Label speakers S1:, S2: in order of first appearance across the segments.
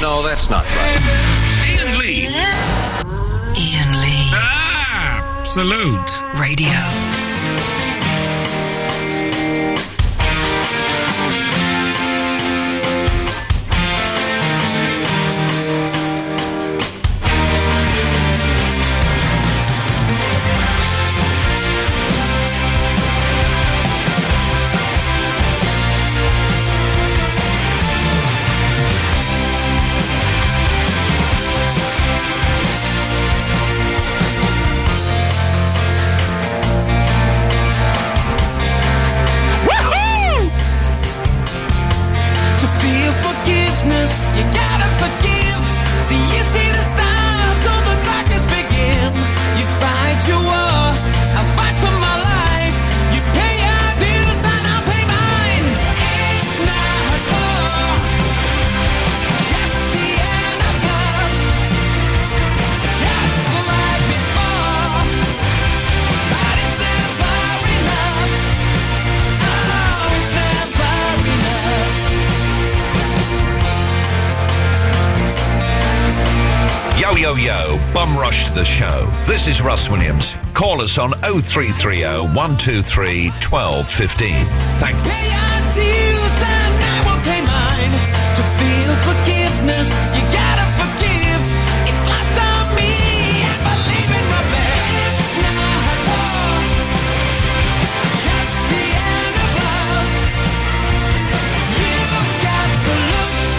S1: No, that's not right.
S2: Ian Lee.
S3: Ian Lee.
S2: Ah, salute.
S3: Radio.
S4: To feel forgiveness, you gotta forgive. Do you see the stars or the darkness begin? You fight your war, I fight for my life. You pay your dues and I'll pay mine. It's not war, just the end of love. Just like before, but it's never enough. Oh, it's never enough.
S1: Yo, yo, yo, bum rush the show. This is Russ Williams. Call us on 0330 123 1215. Thank you.
S4: Pay our dues and I will pay mine. To feel forgiveness, you gotta forgive. It's lost on me. I believe in my best. It's not war, just the end of love. You've got the looks,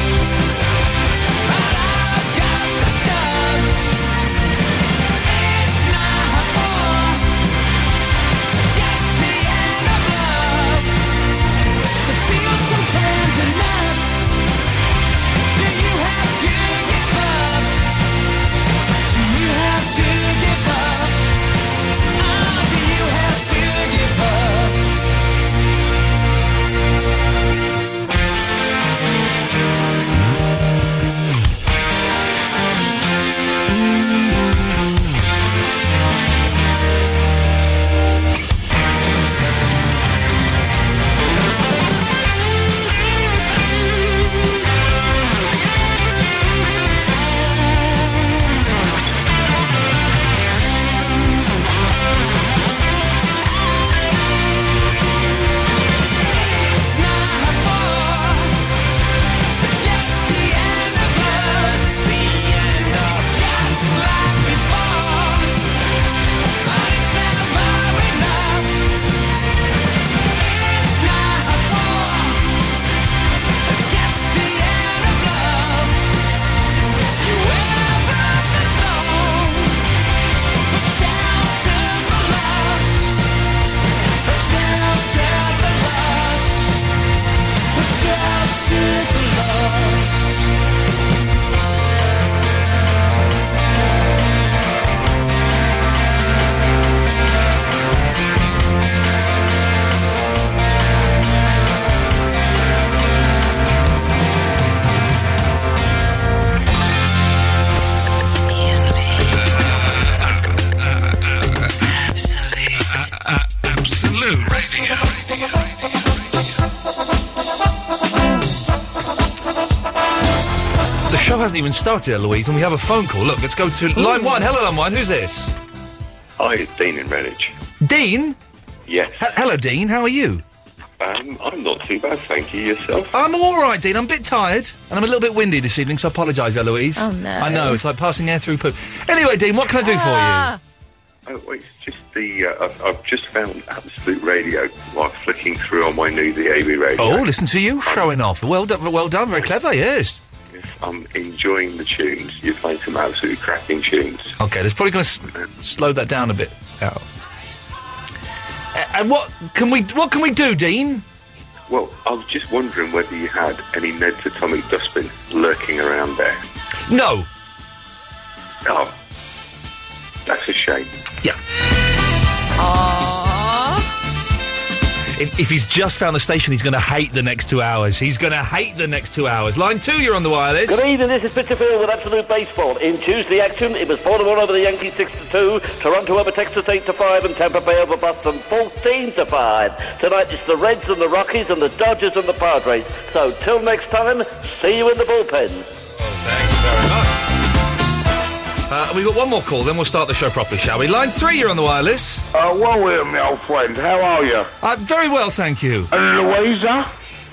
S4: but I've got the scars. It's not war, just the end of love to feel some tenderness? Do you have to give up? Do you have to give up? Oh, do you have to give up? It's not war, just the end of us. The end of just like before, but it's never enough. It's not war, just the end of love. You weathered the storm, but sheltered the loss. But sheltered the loss. But sheltered the loss.
S3: Ian Lee. Absolute
S2: Uh, absolute.
S3: Radio.
S5: The show hasn't even started, Louise, and we have a phone call. Look, let's go to line one. Hello, line one. Who's this?
S6: Hi, it's Dean in Redditch.
S5: Dean.
S6: Yes,
S5: H- hello, Dean. How are you?
S6: um, I'm not too bad, thank you. Yourself?
S5: I'm all right, Dean. I'm a bit tired, and I'm a little bit windy this evening, so I apologise, Eloise.
S7: Oh, no.
S5: I know it's like passing air through poo. Anyway, Dean, what can I do
S7: Ah.
S6: Oh, well, it's just the uh, I've, I've just found Absolute Radio while flicking through on my new DAB radio.
S5: for you? Oh, listen to you showing off. Well done. Well done. Very clever. Yes.
S6: I'm enjoying the tunes. You're playing some absolute cracking tunes.
S5: Okay, that's probably going to s- slow that down a bit. Out. A- And what can we what can we do, Dean?
S6: Well, I was just wondering whether you had any Ned's Atomic Dustbin lurking around there.
S5: No.
S6: Oh, that's a shame.
S5: Yeah.
S7: Aw.
S5: If, if he's just found the station, he's going to hate the next two hours. He's going to hate the next two hours. Line two, you're on the wireless.
S8: Good evening, this is Pittsfield with Absolute Baseball. In Tuesday action, it was 4-1 over the Yankees 6-2, Toronto over Texas 8-5, and Tampa Bay over Boston 14-5. Tonight it's the Reds and the Rockies and the Dodgers and the Padres. So till next time, see you in the bullpen.
S5: Oh, very much. Uh, we've got one more call, then we'll start the show properly, shall we? Line three, you're on the wireless.
S9: Uh, well, William, my old friend, how are you?
S5: Uh, very well, thank you.
S9: And Louisa?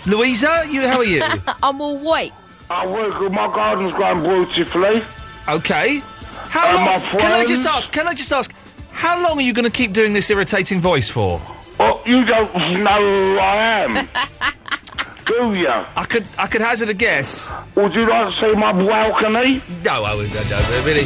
S5: Louisa, you, how are you?
S7: I'm all white.
S9: I work with my garden's growing beautifully.
S5: Okay. How
S9: And
S5: long?
S9: my
S5: Can I just
S9: friends?
S5: ask? Can I just ask? How long are you going to keep doing this irritating voice for?
S9: Well, you don't know who I am. Do you?
S5: I could, I could hazard a guess.
S9: Would you like to see my balcony?
S5: No, I would. I don't really.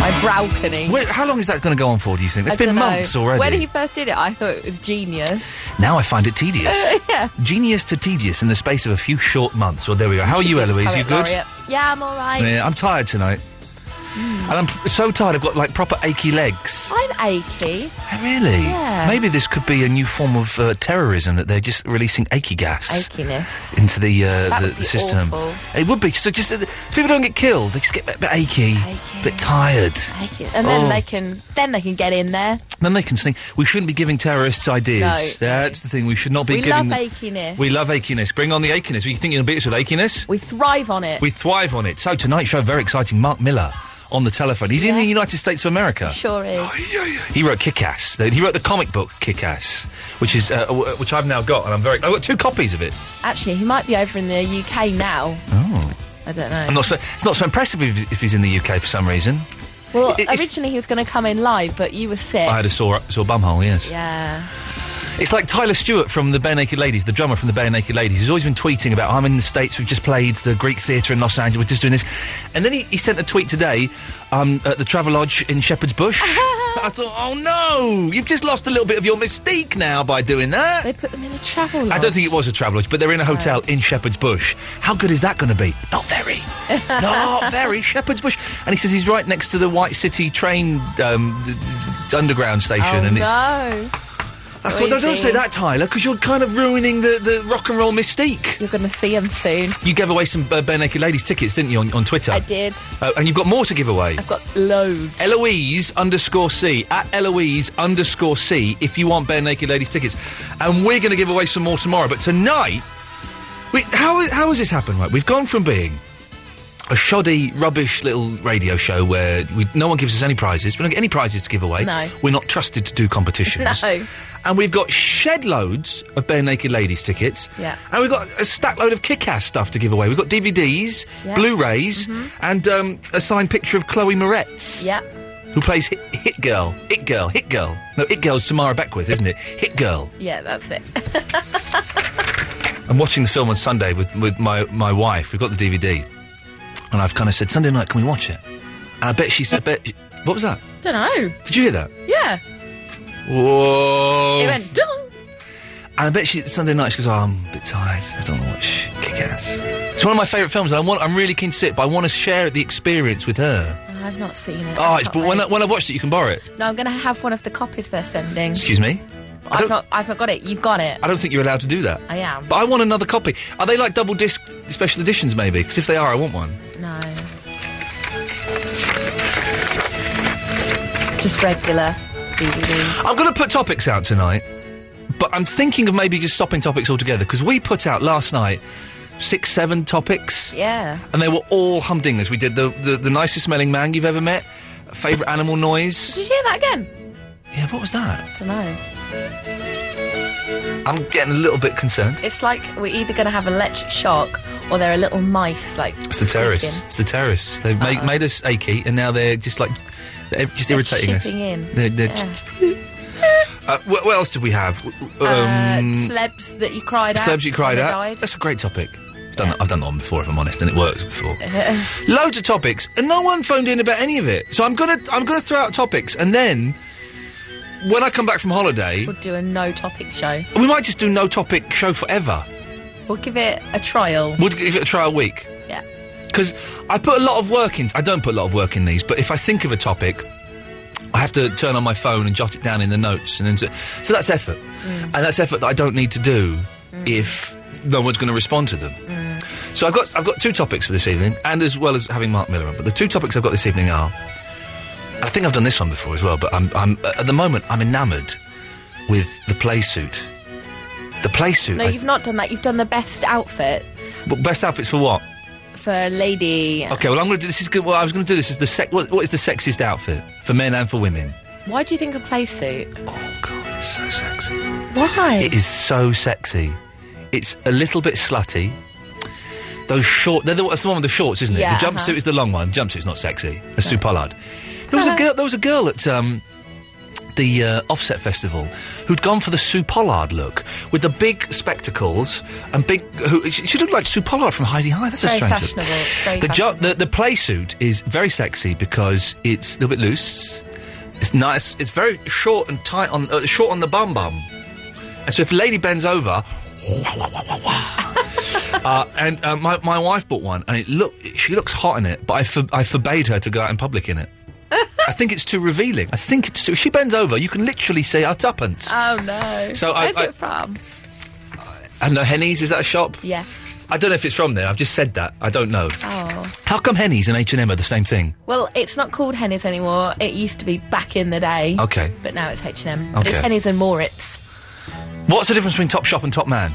S7: My balcony.
S5: Wait, how long is that going to go on for? Do you think? It's
S7: I
S5: been
S7: dunno.
S5: months already.
S7: When he first did it, I thought it was genius.
S5: Now I find it tedious.
S7: yeah.
S5: Genius to tedious in the space of a few short months. Well, there we go. How are you, Eloise? You
S7: Poet
S5: good?
S7: laureate. Yeah, I'm all right.
S5: Yeah, I'm tired tonight.
S7: Hmm.
S5: And I'm p- so tired. I've got like proper achy legs.
S7: I'm achy.
S5: Ah, Really?
S7: Yeah.
S5: Maybe this could be a new form of uh, terrorism that they're just releasing achy gas
S7: Achiness.
S5: into the uh,
S7: That
S5: the,
S7: would be
S5: the system.
S7: awful.
S5: It would be. So just uh, so people don't get killed. They just get a bit achy,
S7: Achy.
S5: bit tired.
S7: Achy. And then
S5: Oh.
S7: they can then they can get in there.
S5: Then they can sing. We shouldn't be giving terrorists ideas.
S7: No, no.
S5: That's the thing. We should not be
S7: we
S5: giving.
S7: love achiness. We,
S5: We love achiness. Bring on the achiness. You think you're going to beat us with achiness?
S7: thrive on it.
S5: We thrive on it. So tonight's show very exciting. Mark Miller on the telephone. He's in the
S7: Yes.
S5: United States of America.
S7: sure is.
S5: He wrote Kick-Ass. Uh, He wrote the comic book Kick-Ass, which is uh, w- which I've now got, and I'm very. I've got two copies of it.
S7: Actually, he might be over in the UK now.
S5: Oh,
S7: I don't know.
S5: I'm not. So, it's not so impressive if, if he's in the UK for some reason.
S7: well,
S5: it- it's-
S7: originally he was going to come in live, but you were sick.
S5: I had a sore sore bumhole. Yes,
S7: yeah.
S5: it's like Tyler Stewart from the Bare Naked Ladies, the drummer from the Bare Naked Ladies. He's always been tweeting about I'm in the states. We've just played the Greek Theatre in Los Angeles. We're just doing this, and then he, he sent a tweet today um, at the Travelodge in Shepherd's Bush. I thought, oh no, you've just lost a little bit of your mystique now by doing that.
S7: They put them in a travel
S5: I don't think it was a travel lodge, but they're in a hotel in Shepherd's Bush. How good is that going to be? Not very. Not very. Shepherd's Bush. And he says he's right next to the White City train um, d- d- underground
S7: Oh,
S5: station. and it's.
S7: no.
S5: I thought, no, don't
S7: Noisy.
S5: say that, Tyler, because you're kind of ruining the, the rock and roll mystique.
S7: You're going to see him soon.
S5: You gave away some uh, Bare Naked Ladies tickets, didn't you, on, on Twitter?
S7: I did.
S5: Uh, and you've got more to give away.
S7: I've got loads.
S5: Eloise underscore C at Eloise underscore C if you want Bare Naked Ladies tickets. And we're going to give away some more tomorrow. But tonight, we, how, how has this happened, right? We've gone from being a shoddy, rubbish little radio show where we, no one gives us any prizes. We don't get any prizes to give away.
S7: No.
S5: We're not trusted to do competitions.
S7: No.
S5: And we've got shed loads of Bare Naked Ladies tickets.
S7: Yeah.
S5: And we've got a stack load of kick ass stuff to give away. We've got DVDs,
S7: Yeah. Mm-hmm.
S5: Blu rays, and um, a signed picture of Chloe Moretz
S7: Yeah.
S5: who plays Hit, Hit Girl. Hit Girl. Hit Girl. No, It Girl's Tamara Beckwith, isn't it? Hit Girl.
S7: Yeah, that's it.
S5: I'm watching the film on Sunday with, with my, my wife. We've got the DVD. And I've kind of said, Sunday night, can we watch it? And I bet she said, bet, what was that?
S7: don't know.
S5: Did you hear that?
S7: Yeah.
S5: Whoa.
S7: It went dong.
S5: And I bet she, Sunday night, she goes, oh, I'm a bit tired. I don't want to watch Kick Ass. It's one of my favourite films. and I want, I'm really keen to see it, but I want to share the experience with her.
S7: I've not seen it.
S5: Oh,
S7: I
S5: it's,
S7: can't
S5: but when, I,
S7: wait.
S5: when I've watched it, you can borrow it.
S7: No, I'm going to have one of the copies they're sending.
S5: Excuse me? I
S7: I've
S5: don't,
S7: not, I've not got it. You've got it.
S5: I don't think you're allowed to do that.
S7: I am.
S5: But I want another copy. Are they like double disc special editions, maybe? Because if they are, I want one.
S7: No. Just regular DVDs.
S5: I'm going to put topics out tonight, but I'm thinking of maybe just stopping topics altogether because we put out last night six, seven topics,
S7: Yeah.
S5: and they were all humdingers. We did the, the, the nicest smelling man you've ever met, favourite animal noise.
S7: Did you hear that again?
S5: Yeah, what was that?
S7: Don't know.
S5: I'm getting a little bit concerned.
S7: It's like we're either going to have an electric shock or there are little mice like.
S5: It's the terrorists.
S7: squeaking.
S5: It's the terrorists. They've ma-
S7: Uh-oh.
S5: made us achy, and now they're just like they're just
S7: Uh-huh. They're
S5: irritating us.
S7: chipping in.
S5: They're, they're
S7: Yeah.
S5: uh, what, what else did we have? W- w-
S7: Uh,
S5: um,
S7: celebs that you cried at.
S5: Stubbs you cried
S7: when they
S5: out.
S7: died.
S5: That's a great topic. I've done, that, I've done that one before, if I'm honest, and it works before. Loads of topics, and no one phoned in about any of it. So I'm gonna I'm gonna throw out topics, and then when I come back from holiday,
S7: We'll do a no topic show.
S5: we might just do no topic show forever.
S7: We'll give it a trial.
S5: We'll give it a try a week
S7: Yeah.
S5: because I put a lot of work in. I don't put a lot of work in these, but if I think of a topic. I have to turn on my phone and jot it down in the notes, and then so, so that's effort,
S7: Mm.
S5: and that's effort that I don't need to do if no one's going to respond to them. So I've got I've got two topics for this evening, and as well as having Mark Miller on. But the two topics I've got this evening are, I think I've done this one before as well, but I'm, I'm at the moment I'm enamoured with the play suit. The play suit.
S7: No,
S5: I
S7: you've not done that. You've done the best outfits
S5: th- best outfits for what?
S7: for a lady.
S5: Okay, well, I'm going to do this. Is good. Well, I was going to do this. Is the sec- what, what is the sexiest outfit for men and for women?
S7: Why do you think a play suit?
S5: Oh God, it's so sexy.
S7: Why?
S5: It is so sexy. It's a little bit slutty. Those short. They're the, that's the one with the shorts, isn't it?
S7: Yeah,
S5: the
S7: uh-huh.
S5: jumpsuit is the long one. Jumpsuit's not sexy. That's Sue Pollard. There was a girl. There was a girl at um, the uh, Offset Festival who'd gone for the Sue Pollard look with the big spectacles and big. Who, she, she looked like Sue Pollard from Heidi High. That's a
S7: very
S5: strange
S7: fashionable.
S5: look.
S7: it's Very
S5: The,
S7: fashionable.
S5: jo- the the play suit is very sexy because it's a little bit loose. It's nice. It's very short and tight on uh, short on the bum bum. And so if a lady bends over, uh, and uh, my my wife bought one, and it look she looks hot in it, but I for- I forbade her to go out in public in it. I think it's too revealing. I think it's too. If she bends over, you can literally say "a tuppence."
S7: Oh no!
S5: So I-
S7: Where's
S5: I-
S7: it from?
S5: and the Henny's is that a shop?
S7: Yeah.
S5: I don't know if it's from there. I've just said that. I don't know.
S7: Oh.
S5: How come Henny's and H and M are the same thing?
S7: Well, it's not called Henny's anymore. It used to be back in the day.
S5: Okay.
S7: But now it's H and M. But
S5: Okay.
S7: it's Henny's and Moritz.
S5: What's the difference between Top Shop and Top Man?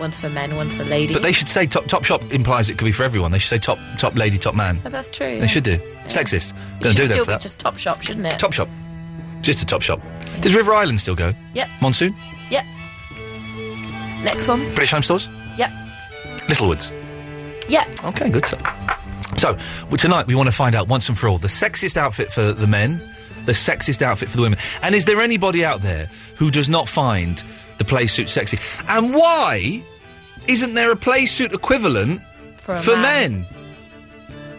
S7: One's for men, one's for ladies.
S5: But they should say top top shop implies it could be for everyone. They should say top top lady top man.
S7: Oh, that's true.
S5: They should do. It's sexist. Going to do
S7: should
S5: that
S7: still
S5: for
S7: be
S5: that.
S7: just Top Shop, shouldn't it?
S5: Top shop. Just a top shop. Does River Island still go?
S7: Yep.
S5: Monsoon.
S7: Yep. Next one.
S5: British Home Stores.
S7: Yep.
S5: Littlewoods.
S7: Yep.
S5: Okay, good stuff. So well, tonight we want to find out once and for all the sexiest outfit for the men, the sexiest outfit for the women, and is there anybody out there who does not find the play suit sexy? And why isn't there a play suit equivalent
S7: For, a
S5: for
S7: man.
S5: men?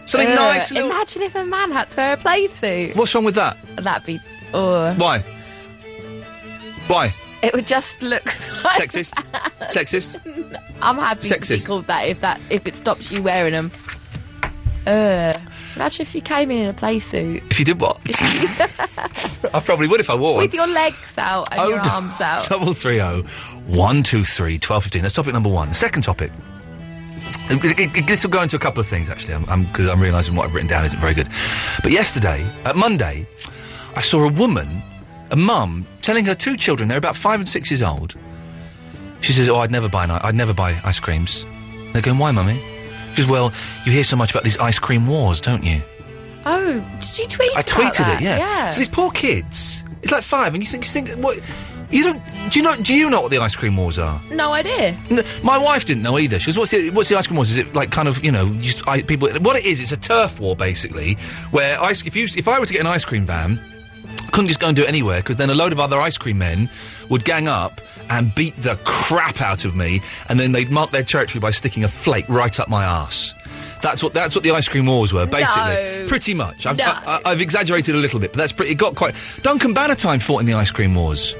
S5: Something
S7: Ugh,
S5: nice. Little...
S7: Imagine if a man had to wear a play suit.
S5: What's wrong with that?
S7: That'd be. Oh,
S5: Why? Why?
S7: it would just look like-
S5: Sexist? Sexist?
S7: I'm happy to be
S5: Sexist.
S7: called that if that if it stops you wearing them. Uh, imagine if you came in in a play suit
S5: If you did what? I probably would if I wore one.
S7: with your legs out
S5: Oh,
S7: and your arms out.
S5: Double three oh one two three twelve fifteen. That's topic number one. Second topic. This will go into a couple of things actually, because I'm, because I'm realising what I've written down isn't very good. But yesterday, at Monday, I saw a woman, a mum, telling her two children, they're about five and six years old. She says, "Oh, I'd never buy, an i- I'd never buy ice creams." They're going, "Why, mummy?" Because well, you hear so much about these ice cream wars, don't you?
S7: Oh, did you tweet?
S5: I
S7: about
S5: tweeted
S7: that?
S5: it, yeah. So these poor kids, it's like five, and you think, you think, what? You don't? Do you know? Do you know what the ice cream wars are?
S7: no idea.
S5: N- My wife didn't know either. She goes, "What's the what's the ice cream wars? Is it like kind of you know just I, people? What it is? It's a turf war basically, where ice. If you if I were to get an ice cream van, couldn't just go and do it anywhere because then a load of other ice cream men would gang up and beat the crap out of me, and then they'd mark their territory by sticking a flake right up my ass. That's what that's what the ice cream wars were basically.
S7: No.
S5: Pretty much. I've,
S7: No.
S5: I, I, have exaggerated a little bit, but that's pretty. It got quite. Duncan Bannatyne fought in the ice cream wars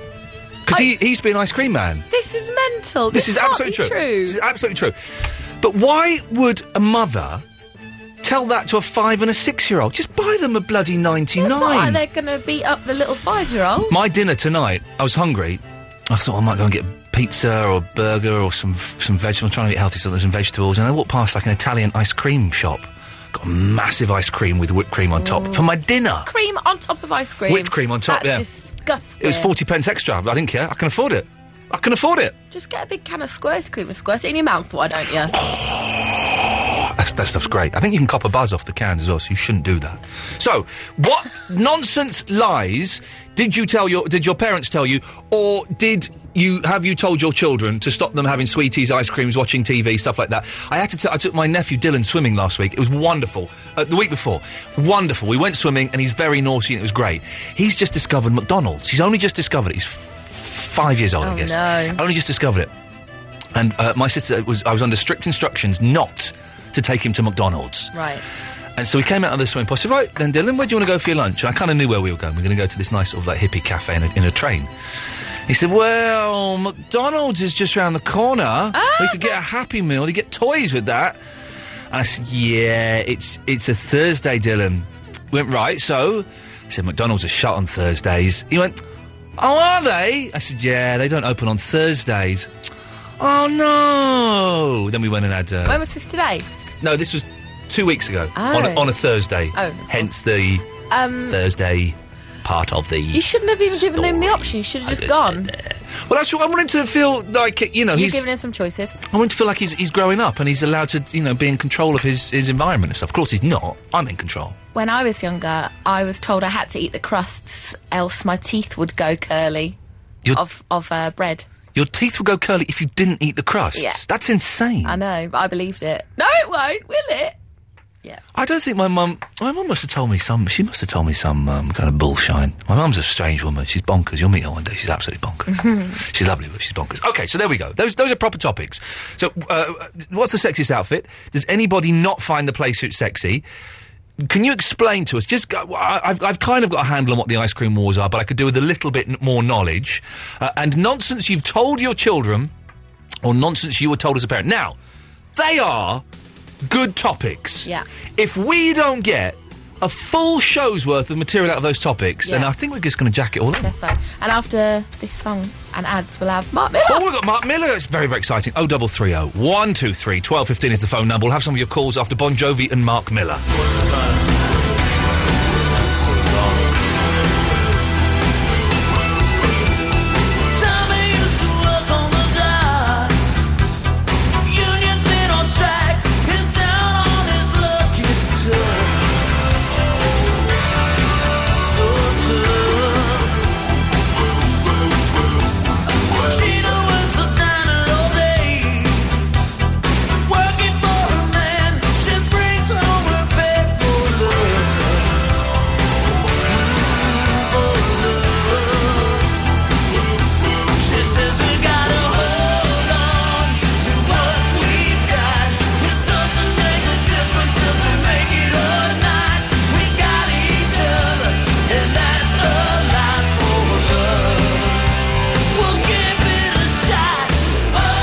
S5: because he he used to be an ice cream man.
S7: This is mental.
S5: This is
S7: can't
S5: absolutely
S7: be
S5: true. This is absolutely true. But why would a mother tell that to a five and a six year old? Just buy them a bloody
S7: It's not like
S5: 99.
S7: they're going to beat up the little five-year-old.
S5: My dinner tonight, I was hungry. I thought I might go and get pizza or a burger or some some vegetables. I'm trying to eat healthy, so there's some vegetables. And I walked past like an Italian ice cream shop. Got a massive ice cream with whipped cream on top for my dinner.
S7: cream on top of ice cream.
S5: Whipped cream on top,
S7: That's
S5: yeah.
S7: Disgusting.
S5: It was 40 pence extra, but I didn't care. I can afford it. I can afford it.
S7: Just get a big can of squirt cream and squirt it in your mouth, why don't you?
S5: Oh, That's, that stuff's great. I think you can cop a buzz off the cans as well, so you shouldn't do that. So, what nonsense lies did you tell your did your parents tell you, or did you have you told your children to stop them having sweeties, ice creams, watching TV, stuff like that? I had to. T- I took my nephew Dylan swimming last week. It was wonderful. Uh, the week before, wonderful. We went swimming, and he's very naughty, and it was great. He's just discovered McDonald's. He's only just discovered it. He's f- five years old,
S7: Oh,
S5: I guess.
S7: no.
S5: Only just discovered it. And uh, my sister was, I was under strict instructions not to take him to McDonald's.
S7: right.
S5: And so we came out of the swimming pool. I said, right, then, Dylan, where do you want to go for your lunch? And I kind of knew where we were going. We are going to go to this nice sort of like hippie cafe in a, in a train. He said, well, McDonald's is just round the corner. we could get a Happy Meal. You get toys with that. And I said, yeah, it's, it's a Thursday, Dylan. Went, right, so... I said, McDonald's are shut on Thursdays. He went, oh, are they? I said, yeah, they don't open on Thursdays. Oh, no. Then we went and had... Uh,
S7: When was this today?
S5: no, this was two weeks ago
S7: Oh.
S5: on, a, on a Thursday.
S7: Oh.
S5: Hence the
S7: Um,
S5: Thursday part of the.
S7: You shouldn't have even given them the option. You should have just gone.
S5: Well, that's what I want him to feel like. You know,
S7: You've
S5: he's.
S7: given him some choices.
S5: I want him to feel like he's he's growing up and he's allowed to you know be in control of his his environment and stuff. Of course, he's not. I'm in control.
S7: When I was younger, I was told I had to eat the crusts, else my teeth would go curly
S5: Your-
S7: of of uh, bread.
S5: Your teeth will go curly if you didn't eat the crusts.
S7: Yeah.
S5: That's insane.
S7: I know, but I believed it. No, it won't, will it?
S5: I don't think my mum. My mum must have told me some. She must have told me some um, kind of bullshine. My mum's a strange woman. She's bonkers. You'll meet her one day. She's absolutely bonkers. she's lovely, but she's bonkers. Okay, so there we go. Those those are proper topics. So, uh, what's the sexiest outfit? Does anybody not find the play suit sexy? Can you explain to us? Just go- I, I've, I've kind of got a handle on what the ice cream wars are, but I could do with a little bit n- more knowledge. Uh, and nonsense you've told your children, or nonsense you were told as a parent. Now, they are good topics.
S7: Yeah.
S5: If we don't get a full show's worth of material out of those topics, then
S7: Yeah.
S5: I think we're just going to jack it all up.
S7: Defo. And after this song and ads, we'll have Mark Miller.
S5: Oh, we've got Mark Miller. It's very, very exciting. Oh, 0330 123 1215 is the phone number. We'll have some of your calls after Bon Jovi and Mark Miller.
S4: She says we gotta hold on to what we've got. It doesn't make a difference if we make it or not. We got each other, and that's a lot for love. We'll give it a shot. Oh,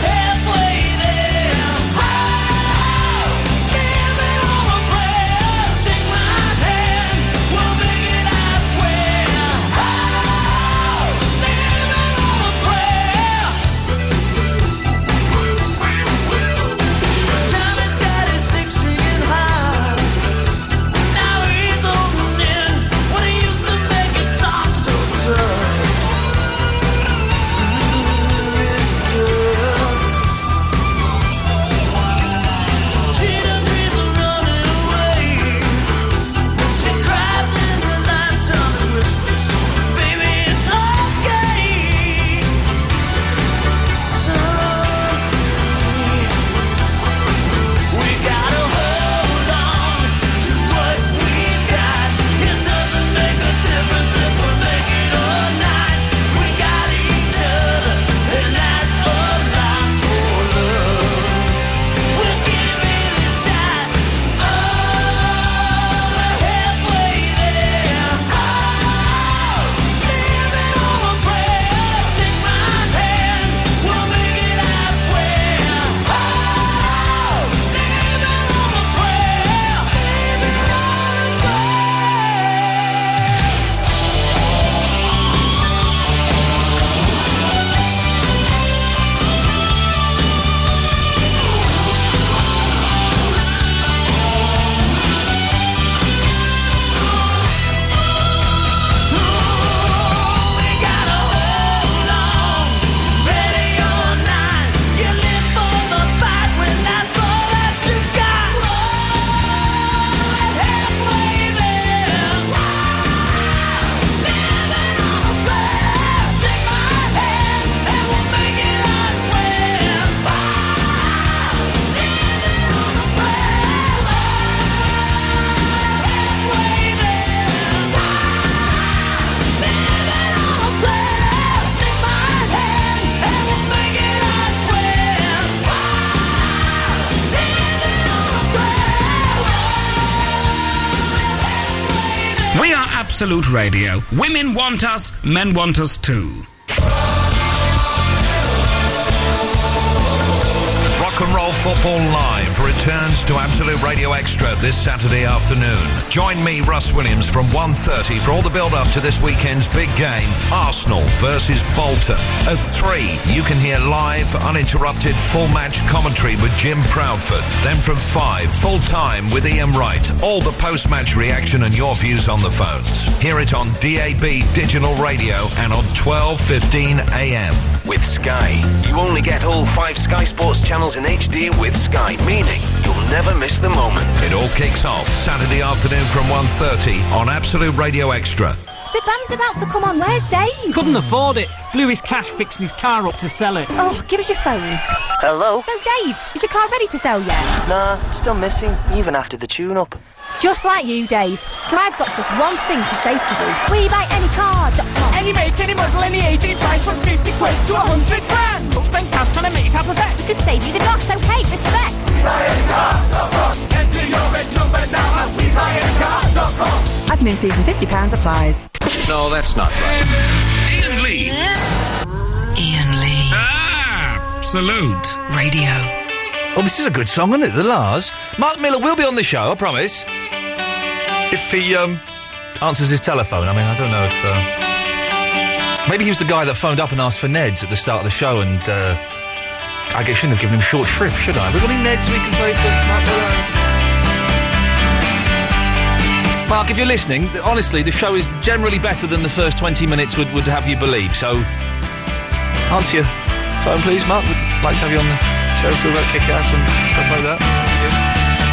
S4: we're halfway there. Oh, give me all a prayer. Take my hand, we'll make it. I swear. Oh, give me all a prayer. Tommy's got his six-string and high. Now he's holding in what he used to make it talk so tough. It's tough. Cheetah dreams of running away. She cries in the night, Tommy whispers, "Baby, it's okay." Someday we gotta hold on to what we got. It doesn't make a difference if we make it or not. We got each other, and that's a lot for love. We'll give it a shot. Oh, we're halfway there. Oh, give it all a prayer. Take my hand, we'll make it. I swear. Oh, give it all a prayer. Give it all a prayer. We gotta hold on, ready or not. You live for the fight when that's all that you got. halfway there. Living on a prayer. Take my hand and we'll make it. I swear. Living on a prayer. Halfway there.
S2: We are Absolute Radio. Women want us, men want us too.
S1: Rock and roll Football Live returns to Absolute Radio Extra this Saturday afternoon. Join me, Russ Williams, from 1.30 for all the build-up to this weekend's big game, Arsenal versus Bolton. At 3, you can hear live, uninterrupted, full-match commentary with Jim Proudfoot. Then from 5, full-time with Ian Wright. All the post-match reaction and your views on the phones. Hear it on DAB Digital Radio and on 12.15 a.m.
S10: With Sky, you only get all five Sky Sports channels in HD with Sky, meaning you'll never miss the moment.
S1: It all kicks off Saturday afternoon from 1.30 on Absolute Radio Extra.
S11: The van's about to come on. Where's Dave?
S12: Couldn't afford it. Blew his cash fixing his car up to sell it.
S11: Oh, give us your phone.
S13: Hello?
S11: So, Dave, is your car ready to sell yet?
S13: Nah, still missing, even after the tune up.
S11: Just like you, Dave. So I've got just one thing to say to you. We buy any car. Any make, any model, any age, it buys from 50 quid to 100 grand. Don't spend cash trying to make half a bet. We could save you the knocks, okay? Respect.
S14: Admin fees and £50 applies.
S1: No, that's not right.
S15: Ian Lee.
S16: Ian Lee.
S1: Salute.
S16: Radio.
S5: Oh, this is a good song, isn't it? The Lars. Mark Miller will be on the show, I promise. If he um, answers his telephone, I mean, I don't know if. Uh, maybe he was the guy that phoned up and asked for Ned's at the start of the show, and uh, I guess shouldn't have given him short shrift, should I? We've got any Ned's we can play for Mark Miller. Mark, if you're listening, th- honestly, the show is generally better than the first 20 minutes would, would have you believe. So, answer your phone, please, Mark. We'd like to have you on the show for about kick ass and stuff like that.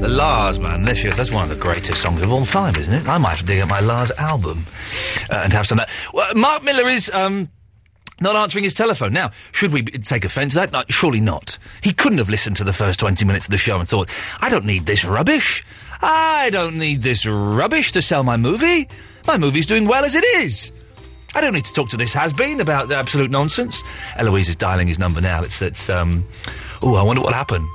S5: The Lars, man, there she is. That's one of the greatest songs of all time, isn't it? I might have to dig up my Lars album uh, and have some of that. Well, Mark Miller is um, not answering his telephone. Now, should we b- take offence to that? No, surely not. He couldn't have listened to the first 20 minutes of the show and thought, I don't need this rubbish. I don't need this rubbish to sell my movie. My movie's doing well as it is. I don't need to talk to this has-been about the absolute nonsense. Eloise is dialing his number now. It's, it's, um... Oh, I wonder what'll happen.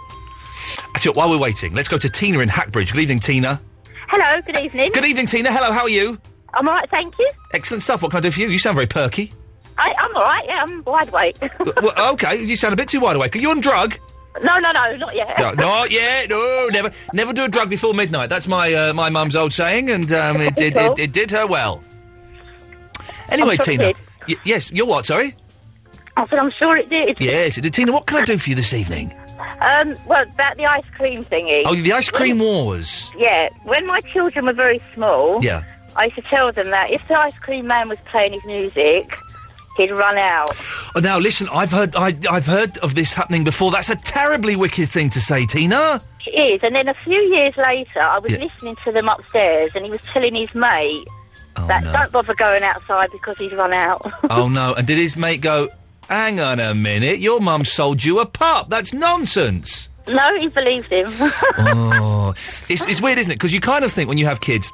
S5: Actually, while we're waiting, let's go to Tina in Hackbridge. Good evening, Tina.
S17: Hello, good evening.
S5: Good evening, Tina. Hello, how are you?
S17: I'm all right, thank you.
S5: Excellent stuff. What can I do for you? You sound very perky.
S17: I, I'm all right, yeah, I'm wide awake.
S5: well, okay, you sound a bit too wide awake. Are you on drug?
S17: no, no, no, not yet.
S5: No, not yet. No, never, never do a drug before midnight. That's my uh, my mum's old saying, and um, it, did it, it did her well. Anyway,
S17: I'm sure it
S5: Tina.
S17: did.
S5: Y- yes, you're what? Sorry.
S17: I said, I'm sure it did.
S5: Yes, it did. Tina, what can I do for you this evening?
S17: Um, well, about the ice cream thingy.
S5: Oh, the ice cream wars.
S17: Yeah, when my children were very small,
S5: Yeah.
S17: I used to tell them that if the ice cream man was playing his music, he'd run out.
S5: Oh, now listen, I've heard I, I've heard of this happening before. That's a terribly wicked thing to say, Tina.
S17: It is. And then a few years later, I was
S5: Yeah.
S17: listening to them upstairs, and he was telling his mate that don't bother going outside because he's run out.
S5: oh no! And did his mate go? Hang on a minute, your mum sold you a pup. That's nonsense.
S17: no, he believed him.
S5: oh, it's, it's weird, isn't it? Because you kind of think when you have kids,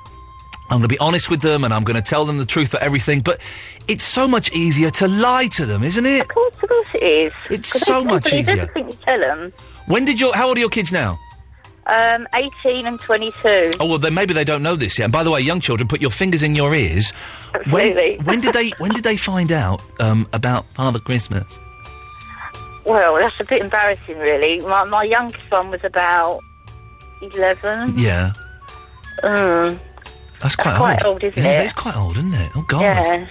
S5: I'm going to be honest with them and I'm going to tell them the truth about everything. But it's so much easier to lie to them, isn't it? Of
S17: course, of course it is.
S5: It's
S17: 'Cause
S5: so
S17: they
S5: much
S17: believe
S5: easier.
S17: Everything you tell them.
S5: When did your? How old are your kids now?
S17: Um, 18 and 22.
S5: Oh well, then maybe they don't know this yet. And by the way, young children, put your fingers in your ears.
S17: Absolutely.
S5: When, when did they? When did they find out um, about Father Christmas?
S17: Well, that's a bit embarrassing, really. My, my youngest one was about 11.
S5: Yeah,
S17: Mm.
S5: that's quite,
S17: quite old, isn't
S5: yeah,
S17: it?
S5: That's quite old, isn't it? Oh God.
S17: Yeah.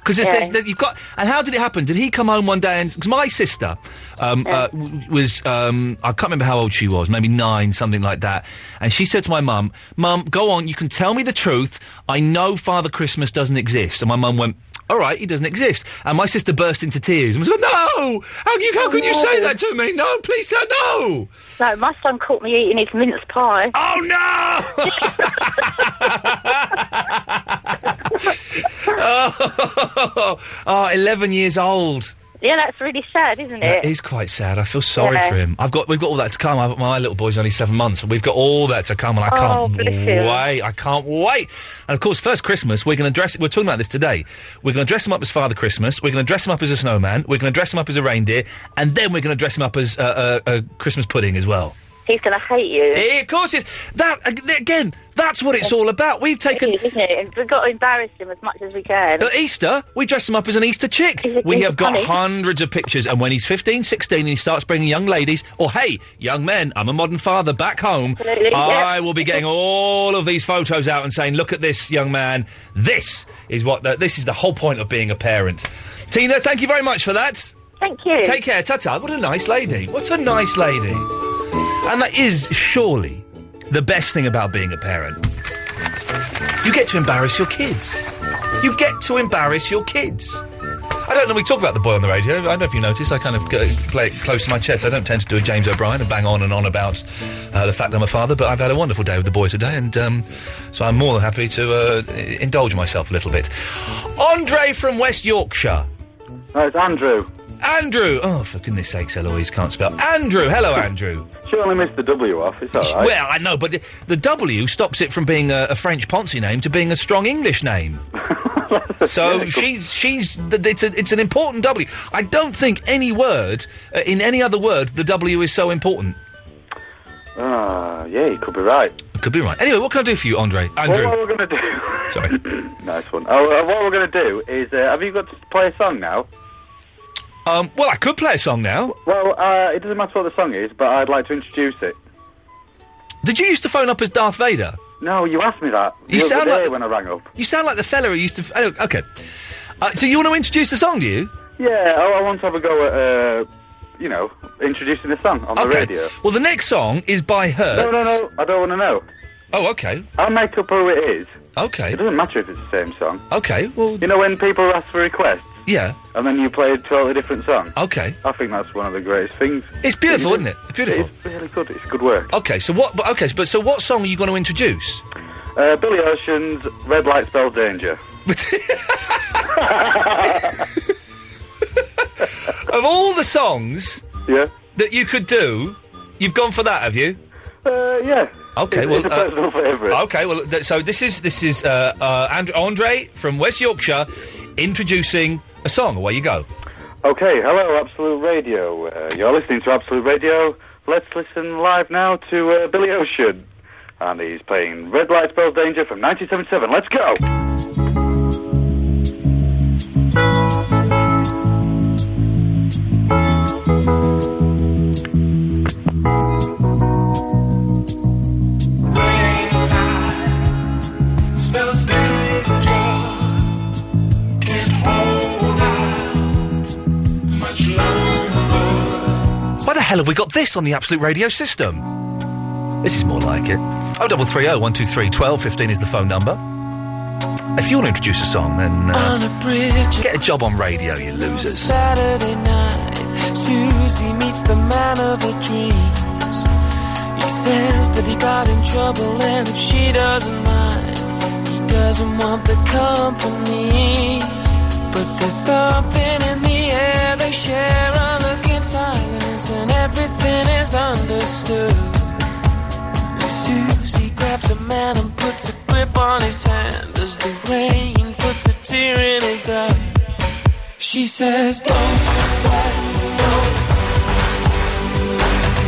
S5: Because
S17: Yeah.
S5: you've got, and how did it happen? Did he come home one day and? Because my sister um, uh, w- was, um, I can't remember how old she was, maybe nine, something like that. And she said to my mum, "Mum, go on, you can tell me the truth. I know Father Christmas doesn't exist." And my mum went, "All right, he doesn't exist." And my sister burst into tears and was like, "No, how, you, how can you say that to me? No, please, don't, no."
S17: No, my son caught me eating his mince pie.
S5: Oh, no! oh, 11 years old.
S17: yeah, that's really sad, isn't it?
S5: That is quite sad. I feel sorry
S17: Yeah.
S5: for him. I've got we've got all that to come. I've, my little boy's only seven months, and we've got all that to come, and I
S17: Oh,
S5: can't
S17: bless him.
S5: wait. I can't wait. And of course, first Christmas we're going to dress. We're talking about this today. We're going to dress him up as Father Christmas. We're going to dress him up as a snowman. We're going to dress him up as a reindeer, and then we're going to dress him up as uh, uh, a Christmas pudding as well.
S17: He's going to hate you.
S5: Eh, of course, it's that ag- again. That's what it's all about. We've taken.
S17: It is, isn't it? And We've got to embarrass him as much as we can.
S5: At Easter, we dress him up as an Easter chick. We
S17: he's
S5: have got
S17: funny.
S5: hundreds of pictures, and when he's 15, 16, and he starts bringing young ladies, or hey, young men, I'm a modern father back home,
S17: Absolutely, yeah.
S5: I will be getting all of these photos out and saying, look at this young man. This is what the, this is the whole point of being a parent. Tina, thank you very much for that.
S17: Thank you.
S5: Take care. Ta ta. What a nice lady. What a nice lady. And that is surely the best thing about being a parent. You get to embarrass your kids. You get to embarrass your kids. I don't know. We talk about the boy on the radio. I don't know if you noticed. I kind of go, play it close to my chest. I don't tend to do a James O'Brien and bang on and on about uh, the fact I'm a father. But I've had a wonderful day with the boy today, and um, so I'm more than happy to uh, i- indulge myself a little bit. Andre from West Yorkshire.
S18: No, it's Andrew.
S5: Andrew. Oh, for goodness sakes, Eloise can't spell. Andrew. Hello, Andrew.
S18: She only missed the W off. It's all right.
S5: Well, I know, but the, the W stops it from being a, a French Ponzi name to being a strong English name. so she's she's th- it's a, it's an important W. I don't think any word uh, in any other word the W is so important.
S18: Ah, yeah, you could be right.
S5: I could be right. Anyway, what can I do for you, Andre? Andrew.
S18: Well, what we're going to do...
S5: Sorry.
S18: nice one. Oh, uh, what we're going to do is... Uh, have you got to play a song now?
S5: Um, well, I could play a song now.
S18: Well, uh, it doesn't matter what the song is, but I'd like to introduce it.
S5: Did you used to phone up as Darth Vader?
S18: No, you asked me that.
S5: You
S18: the other
S5: sound
S18: day
S5: like-
S18: when I rang up.
S5: You sound like the fella who used to. F- oh, okay. Uh, so you want to introduce the song, do you?
S18: Yeah, Uh, oh, I, I want to have a go at, uh, you know, introducing the song on the
S5: okay.
S18: radio.
S5: Well, the next song is by her.
S18: No, no, no, I don't want to know.
S5: Oh, okay.
S18: I'll make up who it is.
S5: Okay.
S18: It doesn't matter if it's the same song.
S5: Okay, well...
S18: You know when people ask for requests?
S5: Yeah.
S18: And then you play a totally different song?
S5: Okay.
S18: I think that's one of the greatest things.
S5: It's beautiful, isn't it? It's beautiful.
S18: It's really good. It's good work.
S5: Okay, so what? But okay, but so what song are you going to introduce?
S18: Uh, Billy Ocean's Red Light Spells Danger.
S5: Of all the songs,
S18: yeah,
S5: that you could do, you've gone for that, have you?
S18: Uh, yeah.
S5: Okay,
S18: It's-
S5: well,
S18: it's a
S5: uh,
S18: personal favourite.
S5: okay, well, th- so this is this is uh, uh, And- Andre from West Yorkshire introducing a song. Away you go.
S18: Okay, hello, Absolute Radio. Uh, you're listening to Absolute Radio. Let's listen live now to uh, Billy Ocean. And he's playing Red Light Spells Danger from 1977. Let's go!
S5: Why the hell have we got this on the Absolute Radio system? This is more like it. Oh, double three oh one two three twelve fifteen is the phone number. If you want to introduce a song, then
S19: On
S5: uh,
S19: a bridge
S5: get a job on radio, you losers.
S19: Saturday night, Susie meets the man of her dreams. He says that he got in trouble and if she doesn't mind, he doesn't want the company. But there's something in the air they share a look in silence and everything is understood. Susie grabs a man and puts a grip on his hand as the rain puts a tear in his eye. She says, Go back, go.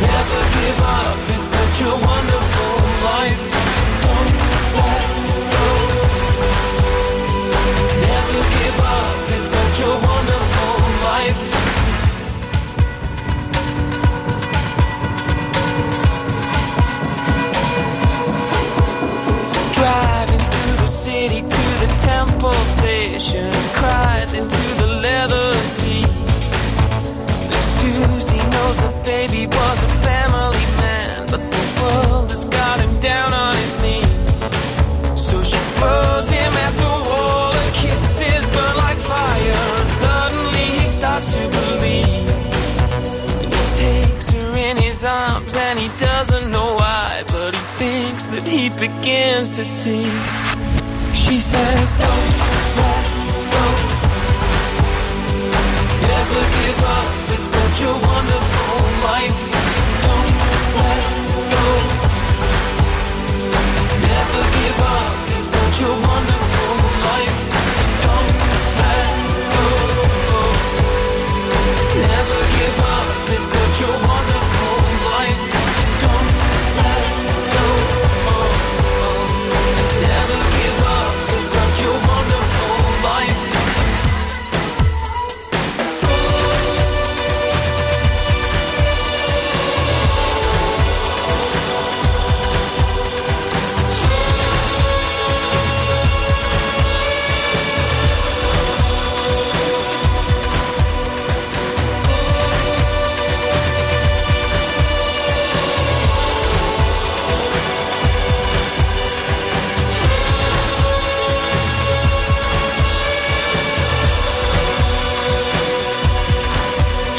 S19: Never give up, it's such a wonderful life. Go back, go. Never give up, it's such a wonderful life. Driving through the city to the temple station, cries into the leather seat. And Susie knows her baby was a family man, but the world has got him down on his knee. So she throws him at the wall and kisses burn like fire. And suddenly he starts to believe. And he takes her in his arms and he doesn't know why, but he thinks that he begins to see. She says, Go, let go. Never give up, it's such a wonderful life. Don't let go. Never give up, it's such a wonderful life. Don't let go. Never give up, it's such a wonderful life. Don't let go. Never give up, it's such a wonderful life.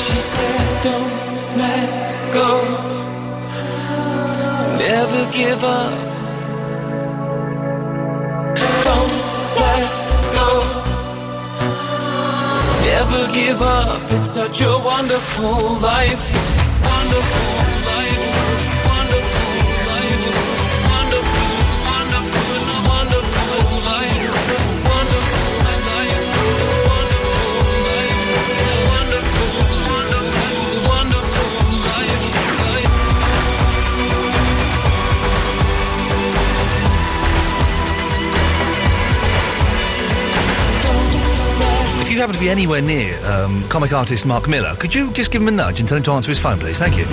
S19: She says, Don't let go. Never give up. Don't let go. Never give up. It's such a wonderful life. Wonderful life. Wonderful life. Wonderful, wonderful, wonderful life. Wonderful life.
S5: If you happen to be anywhere near um, comic artist Mark Miller, could you just give him a nudge and tell him to answer his phone, please? Thank you.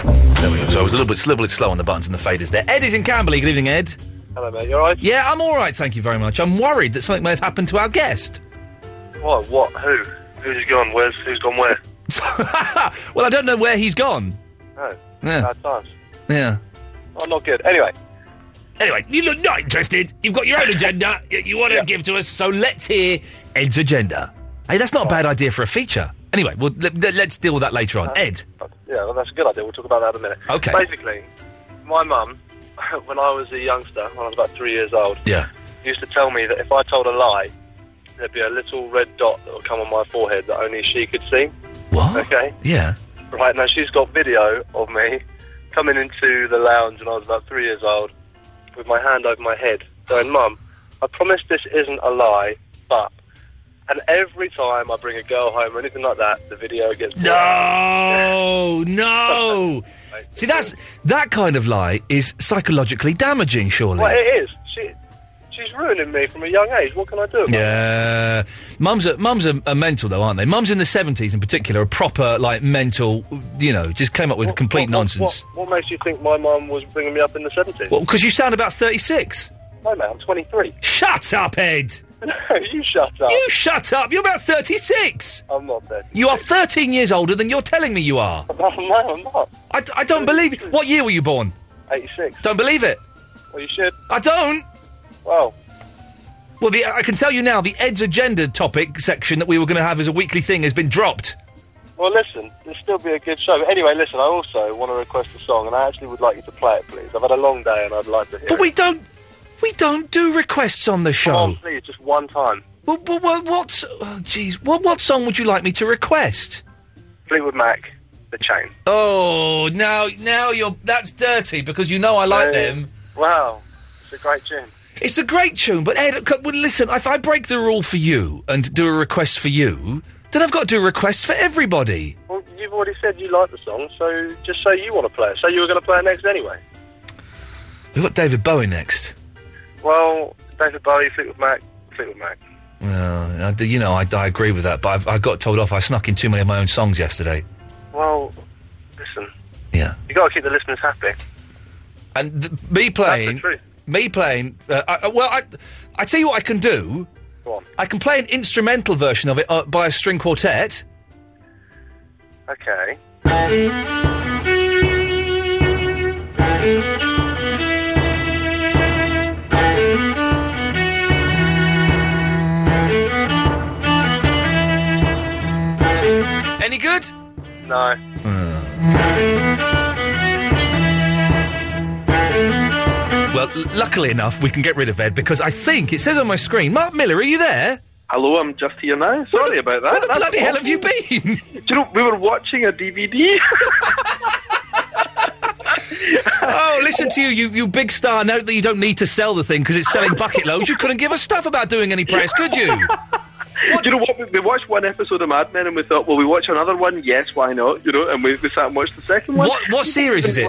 S5: There we go. So I was a little bit, a little bit slow on the buttons and the faders there. Ed is in Camberley. Good evening, Ed.
S20: Hello, mate. You all right?
S5: Yeah, I'm all right. Thank you very much. I'm worried that something may have happened to our guest.
S20: What? What? Who? Who's gone? Where's who's gone? Where?
S5: well, I don't know where he's gone.
S20: No.
S5: Yeah.
S20: Bad times.
S5: Yeah.
S20: Oh, not good. Anyway.
S5: Anyway, you look not interested. You've got your own agenda that you want to give to us, so let's hear Ed's agenda. Hey, that's not a bad idea for a feature. Anyway, well, let, us deal with that later on. Ed.
S20: Yeah, well, that's a good idea. We'll talk about that in a minute.
S5: Okay.
S20: Basically, my mum, when I was a youngster, when I was about three years old,
S5: Yeah.
S20: used to tell me that if I told a lie, there'd be a little red dot that would come on my forehead that only she could see.
S5: What?
S20: Okay.
S5: Yeah.
S20: Right now, she's got video of me coming into the lounge when I was about three years old with my hand over my head, going, Mum, I promise this isn't a lie, but. And every time I bring a girl home or anything like that, the video gets.
S5: No, no. See, that's that kind of lie is psychologically damaging, surely.
S20: Well, it is. She, she's ruining me from a young age. What can I do? about it?
S5: Yeah, mums are mums are, are mental though, aren't they? Mums in the seventies, in particular, are proper like mental. You know, just came up with complete nonsense.
S20: What, what makes you think my mum was bringing me up in the 70s?
S5: Well, because you sound about thirty-six.
S20: No, mate, I'm 23.
S5: Shut up, Ed.
S20: No, you shut up.
S5: You shut up. You're about thirty-six.
S20: I'm not 30.
S5: You are thirteen years older than you're telling me you are.
S20: no, I'm not.
S5: I, d- I don't believe. What year were you born?
S6: 86.
S5: Don't believe it.
S6: Well, you should.
S5: I don't.
S6: Well,
S5: Well, the, I can tell you now, the Ed's agenda topic section that we were going to have as a weekly thing has been dropped.
S6: well, listen, it'll still be a good show. But anyway, listen, I also want to request a song, and I actually would like you to play it, please. I've had a long day, and I'd like to hear
S5: But we don't, we don't do requests on the
S6: it.
S5: show.
S6: Oh, please, just one time.
S5: Well, well, well, what's, oh, jeez, what, what song would you like me to request?
S6: Fleetwood Mac, The Chain.
S5: Oh, now, now you're, that's dirty because you know I like
S6: Uh,
S5: them.
S6: Wow, it's a great tune.
S5: It's a great tune, but Ed, c- well, listen, if I break the rule for you and do a request for you, then I've got to do requests for everybody.
S6: Well, you've already said you like the song, so just say you want to play it. So you were going to play it next anyway.
S5: We've got David Bowie next.
S6: Well, David Bowie, Fleetwood Mac, Fleetwood Mac.
S5: Well, I d you know, I, I agree with that, but I've, I got told off. I snuck in too many of my own songs yesterday.
S6: Well, listen,
S5: Yeah.
S6: you got to keep the listeners happy.
S5: And th- me playing, me playing. Uh, I, I- well, I, I tell you what I can do.
S6: Go on.
S5: I can play an instrumental version of it uh, by a string quartet.
S6: Okay.
S5: Any good? Hmm.
S6: No.
S5: Well, l- luckily enough, we can get rid of Ed because I think it says on my screen. Mark Miller, are you there?
S21: Hello, I'm just here now. Sorry about that.
S5: Where the
S21: That's
S5: bloody hell have you
S21: awful.
S5: been?
S21: Do you know, we were watching a DVD.
S5: oh, listen to you, you, you big star. Note that you don't need to sell the thing because it's selling bucket loads. You couldn't give a stuff about doing any press, could you?
S21: Do you know what? We, we watched one episode of Mad Men and we thought, well, we watch another one. Yes, why not? You know, and we, we sat and watched the second one.
S5: What- what series is it?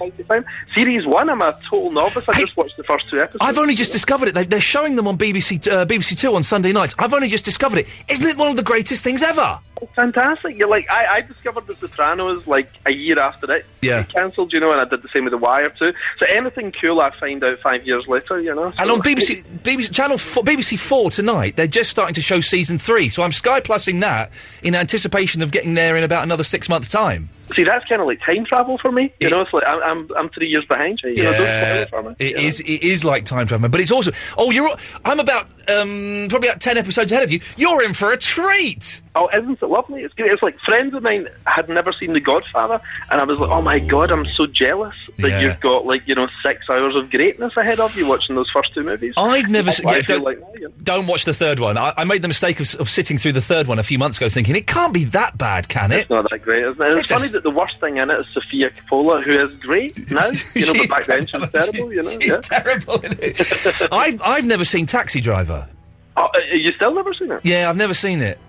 S21: Series one. I'm a total novice. I just watched the first two episodes.
S5: I've only just discovered it. They- They're showing them on BBC uh, BBC Two on Sunday nights. I've only just discovered it. Isn't it one of the greatest things ever?
S21: It's fantastic. You're like, I, I discovered The Sopranos like a year after it.
S5: Yeah.
S21: It cancelled, you know, and I did the same with The Wire too. So anything cool I find out five years later, you know.
S5: And
S21: So-
S5: on BBC, BBC Channel 4, BBC Four tonight, they're just starting to show season three. So I'm sky plusing that in anticipation of getting there in about another six months' time.
S21: See, that's kind of like time travel for me. You know, it's like I'm, I'm I'm three years behind you. You know, don't spoil it for me.
S5: it is. It is like time travel, but it's also. Oh, you're. I'm about um, probably about ten episodes ahead of you. You're in for a treat.
S21: Oh, isn't it lovely? It's great. It's like friends of mine had never seen The Godfather, and I was like, oh my god, I'm so jealous that
S5: Yeah.
S21: you've got like you know six hours of greatness ahead of you watching those first two movies.
S5: I've never. se-
S21: I
S5: yeah,
S21: feel
S5: don't,
S21: like
S5: don't watch the third one. I, I made the mistake of, of sitting through the third one a few months ago, thinking it can't be that bad, can it?
S21: It's not that great, isn't it? It's,
S5: It's a
S21: funny
S5: s-
S21: that the worst thing in it is Sophia Coppola, who is great now, you know, but back then she was terrible, you know. She's
S5: terrible, isn't it? I've I've never seen Taxi Driver.
S21: Oh, uh, you still never seen it?
S5: Yeah, I've never seen it.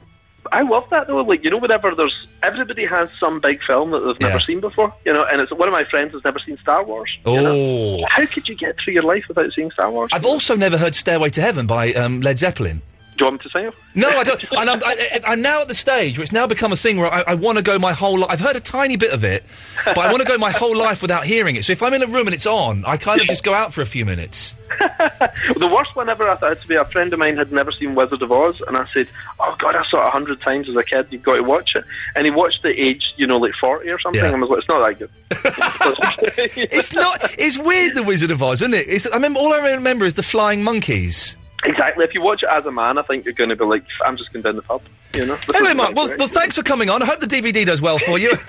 S21: I love that though. Like you know, whenever there's everybody has some big film that they've never seen before, you know, and it's one of my friends has never seen Star Wars.
S5: Oh.
S21: How could you get through your life without seeing Star Wars?
S5: I've also never heard "Stairway to Heaven" by um, Led Zeppelin.
S21: Do you want me to sing it?
S5: No, I don't. And I'm, I, I- I'm now at the stage where it's now become a thing where I, I want to go my whole life. I've heard a tiny bit of it, but I want to go my whole life without hearing it. So if I'm in a room and it's on, I kind of just go out for a few minutes.
S21: The worst one ever I thought had to be a friend of mine had never seen Wizard of Oz, and I said, "Oh God, I saw it a hundred times as a kid. You've got to watch it." And he watched it aged, you know, like forty or something.
S5: Yeah.
S21: And I was like, "It's not that good."
S5: it's not. It's weird, The Wizard of Oz, isn't it? It's, I remember all I remember is the flying monkeys.
S21: Exactly. If you watch it as a man, I think you're going to be like, "I'm just going down the pub," you know.
S5: Anyway, Mark, well, well, thanks for coming on. I hope the DVD does well for you.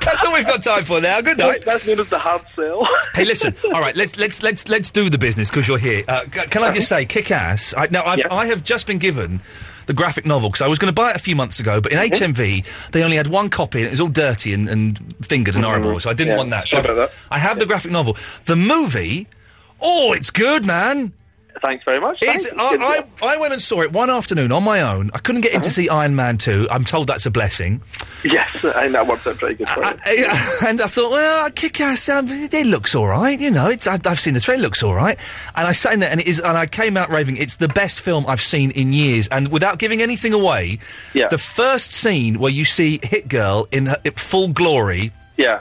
S5: That's all we've got time for now. Good night.
S21: That's known as the hard sell.
S5: hey, listen. All right, let's let's let's let's do the business because you're here. Uh, c- can I just say, kick ass? I, now I've, I have just been given the graphic novel because I was going to buy it a few months ago, but in HMV they only had one copy and it was all dirty and, and fingered and horrible, so I didn't
S21: Mm-hmm. Yeah,
S5: want that. So
S21: sorry
S5: I've-
S21: about
S5: I have the graphic novel. The movie, oh, it's good, man.
S21: Thanks very much.
S5: It's, I, I, I went and saw it one afternoon on my own. I couldn't get
S21: Uh-huh.
S5: in to see Iron Man 2. I'm told that's a blessing.
S21: Yes, and that worked out pretty good for you.
S5: and I thought, well, kick ass. Um, it looks all right, you know. It's I've, I've seen the trailer, looks all right. And I sat in there, and it is, and I came out raving. It's the best film I've seen in years. And without giving anything away,
S21: Yeah.
S5: the first scene where you see Hit Girl in her, in full glory.
S21: Yeah.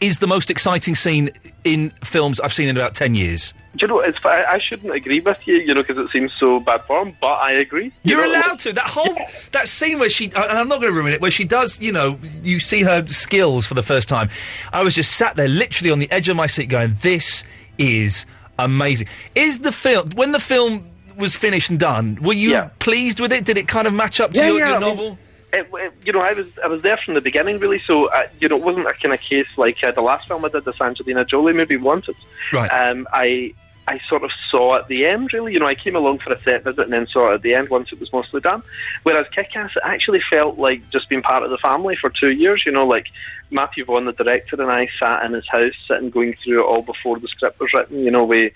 S5: Is the most exciting scene in films I've seen in about 10 years.
S21: Do you know, it's, I, I shouldn't agree with you, you know, because it seems so bad form, but I agree.
S5: You're allowed to. That whole that scene where she and I'm not going to ruin it. Where she does, you know, you see her skills for the first time. I was just sat there, literally on the edge of my seat, going, "This is amazing." Is the film when the film was finished and done? Were you pleased with it? Did it kind of match up to your, your
S21: I mean,
S5: novel?
S21: it, it, you know, I was I was there from the beginning, really. So uh, you know, it wasn't a kind of case like uh, the last film I did, this Angelina Jolie movie, Wanted.
S5: Right.
S21: Um, I I sort of saw at the end, really. You know, I came along for a set visit and then saw it at the end once it was mostly done. Whereas Kick-Ass, it actually felt like just being part of the family for two years. You know, like Matthew Vaughn, the director, and I sat in his house, sitting going through it all before the script was written. You know, we,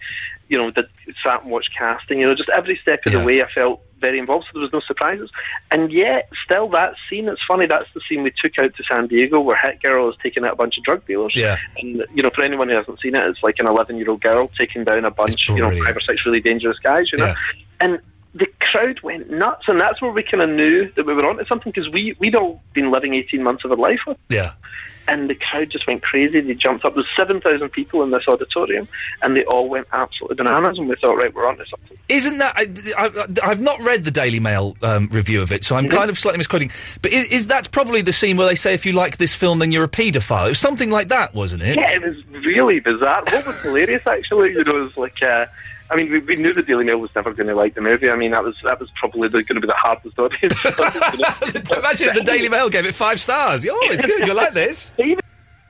S21: you know, did, sat and watched casting. You know, just every step of the way, I felt very involved, so there was no surprises. And yet, still, that scene, it's funny, that's the scene we took out to San Diego where Hit Girl is taking out a bunch of drug dealers.
S5: Yeah.
S21: And, you know, for anyone who hasn't seen it, it's like an 11 year old girl taking down a bunch, you know, five or six really dangerous guys, you know.
S5: Yeah.
S21: And the crowd went nuts, and that's where we kind of knew that we were onto something because we, we'd all been living 18 months of our life with
S5: Yeah.
S21: and the crowd just went crazy. They jumped up. There's 7,000 people in this auditorium, and they all went absolutely bananas. And we thought, right, we're onto something.
S5: Isn't that? I, I, I've not read the Daily Mail um, review of it, so I'm
S21: Mm-hmm.
S5: kind of slightly misquoting. But is, is that's probably the scene where they say, "If you like this film, then you're a paedophile." It was something like that, wasn't it?
S21: Yeah, it was really bizarre. What was hilarious, actually, you know, is like, uh, I mean, we, we knew the Daily Mail was never going to like the movie. I mean, that was that was probably going to be the hardest audience.
S5: Imagine if the Daily Mail gave it five stars. Oh, it's good. You like this?
S21: Even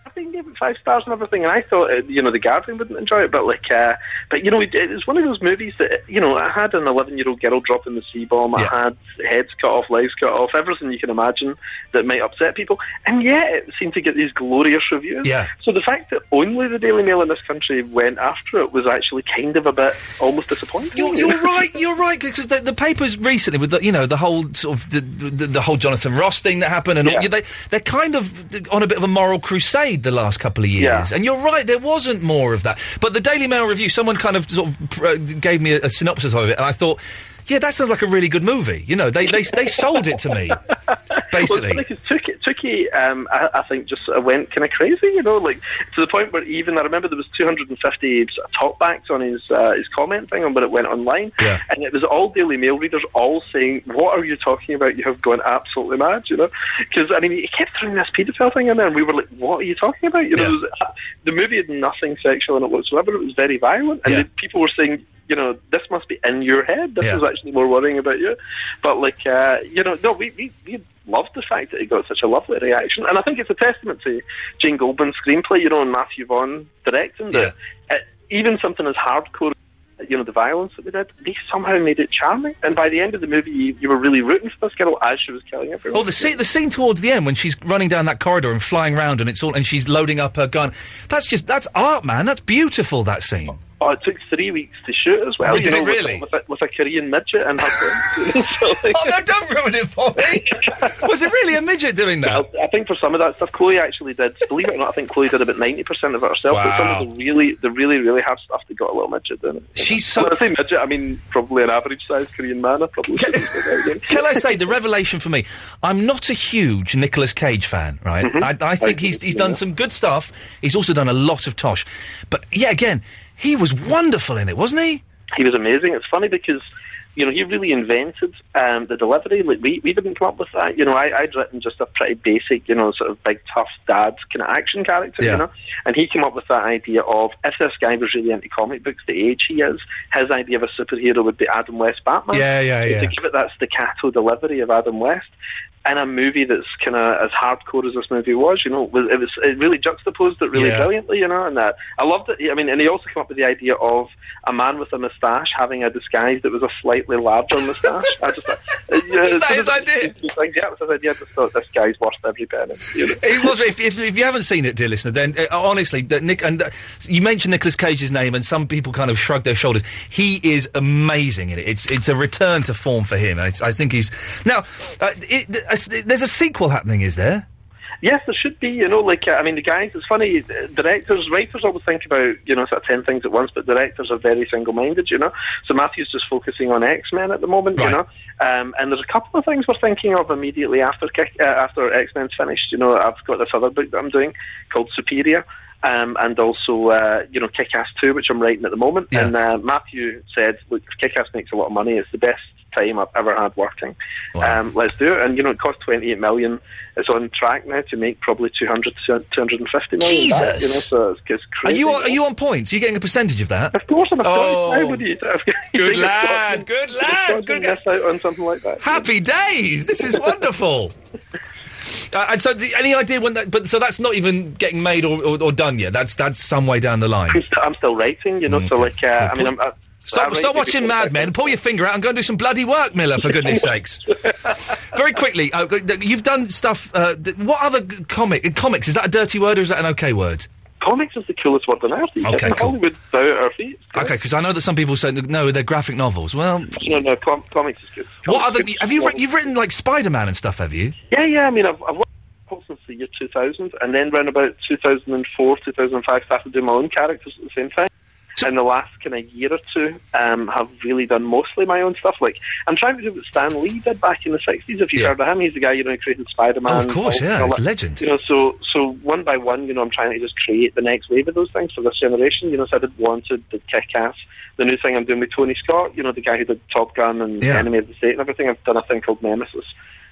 S21: I think gave it five stars and everything, and I thought uh, you know the Guardian wouldn't enjoy it, but like, uh, but you know, it, it's one of those movies that you know I had an eleven-year-old girl dropping the C bomb, I had heads cut off, legs cut off, everything you can imagine that might upset people, and yet it seemed to get these glorious reviews.
S5: Yeah.
S21: So the fact that only the Daily Mail in this country went after it was actually kind of a bit almost disappointing.
S5: You're, you're right. You're right because the, the papers recently with the you know the whole sort of the, the, the whole Jonathan Ross thing that happened and all,
S21: Yeah.
S5: they they're kind of on a bit of a moral crusade the last couple of years. And you're right, there wasn't more of that. But the Daily Mail review, someone kind of sort of pr- uh, gave me a, a synopsis of it, and I thought. Yeah, that sounds like a really good movie. You know, they they, they sold it to me, basically.
S21: Well, it's funny 'cause Tukey, Tukey um, I, I think, just uh, went kind of crazy, you know, like to the point where even I remember there was 250 sort of talkbacks on his uh, his comment thing on when it went online,
S5: Yeah.
S21: and it was all Daily Mail readers all saying, "What are you talking about? You have gone absolutely mad," you know, because I mean, he kept throwing this paedophile thing in there, and we were like, "What are you talking about?" You know, it was, uh, the movie had nothing sexual in it whatsoever. It was very violent, and
S5: Yeah.
S21: the people were saying. You know, this must be in your head. This
S5: Yeah.
S21: is actually more worrying about you. But like, uh, you know, no, we, we we loved the fact that it got such a lovely reaction, and I think it's a testament to Jane Goldman's screenplay. You know, and Matthew Vaughn directing that uh, even something as hardcore, you know, the violence that they did, they somehow made it charming. And by the end of the movie, you, you were really rooting for this girl as she was killing everyone.
S5: Oh, the scene, the scene towards the end when she's running down that corridor and flying round, and it's all, and she's loading up her gun. That's just that's art, man. That's beautiful. That scene.
S21: Oh, it took three weeks to shoot as well.
S5: Oh,
S21: you
S5: did
S21: know,
S5: it
S21: with-
S5: really?
S21: With, a, with a Korean midget and her.
S5: oh no! Don't ruin it for me. Was it really a midget doing that?
S21: I think for some of that stuff, Chloe actually did. Believe it or not, I think Chloe did about ninety percent of it herself. But
S5: Wow.
S21: some of the really, the really, really hard stuff that got a little midget in it.
S5: She's so.
S21: When I say midget, I mean probably an average-sized Korean man. I probably. shouldn't say that again.
S5: Can I say the revelation for me? I'm not a huge Nicolas Cage fan, right?
S21: Mm-hmm.
S5: I, I think he's he's done some good stuff. He's also done a lot of tosh, but yeah, again, he was wonderful in it, wasn't he?
S21: he was amazing. It's funny because you know he really invented um, the delivery. Like we, we didn't come up with that. You know, I, I'd written just a pretty basic, you know, sort of big tough dad kind of action character.
S5: Yeah.
S21: You know, and he came up with that idea of if this guy was really into comic books, the age he is, his idea of a superhero would be Adam West Batman.
S5: Yeah, yeah,
S21: And
S5: yeah.
S21: To give it that staccato delivery of Adam West. In a movie that's kind of as hardcore as this movie was, you know, it was- it was it really juxtaposed it really
S5: Yeah.
S21: brilliantly, you know, and that I loved it. I mean, and he also came up with the idea of a man with a moustache having a disguise that was a slightly larger moustache. I just, yeah,
S5: Is that his idea?
S21: Yeah, it was his idea. I just thought this guy's worth every penny. You know?
S5: It was. If, if, if you haven't seen it, dear listener, then uh, honestly, that Nick and uh, you mentioned Nicolas Cage's name, and some people kind of shrug their shoulders. He is amazing in it. It's it's a return to form for him. I, I think he's now. Uh, it, th- uh, s- there's a sequel happening, is there?
S21: Yes, there should be. You know, like uh, I mean, the guys. It's funny. uh, Directors, writers always think about you know sort of ten things at once, but directors are very single-minded. You know, so Matthew's just focusing on X Men at the moment. You know, Um, and there's a couple of things we're thinking of immediately after Kick, uh, after X Men's finished. You know, I've got this other book that I'm doing called Superior, um, and also uh, you know Kick Ass Two, which I'm writing at the moment. And uh, Matthew said, "Look, if Kick Ass makes a lot of money. It's the best time I've ever had working. Um, let's do it." And you know, it cost 28 million. It's on track now to make probably 200 to 250 million. Back, you know,
S5: Jesus.
S21: so it's, it's
S5: Are
S21: crazy.
S5: you on, are you on points? Are you getting a percentage of that? Of
S21: course, I'm a
S5: oh,
S21: How would you-
S5: Good
S21: It's got-
S5: lad, good lad, good
S21: miss out on something like that.
S5: Happy days. This is wonderful. Uh, and so, the, any idea when that? But so that's not even getting made or, or, or done yet. That's that's some way down the line.
S21: I'm still, I'm still writing, you know. So like, uh, I mean, I'm, I,
S5: Stop,
S21: I
S5: stop
S21: write
S5: watching
S21: every-
S5: Mad Men. Pull your finger out and go and do some bloody work, Miller. For goodness sakes! Very quickly, uh, g- th- you've done stuff. Uh, th- what other g- comic uh, comics? Is that a dirty word or is that an okay word?
S21: Comics is the coolest word on earth.
S5: Okay,
S21: Isn't
S5: cool.
S21: Hollywood down at our feet.
S5: Okay, because I know that some people say no, they're graphic novels. Well,
S21: No, no, com- comics is good.
S5: what other?
S21: Comics is
S5: Have you writ-
S21: wonderful.
S5: you've written like Spider Man and stuff? Have you?
S21: Yeah, yeah. I mean, I've, I've worked on since the year 2000, and then round about 2004, 2005, started doing my own characters at the same time. and the last kind of year or two, um, have really done mostly my own stuff. Like I'm trying to do what Stan Lee did back in the '60s. If you
S5: Yeah.
S21: have heard of him, he's the guy you know who created Spider-Man.
S5: Oh, of course,
S21: Hulk, and
S5: yeah,
S21: all
S5: he's
S21: that.
S5: a legend.
S21: You know, so so one by one, you know, I'm trying to just create the next wave of those things for this generation. You know, so I did Wanted, did Kick-Ass, the new thing I'm doing with Tony Scott. You know, the guy who did Top Gun and
S5: Yeah.
S21: Enemy of the State and everything. I've done a thing called Nemesis,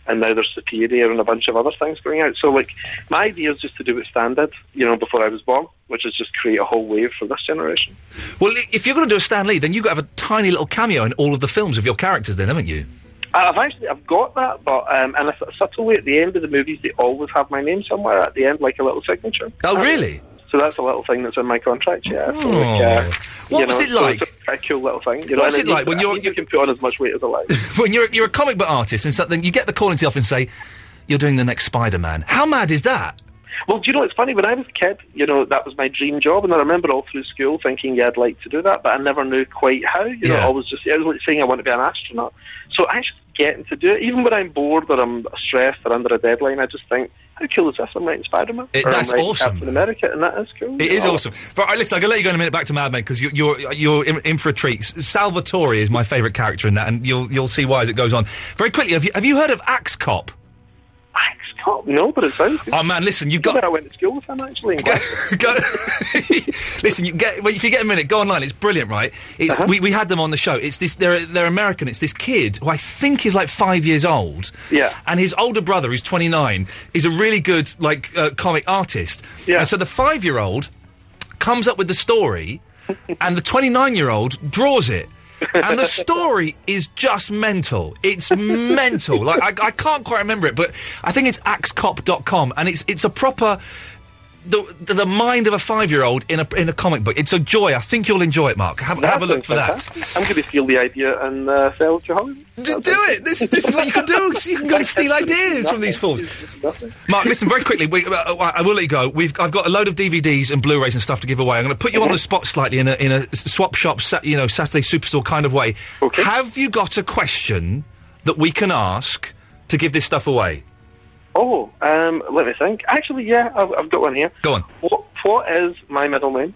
S21: and now there's Superior and a bunch of other things going out. So like, my idea is just to do what Stan did, you know, before I was born, which is just create a whole wave for this generation.
S5: Well, i- if you're going to do a Stan Lee, then you've got to have a tiny little cameo in all of the films of your characters, then, haven't you?
S21: I've actually I've got that, but um, in a s- subtle way at the end of the movies, they always have my name somewhere at the end, like a little signature.
S5: Oh, really?
S21: So that's a little thing that's in my contract. Yeah. So,
S5: Oh.
S21: like, uh,
S5: What
S21: you
S5: was
S21: know,
S5: it
S21: so
S5: like?
S21: it's a, a cool little thing. You know,
S5: What's
S21: and
S5: it like
S21: means-
S5: when
S21: I
S5: you're-
S21: mean, you can put on as much weight as I like.
S5: when you're you're a comic book artist and something, you get the call into the office and say, "You're doing the next Spider Man." How mad is that?
S21: Well, do you know it's funny? When I was a kid, you know that was my dream job, and I remember all through school thinking yeah, I'd like to do that, but I never knew quite how. You know,
S5: Yeah.
S21: I was just I was like saying I want to be an astronaut. So actually getting to do it, even when I'm bored or I'm stressed or under a deadline, I just think how cool is this? I'm writing Spider Man.
S5: It- that's
S21: I'm writing
S5: awesome.
S21: Captain America, and that is cool. Oh,
S5: It is
S21: You know?
S5: awesome. But, right, listen, I'm going to let you go in a minute back to Mad Men because you're you're, you're in, in for a treat. S- Salvatore is my favourite character in that, and you'll you'll see why as it goes on. Very quickly, have you have you heard of Axe Cop?
S21: Axe Cop? No, but it sounds. Good.
S5: Oh man, listen, you've got.
S21: I went to school with him actually. in Glasgow.
S5: Listen, you get, well, if you get a minute, go online. It's brilliant, right? It's,
S21: Uh-huh.
S5: we, we had them on the show. It's this. They're they're American. It's this kid who I think is like five years old.
S21: Yeah.
S5: And his older brother, who's twenty nine, is a really good like uh, comic artist. Yeah. And so the five year old comes up with the story, and the twenty nine year old draws it. and the story is just mental. It's mental. Like I, I can't quite remember it, but I think it's axcop.com and it's it's a proper the, the, the mind of a five year old in a, in a comic book. It's a joy. I think you'll enjoy it, Mark. Have, have a look for that.
S21: I'm going to steal the idea and uh, sell it to Hollywood.
S5: Do, do it. This, this is what you can do. You can go and steal ideas from these fools. Mark, listen very quickly. We, uh, uh, I will let you go. We've, I've got a load of DVDs and Blu-rays and stuff to give away. I'm going to put you on the spot slightly in a, in a s- swap shop, sa- you know, Saturday superstore kind of way. Have you got a question that we can ask to give this stuff away?
S21: Oh, um, let me think. Actually, yeah, I've, I've got one here.
S5: Go on.
S21: What, what is my middle name?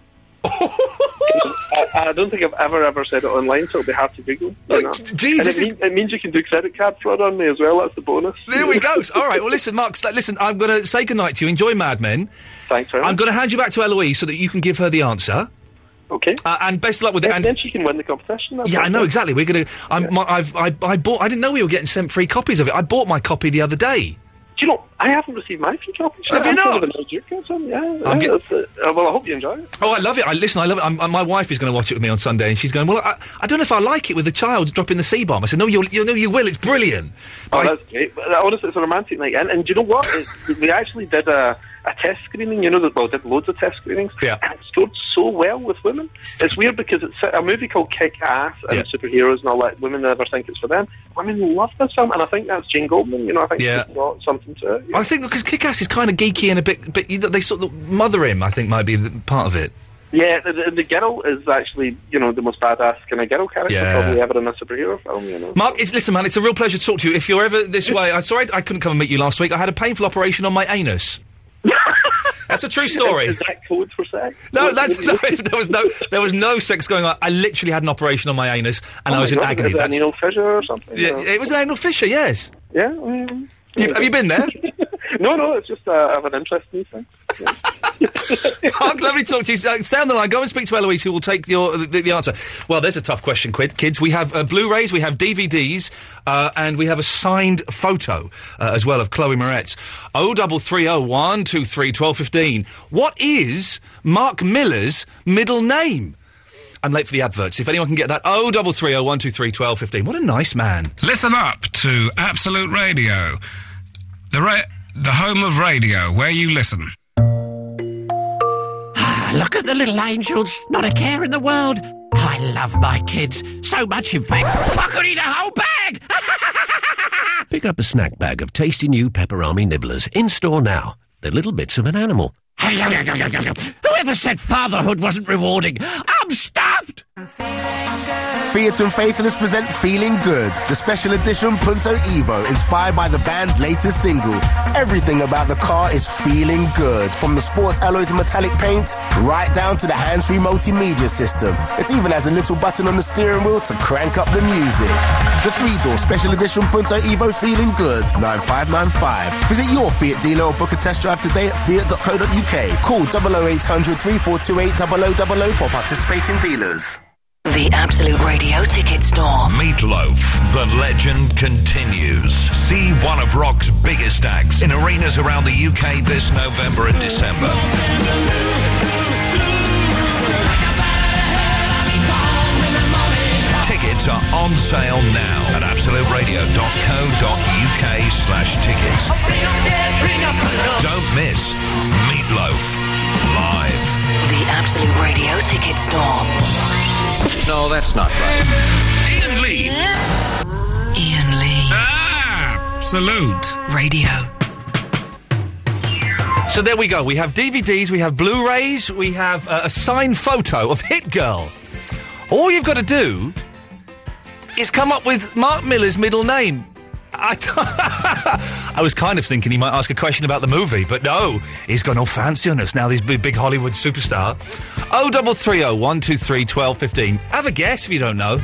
S21: I, I don't think I've ever ever said it online, so it'll be hard to Google. you know.
S5: Oh, Jesus,
S21: and it, mean, it means you can do credit card fraud on me as well. That's the bonus.
S5: There we go. All right. Well, listen, Mark. s- Listen, I'm going to say goodnight to you. Enjoy Mad Men.
S21: Thanks very
S5: I'm going to hand you back to Eloise so that you can give her the answer.
S21: Okay.
S5: Uh, and best of luck with it. And
S21: then she can win the competition. that's
S5: Yeah, I
S21: all.
S5: know exactly. We're going to. I'm. My, I've. I, I bought. I didn't know we were getting sent free copies of it. I bought my copy the other day.
S21: Do you know? I haven't received my free copy.
S5: Have you
S21: I'm
S5: not?
S21: sure with an old Duke or something, Yeah. yeah,
S5: I'm get-
S21: that's it. Uh, well, I hope you enjoy it.
S5: Oh, I love it. I listen. I love it. I'm, I, my wife is going to watch it with me on Sunday, and she's going. Well, I, I don't know if I like it with the child dropping the c bomb. I said, No, you'll. You know, you will. It's brilliant.
S21: Oh,
S5: But I-
S21: that's great. But, uh, honestly, it's a romantic night. And, and do you know what? It, we actually did a, a test screening. You know, that- well, did loads of test screenings.
S5: Yeah.
S21: And it scored so well with women. It's weird because it's a, a movie called Kick Ass and
S5: Yeah.
S21: superheroes and all that. Women never think it's for them. Women love this film, and I think that's Jane Goldman. You know, I think
S5: Yeah.
S21: she's got something to it.
S5: I think because Kick Ass is kind of geeky and a bit. But they sort of mother him. I think might be the, part of it.
S21: Yeah, the, the, the girl is actually, you know, the most badass kind of girl character
S5: Yeah.
S21: probably ever in a superhero film, you know.
S5: Mark, it's, listen, man, it's a real pleasure to talk to you. If you're ever this way, I'm sorry I couldn't come and meet you last week. I had a painful operation on my anus. That's a true story.
S21: Is that code for sex?
S5: No, that's no, there was no there was no sex going on. I literally had an operation on my anus, and
S21: Oh
S5: I was
S21: my
S5: in
S21: God,
S5: agony.
S21: is it an
S5: That's-
S21: anal fissure or something?
S5: yeah,
S21: Or-
S5: it was an anal fissure. Yes.
S21: Yeah.
S5: You- have you been there?
S21: no, no. It's just uh, I have an interest in these things.
S5: Mark, lovely to talk to you. Uh, stay on the line. Go and speak to Eloise, who will take your the, the answer. Well, there's a tough question, quid, kids. We have uh, Blu-rays, we have DVDs, uh, and we have a signed photo uh, as well of Chloe Moretz. O double three O one two three twelve fifteen. What is Mark Miller's middle name? I'm late for the adverts. If anyone can get that, O double three O one two three twelve fifteen. What a nice man.
S15: Listen up to Absolute Radio, the ra- the home of radio where you listen.
S2: Ah, look at the little angels. Not a care in the world. I love my kids. So much, in fact. I could eat a whole bag.
S22: Pick up a snack bag of tasty new pepperami nibblers in store now. They're little bits of an animal.
S2: Whoever said fatherhood wasn't rewarding? I'm stuffed.
S23: Fiat and Faithless present Feeling Good, the special edition Punto Evo, inspired by the band's latest single. Everything about the car is feeling good, from the sports alloys and metallic paint, right down to the hands-free multimedia system. It even has a little button on the steering wheel to crank up the music. The three-door special edition Punto Evo Feeling Good, 9595. Visit your Fiat dealer or book a test drive today at fiat.co.uk. Call 00800 3428 0000 for participating dealers.
S16: The Absolute Radio Ticket Store.
S1: Meatloaf, the legend continues. See one of rock's biggest acts in arenas around the UK this November and December. Tickets are on sale now at absoluteradio.co.uk slash tickets. Don't miss Meatloaf live.
S16: The Absolute Radio Ticket Store.
S1: No, that's not right.
S15: Ian Lee.
S16: Ian Lee.
S15: Absolute
S16: Radio.
S5: So there we go. We have DVDs, we have Blu-rays, we have uh, a signed photo of Hit Girl. All you've got to do is come up with Mark Miller's middle name. I, t- I was kind of thinking he might ask a question about the movie, but no, he's gone all fancy on us now. This big, big Hollywood superstar. Oh, double three oh one two three twelve fifteen. Have a guess if you don't know.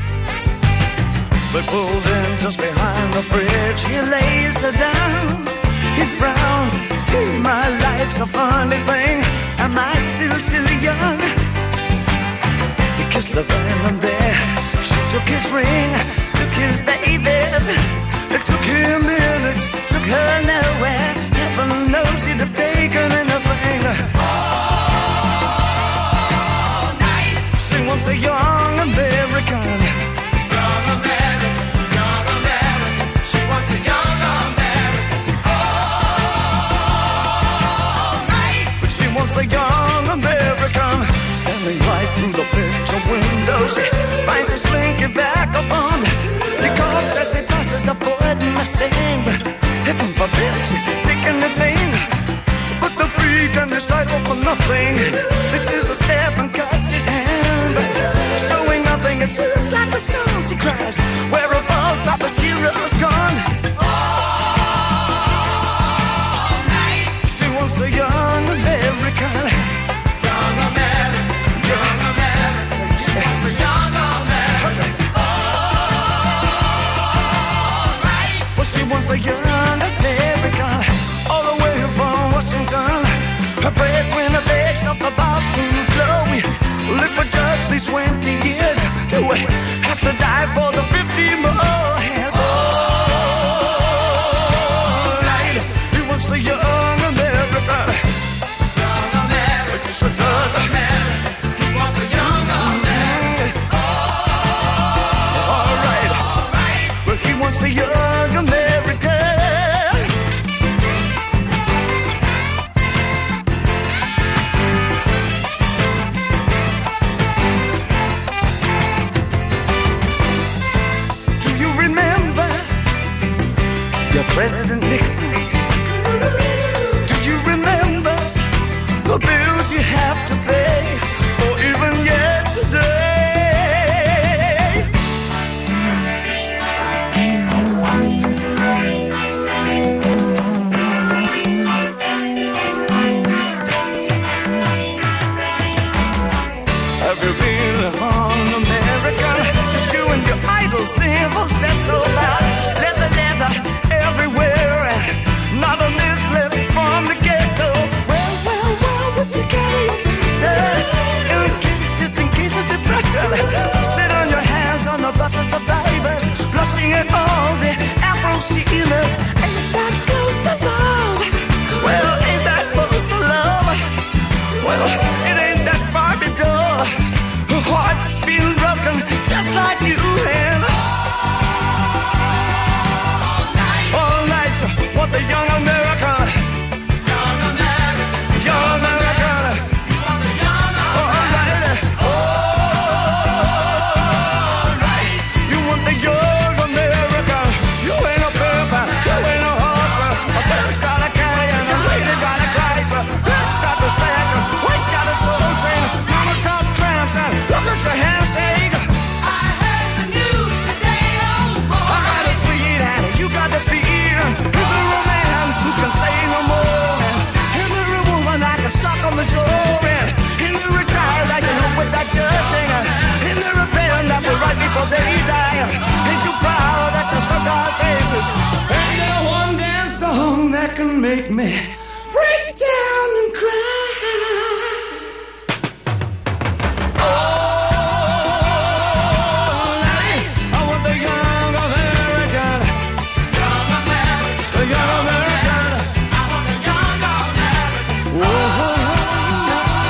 S4: But golden just behind the bridge, he lays her down. He frowns, gee, my life's a funny thing. Am I still too young? He kissed the then and there. She took his ring, took his babies. It took him minutes, took her nowhere. Heaven knows he'd have taken anything. All night. She wants a young American. But she wants the young American standing right through the picture window. She finds a slinky vagabond. He calls as he passes a Ford Mustang. But heaven forbid she should take anything. But the freak and his title for nothing. This is a step and cuts his hand. Showing nothing, it swoops like a song. She cries, Where have all Papa's heroes gone? She wants a young American. Young American. Young American. She wants the young American. Alright. Well, she wants the young American. All the way from Washington. Her breadwinner begs off the bathroom floor. We live for just these 20 years. Do we have to die for the 50 more? Alright. He wants the young America. Young America. Just a young America. He wants the young America. Alright. Alright. Well, he wants the young America. Do you remember your President Nixon? Do you remember the bills you have to pay? Or even yesterday? Oh, can make me break down and cry. Oh, All night, I want the young American. The young American. Whoa,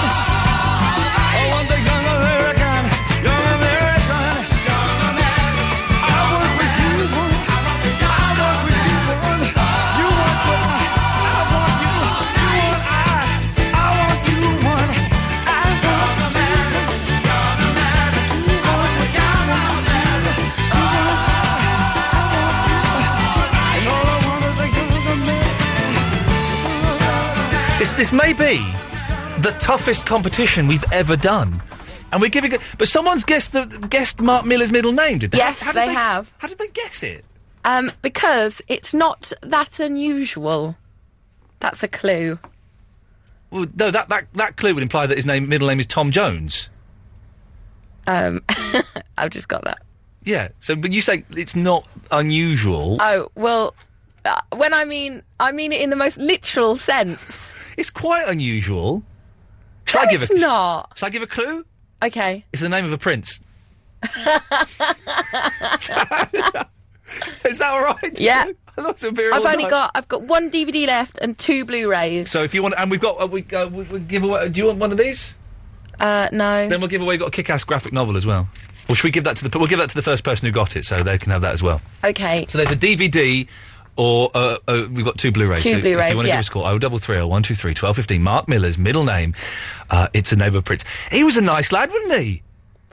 S4: I want the young American, young American. I work with you, boy. I work with you, boy. You want what? I want you. You want I. I want you one. I want you. You want what? I want you. You want I. I want you. And all I want is the young
S5: This, this may be the toughest competition we've ever done. And we're giving it. But someone's guessed the, guessed Mark Miller's middle name, did they?
S7: Yes,
S5: How did
S7: they, have.
S5: How did they guess it?
S7: Um, because it's not that unusual. That's a clue.
S5: Well, no, that, that, that clue would imply that his name middle name is Tom Jones.
S7: Um, I've just got that.
S5: Yeah. So, but you say it's not unusual.
S7: Oh well, uh, when I mean, I mean it in the most literal sense.
S5: It's quite unusual. Shall
S7: No,
S5: I give
S7: it's
S5: a?
S7: not.
S5: Shall I give a clue?
S7: Okay.
S5: It's the name of a prince. Is that all right?
S7: Yeah.
S5: I thought it would be all
S7: I've only
S5: night.
S7: got I've got one DVD left and two Blu-rays.
S5: So if you want, and we've got, uh, we, uh, we, we give away. Do you want one of these?
S7: Uh, no.
S5: Then we'll give away. We've got a kick-ass graphic novel as well. Well, should we give that to the? We'll give that to the first person who got it, so they can have that as well.
S7: Okay.
S5: So there's a DVD. Or uh, uh, we've got two Blu-rays.
S7: Two
S5: so If
S7: Blu-rays,
S5: you want to give
S7: yeah.
S5: us a call, oh double three oh one two three twelve fifteen. Mark Miller's middle name. Uh, it's a neighbour prince. He was a nice lad, wasn't he?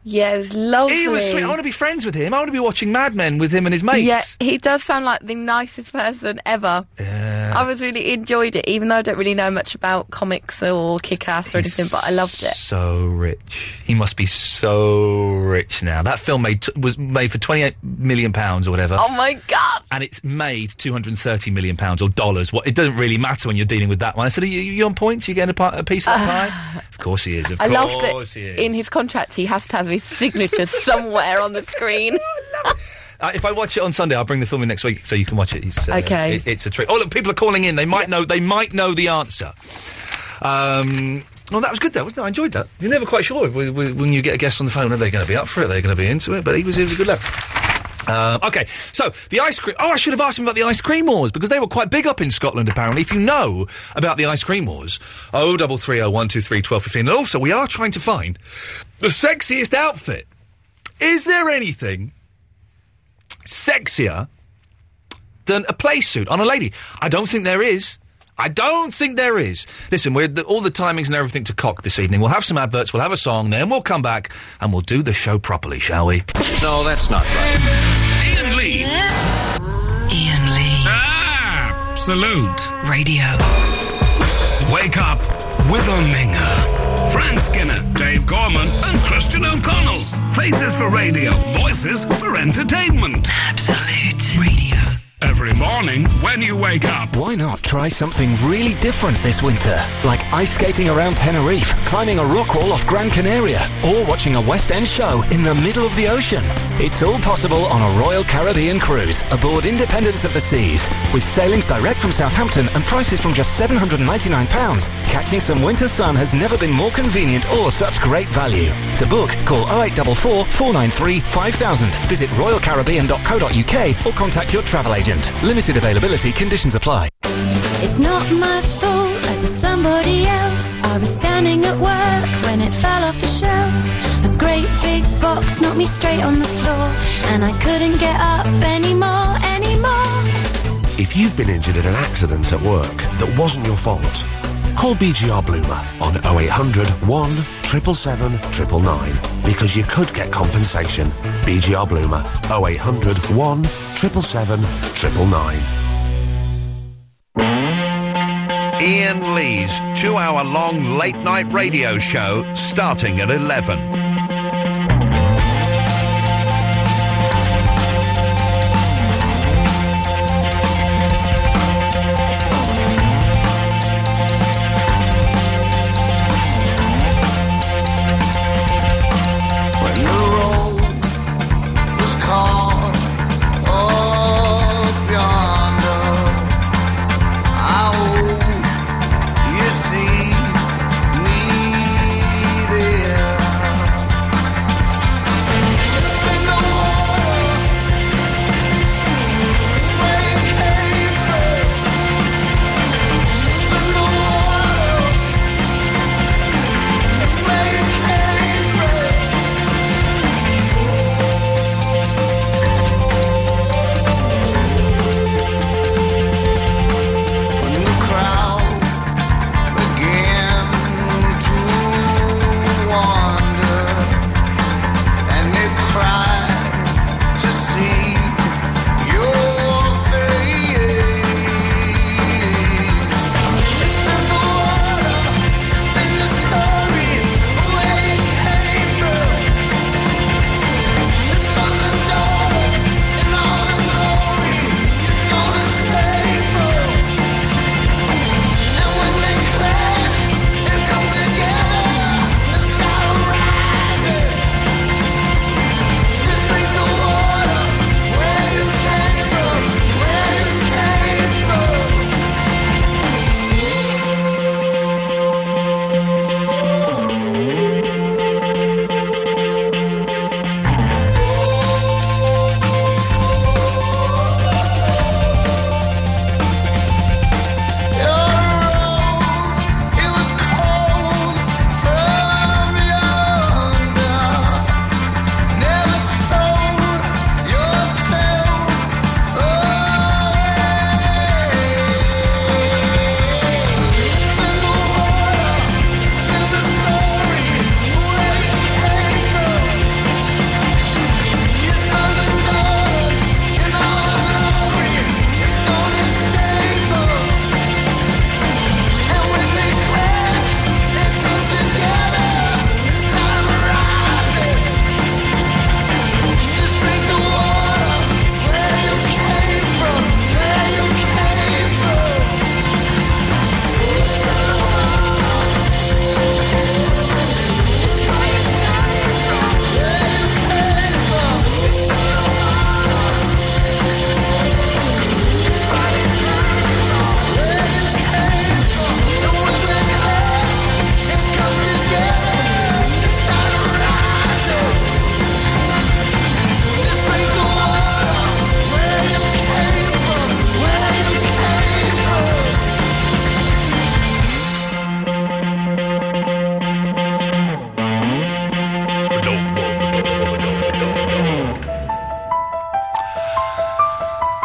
S7: Yeah, it was lovely.
S5: He was sweet. I want to be friends with him. I want to be watching Mad Men with him and his
S7: Yeah,
S5: mates.
S7: he does sound like the nicest person ever.
S5: Yeah.
S7: I was really enjoyed it, even though I don't really know much about comics or kick ass or anything, but I loved it.
S5: So rich. He must be so rich now. That film made t- was made for twenty eight million pounds or whatever.
S7: Oh my god!
S5: and it's made 230 million pounds or dollars. What it doesn't really matter when you're dealing with that one. I said, "Are you, you on points? You getting a, pi- a piece of the pie?" Of course he is. Of
S7: Uh, I
S5: course
S7: love
S5: he
S7: that
S5: is.
S7: in his contract he has to have his signature somewhere on the screen.
S5: Uh, if I watch it on Sunday, I'll bring the film in next week so you can watch it. It's, uh,
S7: Okay.
S5: it- it's a trick. Oh look, people are calling in. They might know. They might know the answer. Um. Well, that was good, though, wasn't it? I enjoyed that. You're never quite sure when when you get a guest on the phone, are they going to be up for it? Are they going to be into it? But he was, he was a good lad. Um, okay, so the ice cream. Oh, I should have asked him about the ice cream wars because they were quite big up in Scotland. Apparently, if you know about the ice cream wars, oh double three oh one two three twelve fifteen. And also, we are trying to find the sexiest outfit. Is there anything sexier than a play suit on a lady. I don't think there is. I don't think there is. Listen, we're the, all the timings and everything to cock this evening. We'll have some adverts, we'll have a song, then we'll come back and we'll do the show properly, shall we? No, that's not right.
S15: Ian Lee.
S16: Ian Lee.
S2: Ah.
S15: Absolute
S16: Radio.
S15: Wake up with Ominga. Frank Skinner, Dave Gorman, and Christian O'Connell. Faces for radio, voices for entertainment. Absolute radio. Every morning when you wake up.
S24: Why not try something really different this winter? Like ice skating around Tenerife, climbing a rock wall off Gran Canaria, or watching a West End show in the middle of the ocean. It's all possible on a Royal Caribbean cruise aboard Independence of the Seas. With sailings direct from Southampton and prices from just £799, catching some winter sun has never been more convenient or such great value. To book, call 0844 493 5000. Visit royalcaribbean.co.uk or contact your travel agent. Limited availability, conditions apply.
S25: It's not my fault, it was somebody else. I was standing at work when it fell off the shelf. A great big box knocked me straight on the floor, and I couldn't get up anymore, anymore.
S22: If you've been injured in an accident at work that wasn't your fault, call BGR Bloomer on 0800 1 777 999 because you could get compensation. BGR Bloomer 0800 1 777 999.
S1: Ian Lee's two hour long late night radio show starting at 11.
S4: When the road was called up yonder, I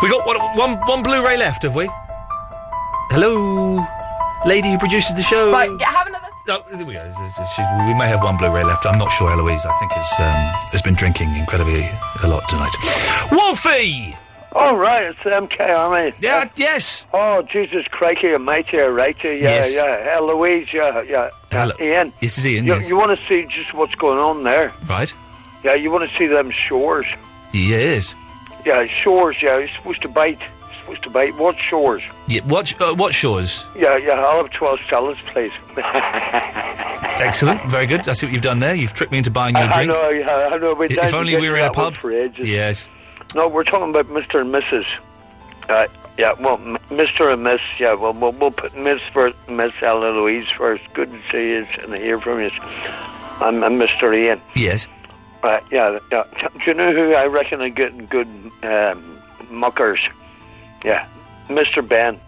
S5: We got one, one, one Blu-ray left, have we? Hello, lady who produces the show.
S7: Right, yeah, have another.
S5: No, there we go. This Oh. is- she- We may have one Blu-ray left. I'm not sure. Eloise, I think, has um, has been drinking incredibly a lot tonight. Wolfie!
S9: Oh, right, it's the MK Army. Uh,
S5: Yeah, yes.
S9: Oh, Jesus crikey, a matey, a righty, yeah,
S5: Yes.
S9: yeah. Hey, Louise, yeah, yeah.
S5: Hello.
S9: Ian.
S5: This is Ian.
S9: You,
S5: yes.
S9: you want to see just what's going on there?
S5: Right.
S9: Yeah, you want to see them shores.
S5: Yes.
S9: Yeah, shores, yeah, you're supposed to bite. You're supposed to bite. What shores?
S5: Yeah. What? Uh, what shores?
S9: Yeah, yeah, I'll have 12 salads, please.
S5: Excellent. Uh, Very good. I see what you've done there. You've tricked me into buying you a
S9: I
S5: drink.
S9: know, yeah, I know. We
S5: If
S9: didn't
S5: only
S9: get
S5: we were
S9: to
S5: in a
S9: that one
S5: pub.
S9: For ages.
S5: Yes.
S9: No, we're talking about Mr. and Mrs. Uh, yeah, well, m- Mr. and Miss, yeah, well, we'll, we'll put Miss first, Miss Ella Louise first. Good to see you and hear from you. I'm, I'm Mr. Ian.
S5: Yes.
S9: Uh, yeah, yeah. Do you know who I reckon are getting good um, muckers? Yeah, Mr. Ben.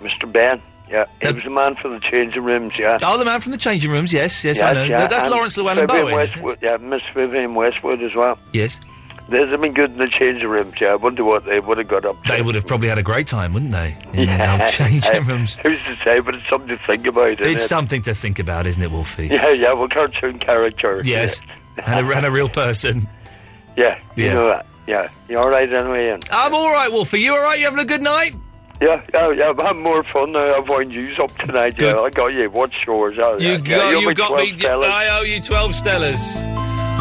S9: Mr. Ben. Yeah, he was the man for the changing rooms, yeah.
S5: Oh, the man from the changing rooms. Yes. Yes, I know. Th- That's
S9: and
S5: Lawrence Llewellyn
S9: Vivian
S5: Bowen. isn't it?
S9: Westwood, yeah, Miss Vivian Westwood as well.
S5: Yes.
S9: There's have been good in the changing rooms, yeah. I wonder what they would have got up
S5: They would have probably had a great time, wouldn't they? In yeah. the old changing rooms.
S9: Who's to say, but it's something to think about, isn't
S5: It's
S9: it?
S5: something to think about, isn't it, Wolfie?
S9: Yeah, yeah, well, cartoon character.
S5: Yes. and, a, and a real person.
S9: Yeah, you
S5: Yeah.
S9: know that. Yeah, you all right anyway, Ian?
S5: I'm all right, Wolfie. You all right? You having a good night?
S9: Yeah, yeah, yeah. I'm having more fun now. I've wound you up tonight. Yeah, I got you. What's yours? Oh,
S5: You
S9: yeah,
S5: got,
S9: yeah,
S5: you,
S9: you'll be
S5: got
S9: 12
S5: me.
S9: fellas.
S5: I owe you twelve stellars.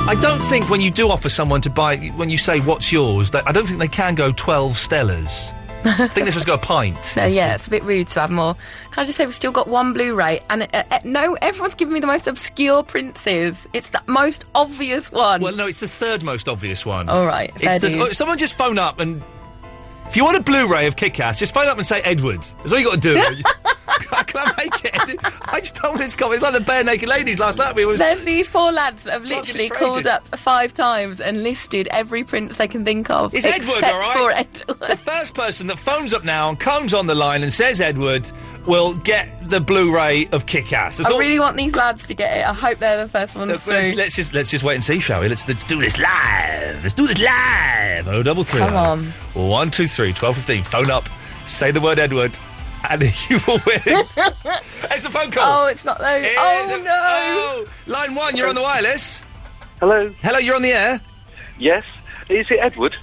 S5: I don't think when you do offer someone to buy, when you say what's yours, that, I don't think they can go twelve stellars. I think this was got a pint.
S7: No, yeah, it's a bit rude to have more. Can I just say we've still got one Blu-ray, and uh, uh, no, everyone's giving me the most obscure princes. It's the most obvious one.
S5: Well, no, it's the third most obvious one.
S7: All right,
S5: It's
S7: fair
S5: the,
S7: dues.
S5: oh, someone just phone up and if you want a Blu-ray of Kick-Ass, just phone up and say Edward. That's all you got to do. can I make it? I just don't want this comment. It's like the bare naked ladies last night. We was
S7: There's these four lads that have
S5: Talking
S7: literally
S5: for
S7: called
S5: ages.
S7: up five times and listed every prince they can think of.
S5: It's Edward,
S7: except
S5: all right?
S7: for Edward.
S5: the first person that phones up now and comes on the line and says Edward will get the Blu-ray of Kick-Ass. That's
S7: I
S5: all-
S7: really want these lads to get it. I hope they're the first ones
S5: Let's,
S7: through.
S5: let's- let's just let's just wait and see, shall we? Let's, let's do this live. Let's do this live. Oh, double three.
S7: Come on.
S5: One, two, three, twelve, fifteen. Phone up. Say the word Edward, and you will win. it's a phone call.
S7: Oh, it's not those.
S5: It
S7: oh
S5: is a-
S7: no!
S5: oh, line one, you're on the wireless.
S9: Hello.
S5: Hello, you're on the air.
S9: Yes. Is it Edward?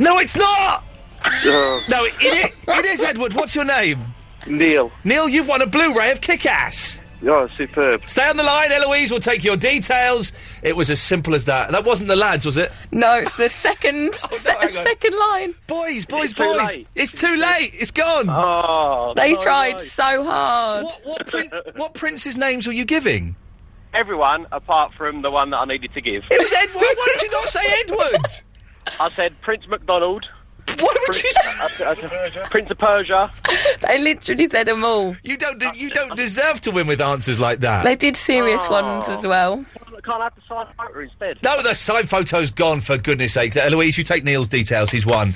S5: No, it's not.
S9: Oh.
S5: No, it, it, it is Edward. What's your name?
S9: Neil.
S5: Neil, you've won a Blu-ray of Kick-Ass.
S9: Oh, superb.
S5: Stay on the line, Eloise. We'll take your details. It was as simple as that. That wasn't the lads, was it?
S7: No, it's the second se-
S5: Oh, on.
S7: second line.
S5: Boys,
S7: boys,
S5: too boys. late. It's too late. It's gone.
S9: Oh,
S7: They tried so hard.
S5: What, what, prin- what prince's names were you giving?
S10: Everyone apart from the one that I needed to give.
S5: It was Edward. Why did you not say Edward?
S10: I said Prince McDonald.
S5: Why would
S10: Prince, you? Prince of Persia.
S7: They literally said them all.
S5: You don't. De- you don't deserve to win with answers like that.
S7: They did serious ones as well.
S10: Oh. Can't I have the side fighter instead?
S5: No, the side photo's gone, for goodness sakes. Eloise, you take Neil's details. He's won.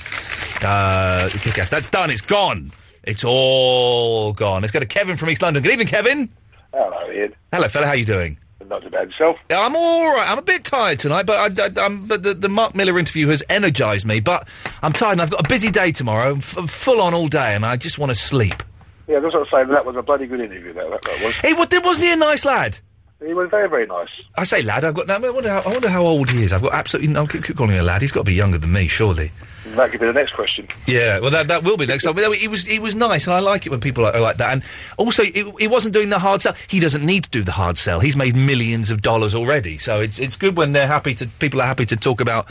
S5: Uh, kick ass. That's done. It's gone. It's all gone. Let's go to Kevin from East London. Good evening, Kevin.
S20: Hello, Ian.
S5: Hello, fella. How you doing?
S20: Not too bad yourself.
S5: Yeah, I'm all right. I'm a bit tired tonight, but I, I, am but the, the Mark Miller interview has energised me. But I'm tired, and I've got a busy day tomorrow. I'm, f- I'm full on all day, and I just want to sleep.
S20: Yeah, that's what I'm saying. That was a bloody good interview. That, that, that was.
S5: Hey, what, wasn't he a nice lad?
S20: He was very, very nice.
S5: I say lad. I've got. Now, I wonder how. I wonder how old he is. I've got absolutely. no keep, keep calling him a lad. He's got to be younger than me, surely.
S20: That could be the next question.
S5: Yeah, well, that, that will be next time. But no, he was he was nice, and I like it when people are, are like that. And also, he he wasn't doing the hard sell. He doesn't need to do the hard sell. He's made millions of dollars already, so it's it's good when they're happy to people are happy to talk about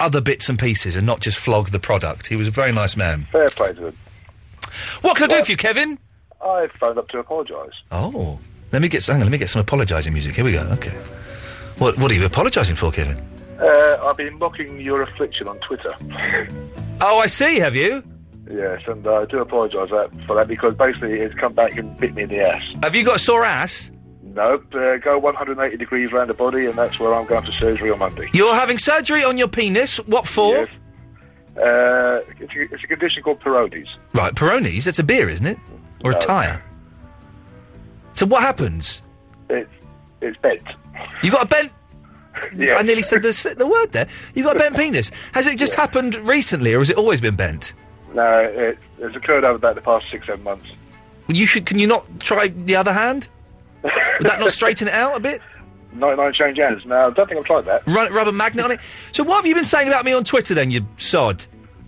S5: other bits and pieces and not just flog the product. He was a very nice man.
S20: Fair play to him.
S5: What can I do for you, Kevin?
S20: I phoned up to apologise.
S5: Oh, let me get some. Let me get some apologising music. Here we go. Okay. What what are you apologising for, Kevin?
S20: Uh, I've been mocking your affliction on Twitter.
S5: Oh, I see. Have you?
S20: yes, and uh, I do apologise that, for that because basically it's come back and bit me in the ass.
S5: Have you got a sore ass?
S20: Nope. Uh, go 180 degrees round the body, and that's where I'm going for surgery on Monday.
S5: You're having surgery on your penis. What for?
S20: Uh, it's, a, it's a condition called Peronis.
S5: Right, Peronis, that's a beer, isn't it? Or a tyre. So what happens?
S20: It's it's bent.
S5: You got a bent I nearly said the, the word there. You've got a bent penis. Has it just happened recently, or has it always been bent?
S6: No, it, it's occurred over about the past six, seven months.
S5: Well, you should. Can you not try the other hand? Would that not straighten it out a bit?
S6: 99 change ends. No, I don't think I've tried that.
S5: Run, rub a magnet on it. So what have you been saying about me on Twitter then, you sod?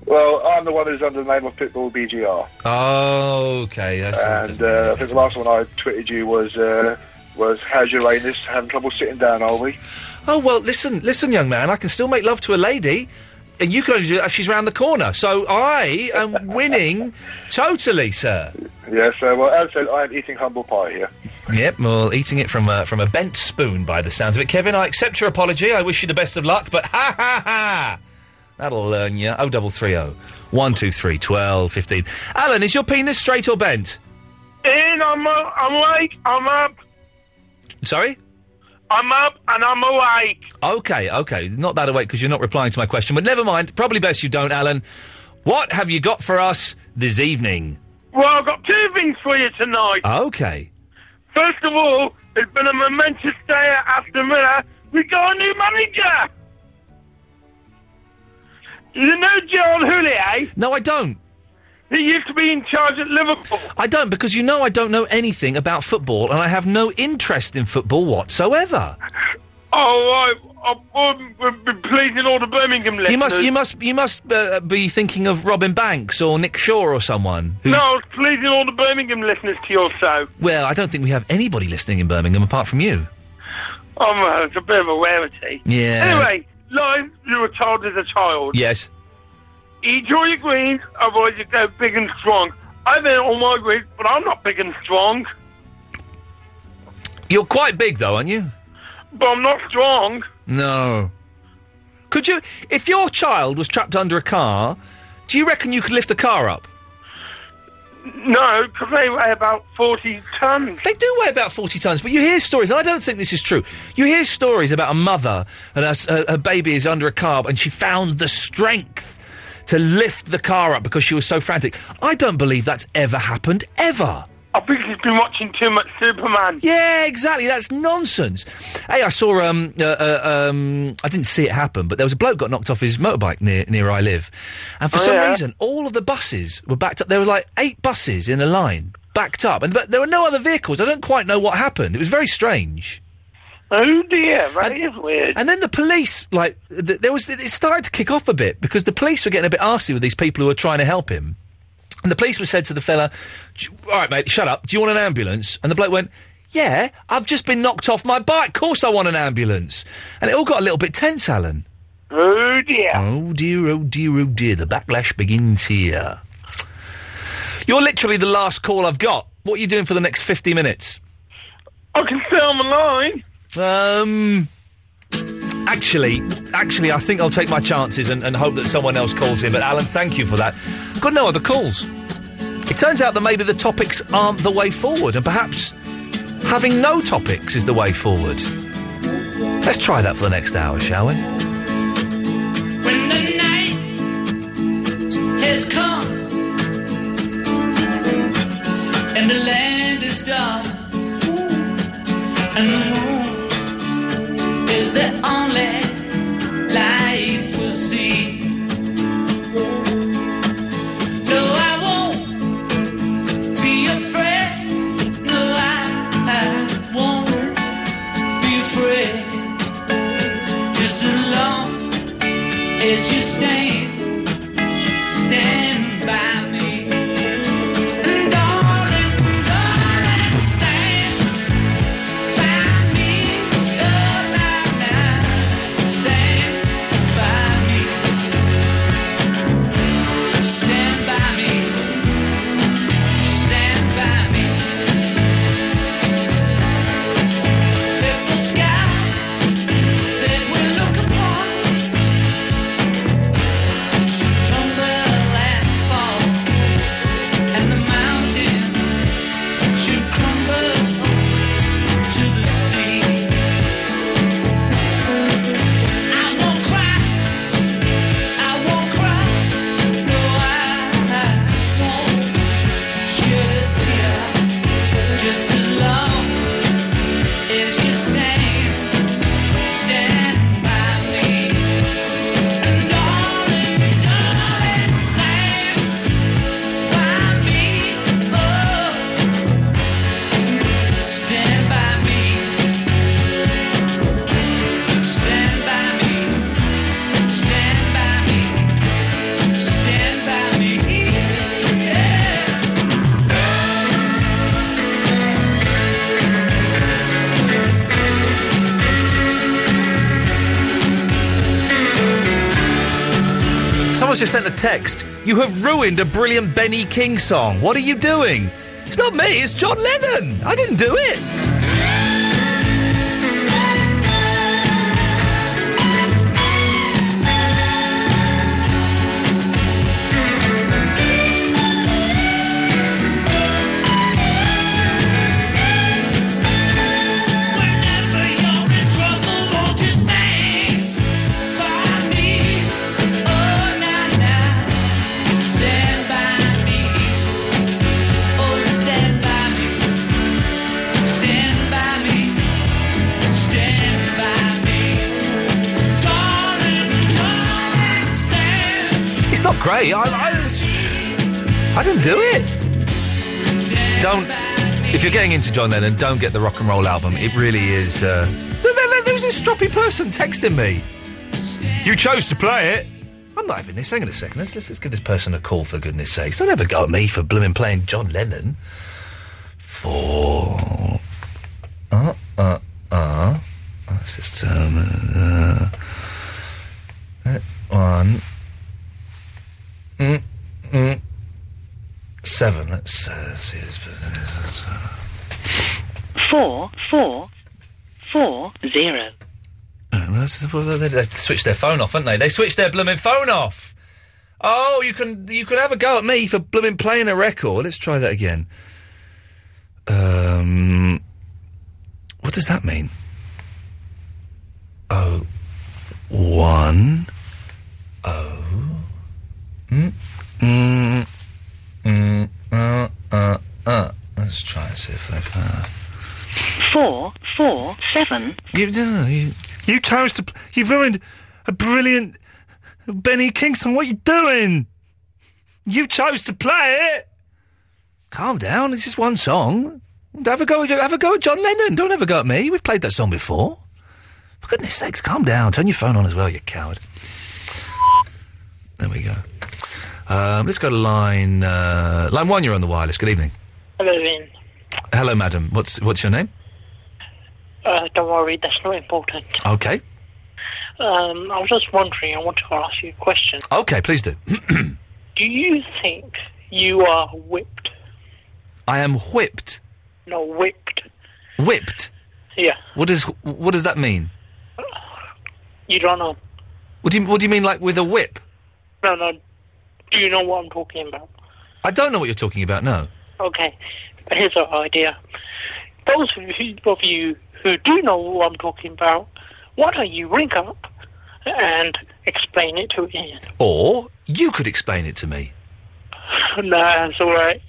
S6: Well, I'm the one who's under the name of Pitbull BGR.
S5: Oh, okay. That's,
S6: And uh, I think the last one I tweeted you was, uh, was how's your anus? Having trouble sitting down, are we?
S5: Oh well, listen, listen, young man. I can still make love to a lady, and you can only do that if she's round the corner. So I am winning totally, sir.
S6: Yeah, so, well, as I said, I am eating humble pie here.
S5: Yep, well, eating it from a, from a bent spoon by the sounds of it. Kevin, I accept your apology. I wish you the best of luck, but ha ha ha! That'll learn you. Oh, double three oh. One, two, three, twelve, fifteen. Alan, is your penis straight or bent?
S26: In, I'm up, I'm awake, I'm up,
S5: Sorry?
S26: I'm up, and I'm awake.
S5: Okay, okay. Not that awake because you're not replying to my question, but never mind. Probably best you don't, Alan. What have you got for us this evening?
S26: Well, I've got two things for you tonight.
S5: Ah. Okay.
S26: First of all, it's been a momentous day at Aston Villa. We got a new manager. You know John Houllier?
S5: No, I don't.
S26: eh? He used to be in charge at Liverpool.
S5: I don't because you know I don't know anything about football and I have no interest in football whatsoever.
S26: Oh, I, I, I'm pleasing all the Birmingham listeners.
S5: You must, you must, you must uh, be thinking of Robin Banks or Nick Shaw or someone. Who,
S26: No, I was pleasing all the Birmingham listeners to your show.
S5: Well, I don't think we have anybody listening in Birmingham apart from you.
S26: Oh, well, it's a bit of a rarity.
S5: Yeah.
S26: Anyway, live, you were told as a child.
S5: Yes.
S26: Eat all your greens, otherwise you go uh, big and strong. I've been all my greens, but I'm not big and strong.
S5: You're quite big though, aren't you?
S26: But I'm not strong.
S5: No. Could you, if your child was trapped under a car, do you reckon you could lift a car up?
S26: No, because they weigh about 40 tons.
S5: They do weigh about 40 tons, but you hear stories, and I don't think this is true. You hear stories about a mother and her, s- her, her baby is under a car and she found the strength to lift the car up because she was so frantic. I don't believe that's ever happened, ever.
S26: I think he's been watching too much Superman.
S5: Yeah, exactly. That's nonsense. Hey, I saw. Um, uh, uh, um, I didn't see it happen, but there was a bloke got knocked off his motorbike near near I live, and for
S20: Oh,
S5: some
S20: yeah?
S5: reason, all of the buses were backed up. There were like eight buses in a line, backed up, and but there were no other vehicles. I don't quite know what happened. It was very strange.
S26: Oh dear, that is weird.
S5: And then the police, like, th- there was it started to kick off a bit because the police were getting a bit arsy with these people who were trying to help him. And the policeman said to the fella, "J- All right, mate, shut up. Do you want an ambulance? And the bloke went, Yeah, I've just been knocked off my bike. Of course I want an ambulance. And it all got a little bit tense, Alan.
S26: Oh dear.
S5: Oh dear, oh dear, oh dear. The backlash begins here. You're literally the last call I've got. What are you doing for the next 50 minutes?
S26: I can stay on the line.
S5: Um. Actually, actually, I think I'll take my chances and, and hope that someone else calls in. But Alan, thank you for that. Got no other calls. It turns out that maybe the topics aren't the way forward, and perhaps having no topics is the way forward. Let's try that for the next hour, shall we?
S4: When the night has come and the land is dark and the moon is the only light we'll see. No, I won't be afraid. No, I, I won't be afraid. Just as long as you stand, stand by me. And darling, darling,
S5: just sent a text. You have ruined a brilliant Benny King song. What are you doing? It's not me, it's John Lennon. I didn't do it.
S4: Oh, Oh,
S5: It's not great. I, I, I didn't do it. Don't. If you're getting into John Lennon, don't get the rock and roll album. It really is. Uh, there, there, there was this stroppy person texting me. You chose to play it. I'm not having this. Hang on a second. Let's, let's, let's give this person a call for goodness sakes. Don't ever go at me for blooming playing John Lennon. For uh uh uh. Let's just um uh, that one. Mm, mm, seven. Let's uh, see uh, this.
S12: Four, four, four, zero.
S5: Uh, that's- well, They they switched their phone off, haven't they? They switched their blooming phone off. Oh, you can you can have a go at me for blooming playing a record. Let's try that again. Um, what does that mean? Oh, one, oh, mm, mm, mm, uh, uh, uh. Let's try and see if they've. Uh,
S12: Four, four, seven.
S5: You, no, you, you chose to. You've ruined a brilliant Benny Kingston. What are you doing? You chose to play it. Calm down. It's just one song. Have a go. At, have a go at John Lennon. Don't have a go at me. We've played that song before. For goodness sakes, calm down. Turn your phone on as well, you coward. There we go. Um, let's go to line uh, line one. You're on the wireless. Good evening.
S13: Hello, Vin.
S5: Hello, madam. What's what's your name?
S13: Uh, don't worry, that's not important.
S5: Okay.
S13: Um, I was just wondering, I want to ask you a question.
S5: Okay. Please do.
S13: Do you think you are whipped?
S5: I am whipped.
S13: No, whipped.
S5: Whipped.
S13: Yeah,
S5: What does what does that mean?
S13: you don't know.
S5: What do you what do you mean like with a whip?
S13: No, no. Do you know what I'm talking about?
S5: I don't know what you're talking about. No.
S13: Okay, here's an idea. Those of you- of you who do know what I'm talking about, why don't you ring up and explain it to Ian?
S5: Or you could explain it to me.
S13: nah, it's all right.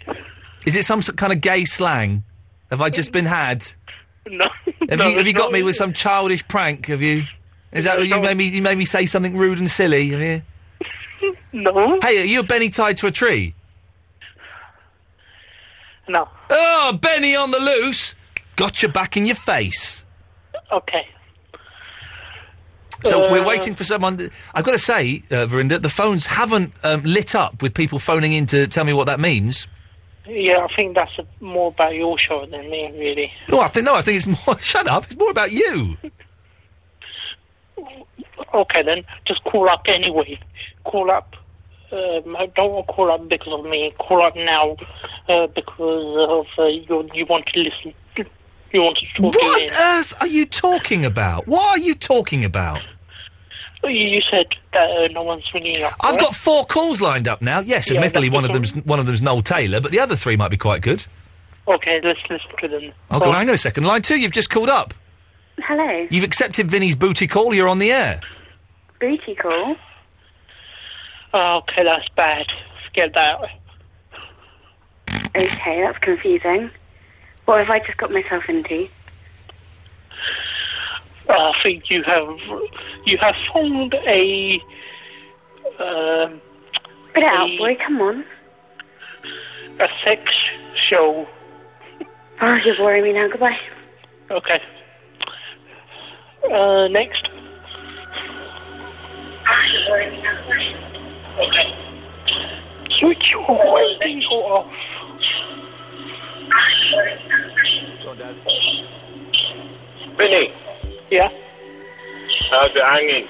S5: Is it some s- kind of gay slang? Have I just been had?
S13: No.
S5: Have
S13: no,
S5: you, have you
S13: it's
S5: got
S13: not-
S5: me with some childish prank? Have you? Is that you made me? You made me say something rude and silly. Have you?
S13: No.
S5: Hey, are you a Benny tied to a tree?
S13: No.
S5: Oh, Benny on the loose. Got your back in your face.
S13: Okay.
S5: So we're
S13: Uh,
S5: waiting for someone. th- I've got to say, uh, Verinda, the phones haven't um, lit up with people phoning in to tell me what that means.
S13: Yeah, I think that's a, more about your show than me, really.
S5: No, I think no. I think it's more. Shut up. It's more about you.
S13: Okay, then just call up anyway. Call up. Um, I don't want to call up because of me. Call up now uh, because of uh, you. You want to listen. You want to talk
S5: What
S13: to
S5: earth are you talking about? What are you talking about?
S13: me. You you said that uh, no one's ringing up.
S5: I've
S13: right?
S5: got four calls lined up now. Yes,
S13: Yeah,
S5: admittedly,
S13: that's
S5: one of
S13: the
S5: them's one of them's Noel Taylor, but the other three might be quite good.
S13: Okay, let's listen to them.
S5: Okay, hang on a second. Line two, you've just called up.
S14: Hello,
S5: You've accepted Vinny's booty call. You're on the air.
S14: booty call.
S13: Ah, Okay, that's bad. Forget that.
S14: Okay, that's confusing. What have I just got myself into?
S13: I think you have you have formed a. Um,
S14: Put it out, boy. Come on.
S13: a sex show.
S14: Oh, you're boring me now. Goodbye.
S13: Okay. Uh, next. Switch your radio off.
S27: Vinny,
S13: Yeah,
S27: how's it hanging?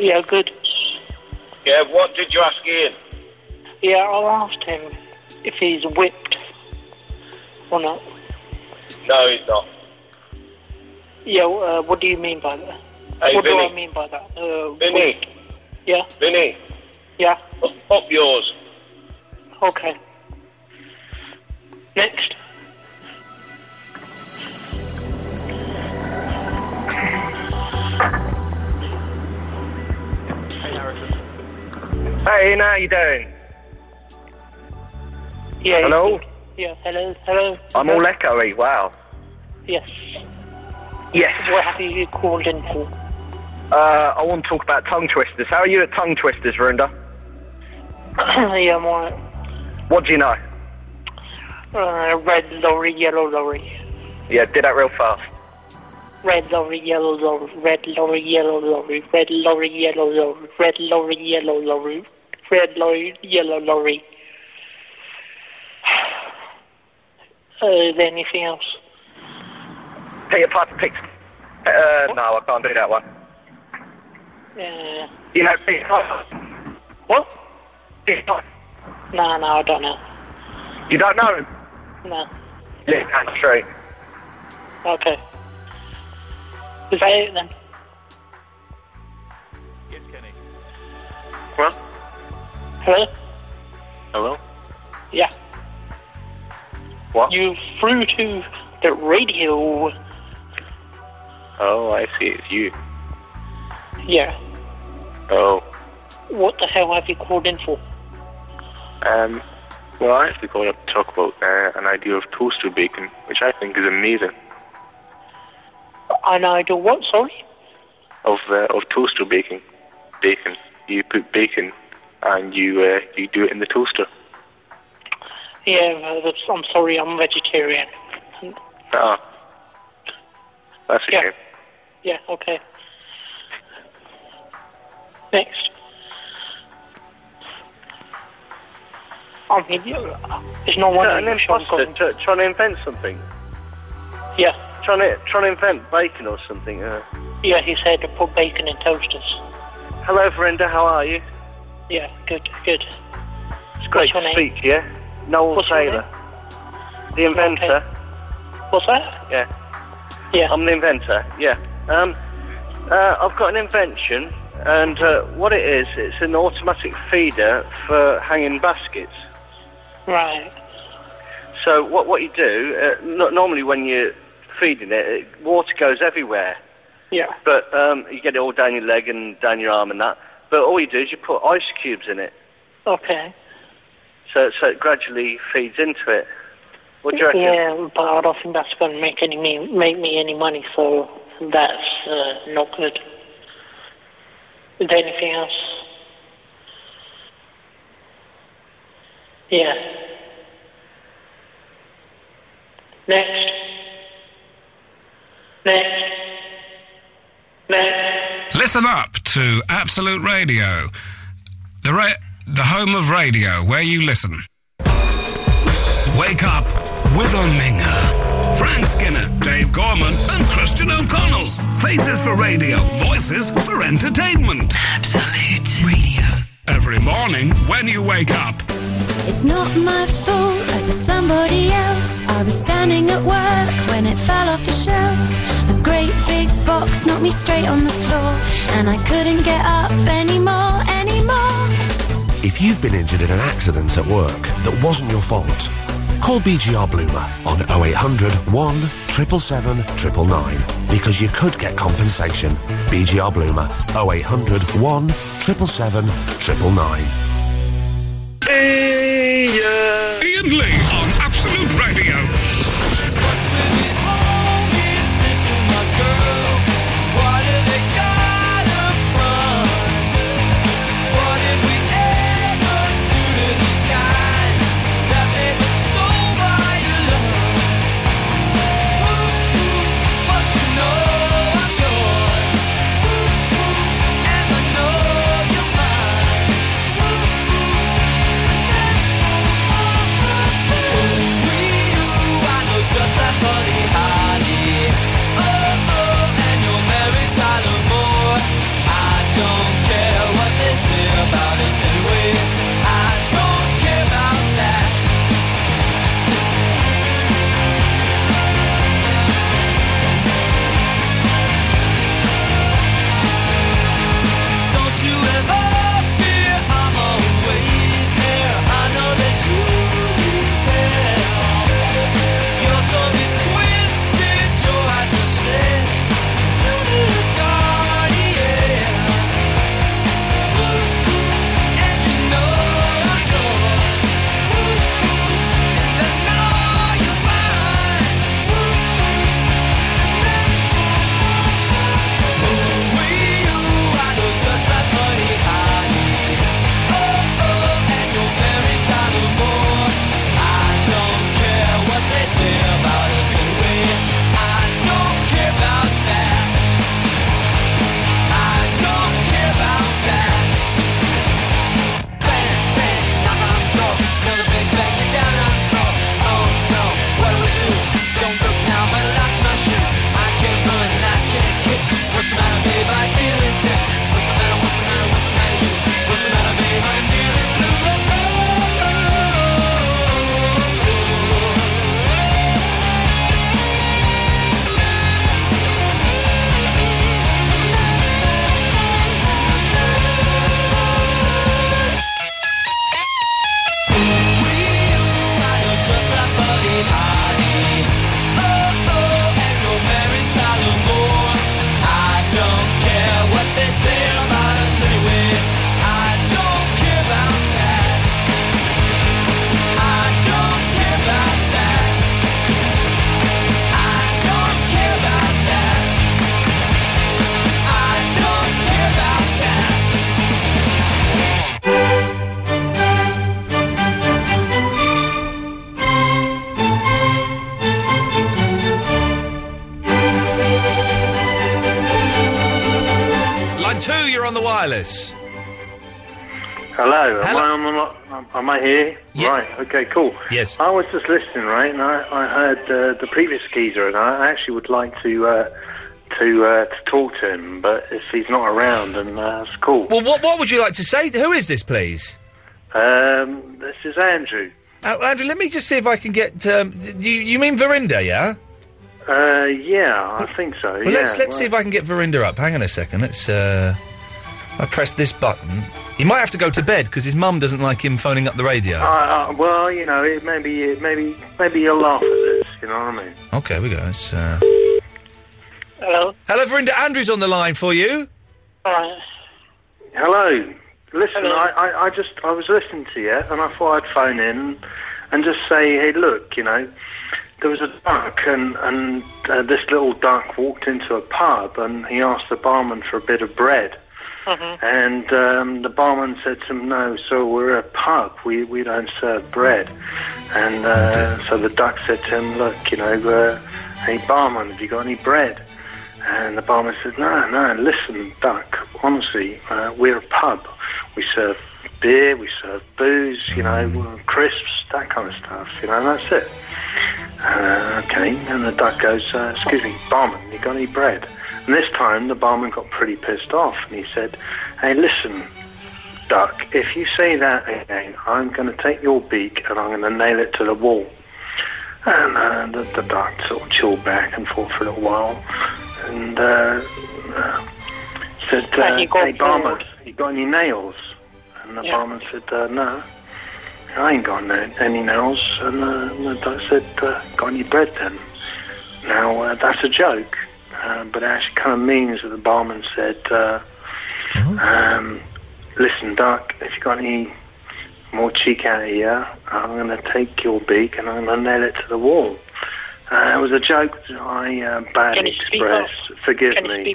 S13: yeah, good.
S27: Yeah, what did you ask Ian?
S13: Yeah, I asked him if he's whipped or not.
S27: No, he's not.
S13: Yeah, uh, what do you mean by that?
S27: Hey,
S13: what
S27: Vinny.
S13: do I mean by that? Uh,
S27: Vinny,
S13: whipped. Yeah,
S27: Vinny,
S13: yeah,
S27: up yours.
S13: okay. Next.
S26: Hey, Ian, how you doing?
S13: Yeah.
S26: Hello?
S13: Yeah, hello, hello.
S26: I'm all echoey, wow.
S13: Yes.
S26: Yes.
S13: What have you called in for?
S26: Uh, I want to talk about tongue twisters. How are you at tongue twisters, Verinda?
S13: yeah, I'm alright.
S26: What do you know?
S13: Uh, red lorry, yellow lorry.
S26: Yeah, did that real fast.
S13: Red lorry, yellow lorry. Red lorry, yellow lorry. Red lorry, yellow lorry. Red lorry, yellow lorry. Red lorry, yellow lorry. Uh, is there anything else?
S26: Peter Piper picked. Uh, no, I can't do that one.
S13: Uh,
S26: You know Peter Piper?
S13: what? No, no, I don't know.
S26: You don't know him?
S13: No.
S26: Yeah, that's true.
S13: Okay. Is that it then?
S28: Yes, Kenny.
S26: What?
S13: Hello?
S28: Hello?
S13: Yeah.
S28: What?
S13: You flew to the radio.
S28: Oh, I see. It's you.
S13: Yeah.
S28: Oh.
S13: What the hell have you called in for?
S28: Um, well, I actually called up to talk about uh, an idea of toaster bacon, which I think is amazing.
S13: And I do what, sorry?
S28: Of uh, of toaster baking, bacon. You put bacon, and you uh, you do it in the toaster.
S13: Yeah, uh, that's- I'm sorry, I'm vegetarian.
S28: Ah. That's a
S13: Yeah.
S28: shame.
S13: Yeah, okay. Next. I mean, you- there's no one in
S27: an
S13: the shop.
S27: imposter tr- trying to invent something.
S13: Yeah,
S27: Trying to trying to invent bacon or something. Uh,
S13: yeah, he said to put bacon in toasters.
S27: hello, Verinda. How are you?
S13: Yeah, good, good.
S27: It's great
S13: What's your
S27: to
S13: name?
S27: speak to you. Noel
S13: What's your
S27: Taylor, the inventor.
S13: What's that?
S27: Yeah.
S13: Yeah.
S27: I'm the inventor. Yeah. Um, uh, I've got an invention, and uh, what it is, it's an automatic feeder for hanging baskets.
S13: Right.
S27: So what what you do? Uh, no- normally when you're feeding it, it, water goes everywhere,
S13: Yeah.
S27: but um, you get it all down your leg and down your arm and that. But all you do is you put ice cubes in it,
S13: Okay.
S27: so so it gradually feeds into it. What do you reckon?
S13: Yeah, but I don't think that's going to make any me make me any money, so that's uh, not good. Is there anything else? Yeah. Next. Next. Next.
S15: Listen up to Absolute Radio, the ra- the home of radio where you listen. Wake up with a minger. Frank Skinner, Dave Gorman, and Christian O'Connell. Faces for radio, voices for entertainment. Absolute Radio. Every morning when you wake up.
S25: It's not my fault, it was somebody else. I was standing at work when it fell off the shelf. A great big box knocked me straight on the floor, and I couldn't get up anymore, anymore.
S22: If you've been injured in an accident at work that wasn't your fault, call BGR Bloomer on 0800 1 777 999 because you could get compensation. BGR Bloomer 0800 1 777 999.
S15: Ian Lee on Absolute Radio.
S4: Yours. And I know you're mine.
S5: wireless.
S6: Hello, am I on the lo- am I here? Right, okay, cool.
S5: Yes.
S6: I was just listening, right, and I, I heard uh, the previous geezer, and I actually would like to uh, to uh, to talk to him, but if he's not around, then uh, that's cool.
S5: Well, what what would you like to say? Who is this, please?
S6: Um, this is Andrew.
S5: Uh, Andrew, let me just see if I can get. Um, d- you you mean Verinda, yeah?
S6: Uh, yeah, I think so.
S5: Well,
S6: yeah,
S5: let's let's see if I can get Verinda up. Hang on a second. Let's. Uh, if I press this button. He might have to go to bed because his mum doesn't like him phoning up the radio.
S6: I, I, Uh, well, you know, it maybe it maybe maybe you'll laugh at this. You know what I mean?
S5: Okay, here we go. It's, uh...
S6: Hello.
S5: Hello, Verinda. Andrew's on the line for you.
S6: Hello. Listen, I, I, I just I was listening to you, and I thought I'd phone in and just say, hey, look, you know, there was a duck, and and uh, this little duck walked into a pub, and he asked the barman for a bit of bread. And um, the barman said to him, "No, so we're a pub. We we don't serve bread." And uh, so the duck said to him, "Look, you know, uh, hey barman, have you got any bread?" And the barman said, "No, no, listen, duck. Honestly, uh, we're a pub. We serve beer, we serve booze, you know, crisps, that kind of stuff. You know, and that's it." Uh, okay, and the duck goes, uh, "Excuse me, barman, you got any bread?" And this time the barman got pretty pissed off and he said, Hey, listen, duck, if you say that again, I'm going to take your beak and I'm going to nail it to the wall. And uh, the, the duck sort of chilled back and forth for a little while and uh, uh, said, uh, And he got Hey, barman, nailed. you got any nails? And the Yeah. barman said, uh, No. I ain't got no, any nails. And, uh, and the duck said, uh, Got any bread then? Now, uh, that's a joke, uh, but it actually kind of means that the barman said, uh, um, Listen, Duck, if you got any more cheek out of here, I'm going to take your beak and I'm going to nail it to the wall. Uh, it was a joke that I uh, badly expressed. Forgive me.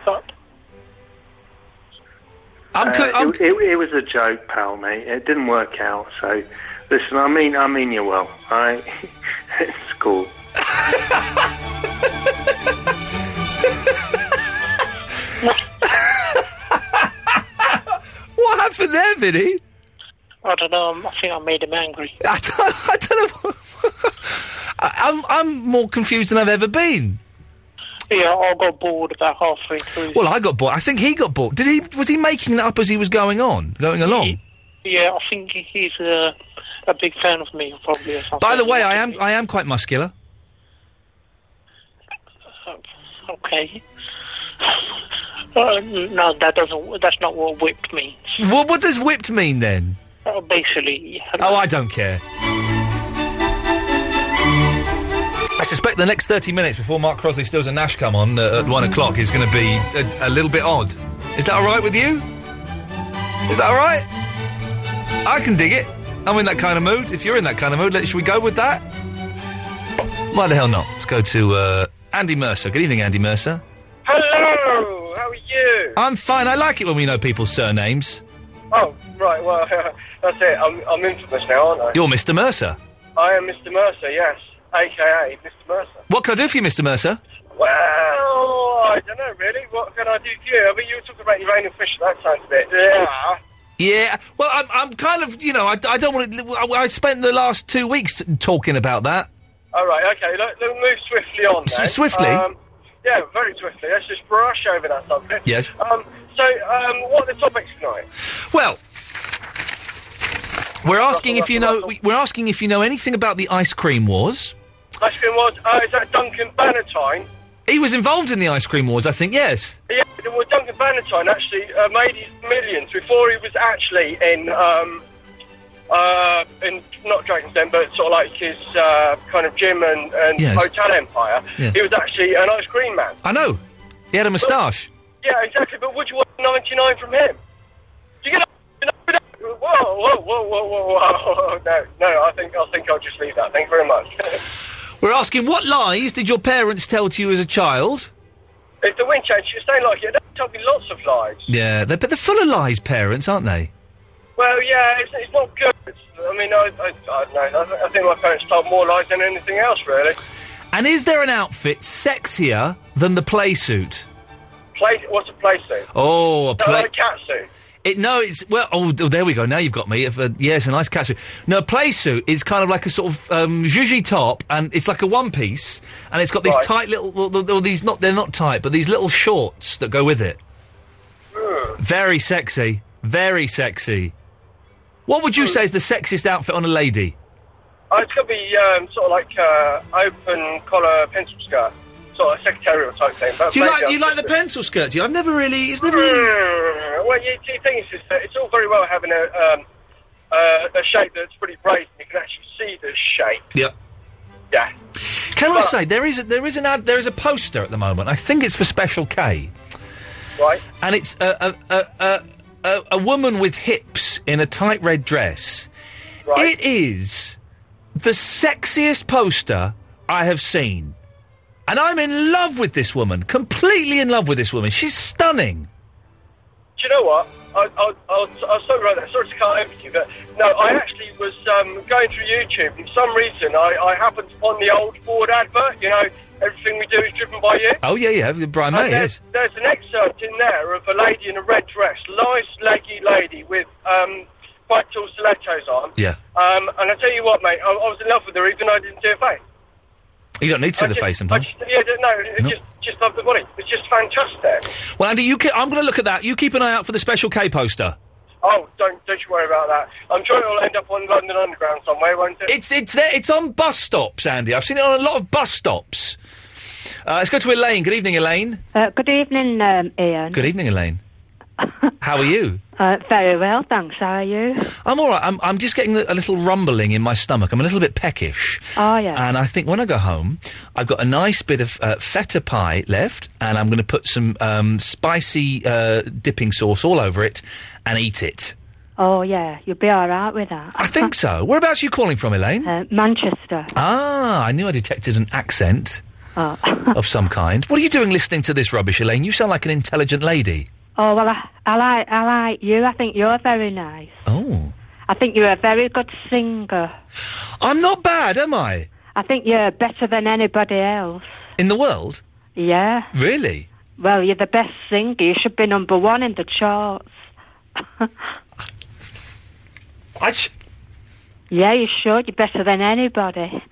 S5: I'm
S6: Uh, it, it, it was a joke, pal, mate. It didn't work out. So, listen, I mean, I mean you well. I, it's cool.
S5: What happened there, Vinny?
S13: I don't know. I think I made him angry.
S5: I don't, I don't know. I, I'm I'm more confused than I've ever been.
S13: Yeah, I got bored about halfway through.
S5: Well, I got bored. I think he got bored. Did he? Was he making that up as he was going on, going along?
S13: Yeah, I think he's uh, a big fan of me, probably. Or something.
S5: By the way, I am I am quite muscular.
S13: Uh, okay. Uh, no, that doesn't. That's not what whipped me.
S5: What, what does whipped mean then?
S13: Uh, basically,
S5: Oh, I don't care. I suspect the next 30 minutes before Mark Crosley, Stills and Nash come on uh, at 1 o'clock is going to be a, a little bit odd. Is that all right with you? Is that all right? I can dig it. I'm in that kind of mood. If you're in that kind of mood, let, should we go with that? Why the hell not? Let's go to uh, Andy Mercer. Good evening, Andy Mercer.
S26: Hello, how are you?
S5: I'm fine. I like it when we know people's surnames.
S26: Oh, right, well, that's it. I'm, I'm infamous now, aren't I?
S5: You're Mr. Mercer.
S26: I am Mr. Mercer, yes. AKA Mr. Mercer.
S5: What can I do for you, Mr. Mercer?
S26: Well, I don't know, really. What can I do for you? I mean, you were talking about your rain and fish, that sounds a bit. Yeah.
S5: Yeah, well, I'm, I'm kind of, you know, I, I don't want to. I, I spent the last two weeks t- talking about that.
S26: All right, okay, let, let's move swiftly on.
S5: S-
S26: then.
S5: swiftly?
S26: Um, yeah, very swiftly. Let's just brush over that subject.
S5: Yes.
S26: Um, so, um, what are the topics tonight?
S5: Well, we're asking if you know. We're asking if you know anything about the ice cream wars.
S26: Last one was, uh, is that Duncan Bannatyne?
S5: He was involved in the ice cream wars, I think. Yes.
S26: Yeah, well, Duncan Bannatyne actually uh, made his millions before he was actually in, um, uh, in not Dragon's Den, but sort of like his uh, kind of gym and, and
S5: Yes.
S26: hotel empire.
S5: Yeah.
S26: He was actually an ice cream man.
S5: I know. He had a moustache.
S26: Yeah, exactly. But would you want 99 from him? Do you get a- Whoa, whoa, whoa, whoa, whoa, whoa! No, no, I think I think I'll just leave that. Thank you very much.
S5: We're asking what lies did your parents tell to you as a child?
S26: if the wind changes, you're staying like it. They told me lots of lies.
S5: Yeah, they're, but they're full of lies, parents, aren't they?
S26: Well, yeah, it's, it's not good. It's- I mean, I, I, I don't know. I, th- I think my parents told more lies than anything else, really.
S5: And is there an outfit sexier than the play suit?
S26: Play, what's a play suit?
S5: Oh, a
S26: No,
S5: play.
S26: like a cat suit.
S5: It, no, it's well. Oh, d- there we go. Now you've got me. If, uh, yeah, it's a nice cat suit. No, a play suit is kind of like a sort of um, zhuzhy top, and it's like a one piece, and it's got these
S4: Right.
S5: tight little. Well, th- th- these not they're not tight, but these little shorts that go with it. Very sexy. Very sexy. What would you say is the sexiest outfit on a lady?
S26: Uh, it's going to be um, sort of like uh, open collar pencil skirt, sort of secretarial type thing. But
S5: Do you
S26: maybe
S5: like do you
S26: I'll-
S5: like the pencil skirt? Do you? I've never really. It's never really.
S26: Uh, Well, you, you think it's, just, that it's all very well having a um, uh, a shape that's pretty brave. You can actually see the shape.
S5: Yeah.
S26: Yeah.
S5: Can I say there is a, there is an ad there is a poster at the moment. I think it's for Special K.
S26: Right.
S5: And it's a a a, a, a, a woman with hips in a tight red dress. It is the sexiest poster I have seen. And I'm in love with this woman, completely in love with this woman. She's stunning.
S26: Do you know what? I, I, I, was, I was so right. I'm sorry to cut over you, but no, I actually was um, going through YouTube. and For some reason, I, I happened upon the old Ford advert. You know, everything we do is driven by you.
S5: Oh yeah, yeah, Brian May,
S26: And there's,
S5: yes.
S26: there's an excerpt in there of a lady in a red dress, nice leggy lady with um, vital stilettos on.
S5: Yeah.
S26: Um, and I tell you what, mate, I, I was in love with her even though I didn't see her face.
S5: You don't need to see the face sometimes.
S26: Yeah, no, it's just just love the body. It's just fantastic.
S5: Well, Andy, you ke- I'm going to look at that. You keep an eye out for the Special K poster.
S26: Oh, don't don't you worry about that. I'm sure it'll end up on London Underground somewhere, won't it?
S5: It's it's there. It's on bus stops, Andy. I've seen it on a lot of bus stops. Uh, let's go to Elaine. Good evening, Elaine.
S16: Uh, good evening, um, Ian.
S5: Good evening, Elaine. How are you?
S16: Uh, very well, thanks. How are you?
S5: I'm all right. I'm, I'm just getting a little rumbling in my stomach. I'm a little bit peckish.
S16: Oh, yeah.
S5: And I think when I go home, I've got a nice bit of uh, feta pie left, and I'm going to put some um, spicy uh, dipping sauce all over it and eat it.
S16: Oh, yeah, you'll be all right with that.
S5: I think so. Whereabouts are you calling from, Elaine?
S16: Uh, Manchester.
S5: Ah, I knew I detected an accent
S16: Oh.
S5: of some kind. What are you doing listening to this rubbish, Elaine? You sound like an intelligent lady.
S16: oh, well, I, I, like, I like you. I think you're very nice.
S5: Oh.
S16: I think you're a very good singer.
S5: I'm not bad, am I?
S16: I think you're better than anybody else.
S5: In the world?
S16: Yeah.
S5: Really?
S16: Well, you're the best singer. You should be number one in the charts.
S5: I sh-
S16: yeah, you should. You're better than anybody.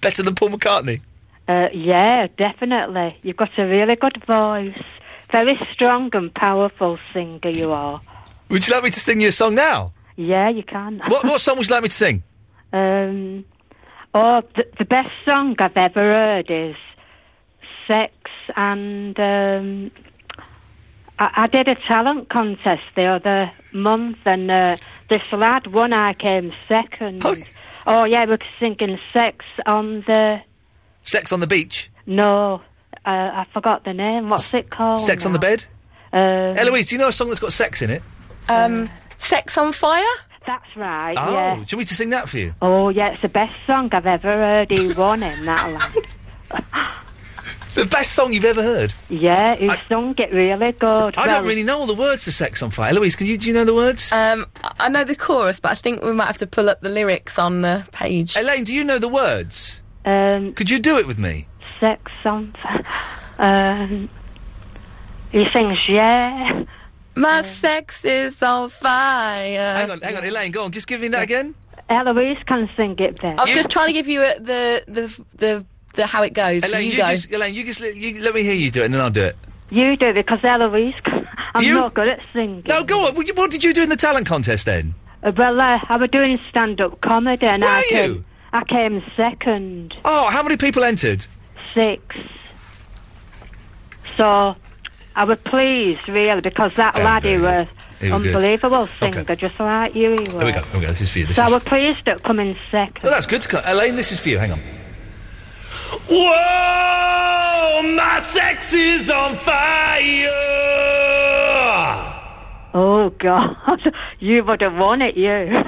S5: Better than Paul McCartney?
S16: Uh, yeah, definitely. You've got a really good voice. Very strong and powerful singer you are.
S5: Would you like me to sing you a song now?
S16: Yeah, you can.
S5: What, what song would you like me to sing?
S16: Um, oh, the, the best song I've ever heard is Sex and. Um, I, I did a talent contest the other month and uh, this lad won, I came second. Oh, yeah, we were singing Sex on the.
S5: Sex on the Beach?
S16: No, uh, I forgot the name. What's it called?
S5: Sex on the Bed?
S16: Oh, Uh,
S5: Eloise, do you know a song that's got sex in it?
S16: Um,
S7: Sex on Fire?
S16: That's right,
S5: oh,
S16: yeah.
S5: do you want me to sing that for you?
S16: Oh, yeah, it's the best song I've ever heard. He won him, that lad.
S5: The best song you've ever heard.
S16: Yeah, he sung it really good.
S5: I
S16: Well,
S5: don't really know all the words to Sex on Fire. Eloise, can you, do you know the words?
S7: Um, I- I know the chorus, but I think we might have to pull up the lyrics on the page.
S5: Elaine, do you know the words?
S16: Um,
S5: Could you do it with me?
S16: Sex on fire. Um, he sings, yeah.
S7: My sex is on fire.
S5: Hang on, hang on, Elaine, go on. Just give me that again.
S16: Eloise can sing it then.
S7: I was just trying to give you a, the, the the the how it goes.
S5: Elaine,
S7: Oh, you, go.
S5: just, Elaine, you just let, you, let me hear you do it, and then I'll do it.
S16: You do because Eloise, can- I'm not good at singing.
S5: No, go on. What you- What did you do in the talent contest then?
S16: Uh, Well, uh, I was doing stand-up comedy and I
S5: Were
S16: came,
S5: you?
S16: I came second,
S5: Oh, how many people entered?
S16: six. So I was pleased, really, because that
S5: Oh,
S16: lad, he
S5: very
S16: was
S5: He were good.
S16: unbelievable singer, just like you, he was.
S5: There we go. There we go. This is for you. This
S16: So
S5: is
S16: I was pleased at coming second.
S5: Oh, that's good. Elaine, this is for you. Hang on.
S4: Whoa, my sex is on fire.
S16: Oh God, you would have won it, you.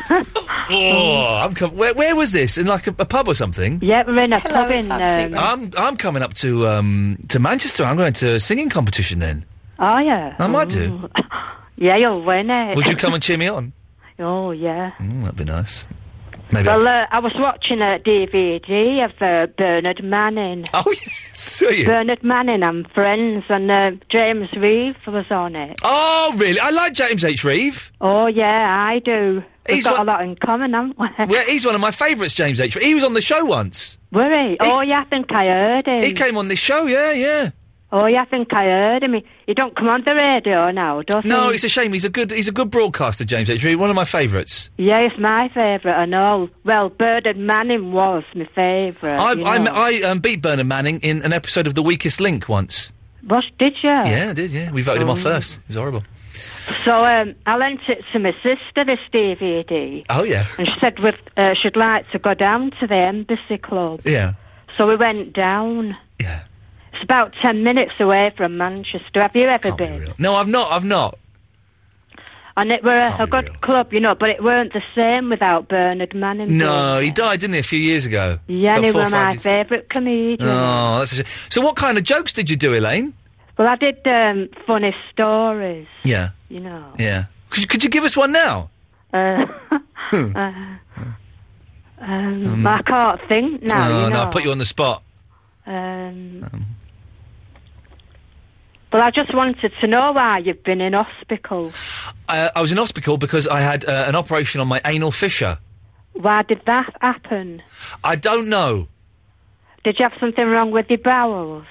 S5: Oh, I'm com- where, where was this? In like a, a pub or something?
S16: yeah, we're in a
S7: Hello,
S16: pub
S7: it's
S16: in.
S7: absolutely-
S16: Um,
S5: I'm I'm coming up to um to Manchester. I'm going to a singing competition then.
S16: oh yeah,
S5: I might do.
S16: yeah, you'll win it.
S5: Would you come and cheer me on?
S16: Oh yeah.
S5: Mm, that'd be nice. Maybe.
S16: Well, uh, I was watching a DVD of uh, Bernard Manning.
S5: Oh, yes. Are you?
S16: Bernard Manning and Friends, and uh, James Reeve was on it.
S5: Oh, really? I like James H. Reeve.
S16: Oh, yeah, I do. We've
S5: He's
S16: got
S5: one-
S16: a lot in common, haven't we?
S5: well, he's one of my favourites, James H. Reeve. He was on the show once.
S16: Were he? Oh, yeah, I think I heard him.
S5: He came on this show, yeah, yeah.
S16: Oh, yeah, I think I heard him. He, he don't come on the radio now, does he?
S5: No, it's a shame. He's a good, he's a good broadcaster, James H. Reeve. One of my favourites.
S16: Yeah, it's my favourite and all. Well, Bernard Manning was my favourite.
S5: I,
S16: you know.
S5: I, I um, beat Bernard Manning in an episode of The Weakest Link once.
S16: Was, did you?
S5: Yeah, I did, yeah. We voted him off
S16: Oh.
S5: first. It was horrible.
S16: So um, I lent it to my sister, this DVD.
S5: Oh, yeah.
S16: And she said we've, uh, she'd like to go down to the Embassy Club.
S5: Yeah.
S16: So we went down. Yeah. It's about 10 minutes away from Manchester. Have you ever been?
S5: No, I've not, I've not.
S16: and it were a, a good club, you know, but it weren't the same without Bernard Manning.
S5: No, he died, didn't he, a few years ago?
S16: Yeah, and
S5: About
S16: he
S5: four or
S16: were
S5: five
S16: my
S5: years-
S16: favourite comedian.
S5: Oh, that's a shame. So, what kind of jokes did you do, Elaine?
S16: Well, I did um, funny stories,
S5: Yeah,
S16: you know.
S5: yeah. Could you, could you give us one now?
S16: Uh,
S5: Hmm.
S16: uh, um, I can't think now.
S5: oh,
S16: you know.
S5: no, I put you on the spot.
S16: Um, well, I just wanted to know why you've been in hospital.
S5: I, I was in hospital because I had uh, an operation on my anal fissure.
S16: Why did that happen?
S5: I don't know.
S16: Did you have something wrong with your bowels?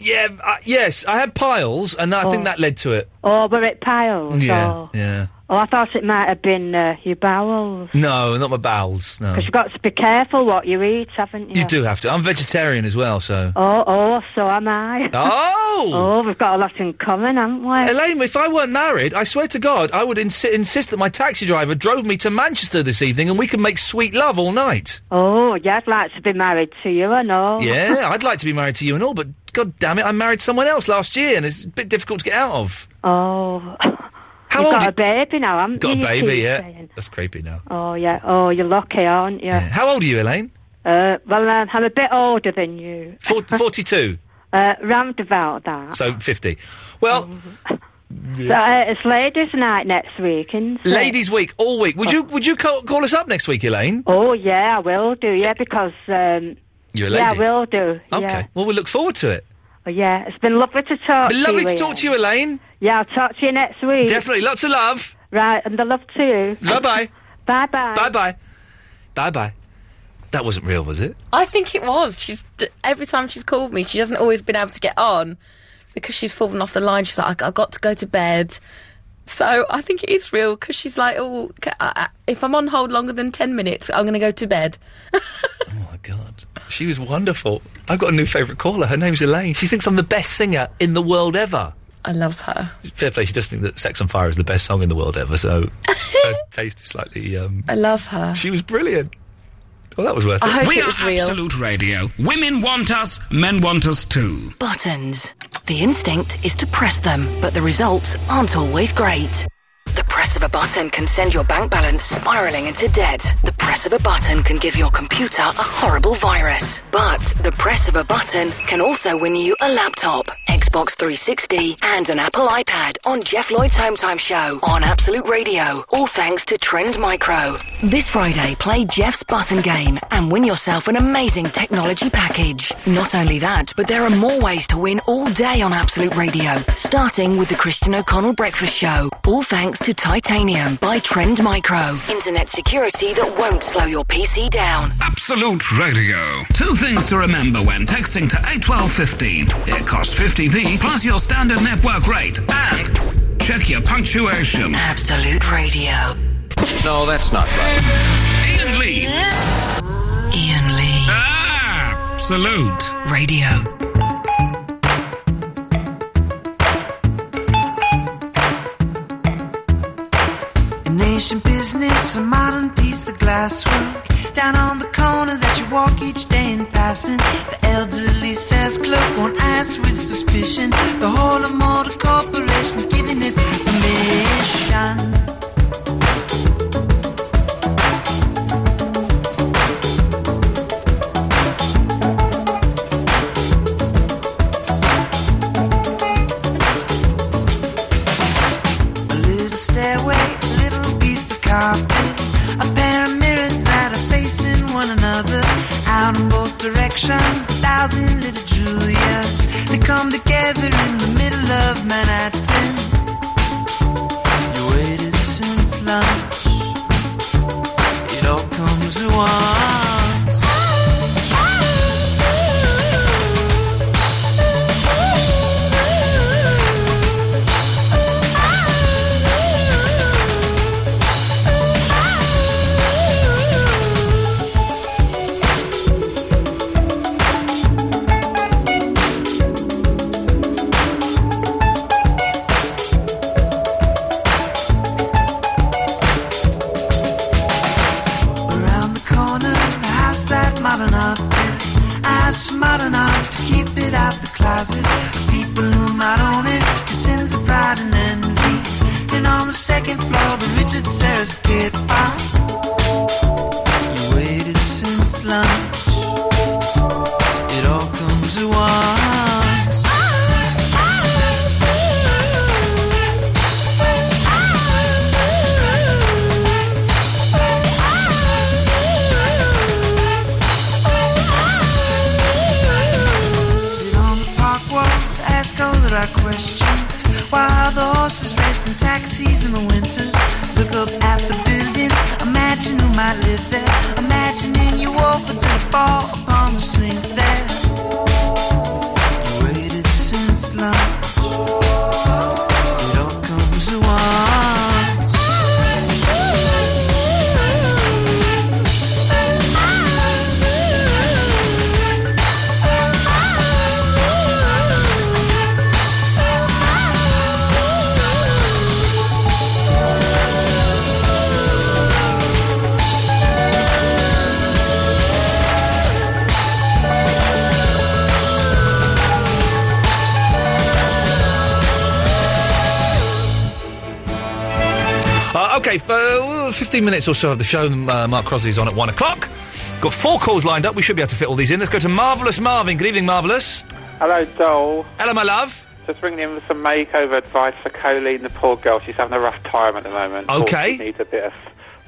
S5: Yeah, uh, yes, I had piles, and I
S16: Oh.
S5: think that led to it.
S16: Or were it piles?
S5: yeah,
S16: Or,
S5: yeah.
S16: oh, I thought it might have been uh, your bowels.
S5: No, not my bowels. No,
S16: Because you've got to be careful what you eat, haven't you?
S5: you do have to. I'm vegetarian as well, so.
S16: Oh, oh, so am I.
S5: Oh!
S16: oh, we've got a lot in common, haven't we?
S5: Elaine, if I weren't married, I swear to God, I would insi- insist that my taxi driver drove me to Manchester this evening, and we could make sweet love all night.
S16: Oh, yeah, I'd like to be married to you, I know.
S5: Yeah, I'd like to be married to you and all, but God damn it, I married someone else last year, and it's a bit difficult to get out of.
S16: Oh.
S5: How
S16: You've
S5: old
S16: got
S5: you-
S16: a baby now, haven't
S5: Got
S16: Mm, you?
S5: a
S16: you
S5: baby,
S16: keep
S5: yeah.
S16: saying?
S5: That's creepy now.
S16: Oh, yeah. Oh, you're lucky, aren't you?
S5: How old are you, Elaine?
S16: Uh, well, um, I'm a bit older than you.
S5: Four- 42.
S16: Uh, round about that.
S5: so 50. Well,
S16: Oh. So, uh, it's ladies' night next week, isn't it?
S5: Ladies Week all week. Would you would you call, call us up next week, Elaine?
S16: Oh, yeah, I will do, yeah, because... Um,
S5: You're a
S16: Yeah, I
S5: lady.
S16: will do,
S5: Okay.
S16: yeah.
S5: Well, we'll look forward to it.
S16: Oh, yeah, it's been lovely to talk to
S5: Been
S16: you.
S5: lovely to talk to you, Elaine.
S16: Yeah, I'll talk to you next week.
S5: Definitely. Lots of love.
S16: Right, and the love to you.
S5: Bye-bye.
S16: Bye-bye.
S5: Bye bye. Bye bye. That wasn't real, was it?
S7: I think it was. She's d- every time she's called me, she hasn't always been able to get on because she's fallen off the line. She's like, I, I got to go to bed. So I think it is real because she's like, oh, c- I- I- if I'm on hold longer than ten minutes, I'm going to go to bed.
S5: She was wonderful. I've got a new favourite caller. Her name's Elaine. She thinks I'm the best singer in the world ever.
S7: I love her.
S5: Fair play, she does think that Sex on Fire is the best song in the world ever, so her taste is slightly. Um,
S7: I love her.
S5: She was brilliant. Well, that was worth
S7: I
S5: it.
S7: hope
S2: we
S7: it was
S2: are
S7: real.
S2: Absolute Radio. Women want us, men want us too.
S29: Buttons. The instinct is to press them, but the results aren't always great. The press of a button can send your bank balance spiraling into debt. The press of a button can give your computer a horrible virus. But the press of a button can also win you a laptop, Xbox 360, and an Apple iPad on Jeff Lloyd's Home Time Show on Absolute Radio, all thanks to Trend Micro. This Friday, play Jeff's Button Game and win yourself an amazing technology package. Not only that, but there are more ways to win all day on Absolute Radio, starting with the Christian O'Connell Breakfast Show, all thanks to Titanium by Trend Micro. Internet security that won't slow your PC down.
S2: Absolute Radio. Two things to remember when texting to 81215. It costs 50p plus your standard network rate. And check your punctuation.
S29: Absolute Radio.
S2: No, that's not right. Ian Lee.
S29: Ian Lee.
S2: Absolute
S29: Radio.
S24: An ancient business, a modern piece of glasswork. Down on the corner that you walk each day in passing. The elderly sales clerk won't ask with suspicion. The whole of motor corporation's giving its permission. A little stairway, a little thousand little Julias. They come together in the middle of Manhattan. You waited since lunch. It all comes at once. Around the corner, the house that modern art built. I asked for modern art to keep it out the closets. People who might own it, the sins of pride and envy. And on the second floor, the Richard Serres get by. You waited since lunch. It all comes at once. Sit on the park walk to ask all of our questions. While the horses race in taxis in the winter, look up at the buildings. Imagine who might live there. Imagining you offer to the ball upon the sink there. You waited since lunch. It all comes at once.
S5: Uh, okay, for uh, 15 minutes or so of the show, uh, Mark Crosley's on at 1 o'clock. Got four calls lined up. We should be able to fit all these in. Let's go to Marvellous Marvin. Good evening, Marvellous.
S30: Hello, doll.
S5: Hello, my love.
S30: Just ringing in with some makeover advice for Colleen, the poor girl. She's having a rough time at the moment.
S5: Okay.
S30: She needs a bit of,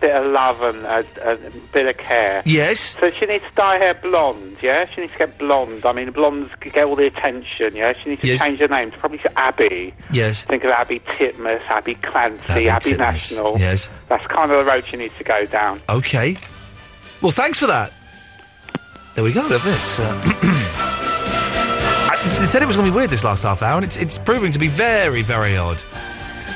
S30: bit of love and uh, a, a bit of care.
S5: Yes.
S30: So she needs to dye her blonde, yeah? She needs to get blonde. I mean, blondes could get all the attention, yeah? She needs to
S5: Yes.
S30: change her name to probably to Abby.
S5: Yes.
S30: Think of Abby Titmus, Abby Clancy, Abby,
S5: Abby Titmus,
S30: National.
S5: yes.
S30: That's kind of the road she needs to go down.
S5: Okay. Well, thanks for that. There we go. Love it. It's, uh, I I said it was going to be weird this last half hour, and it's, it's proving to be very, very odd.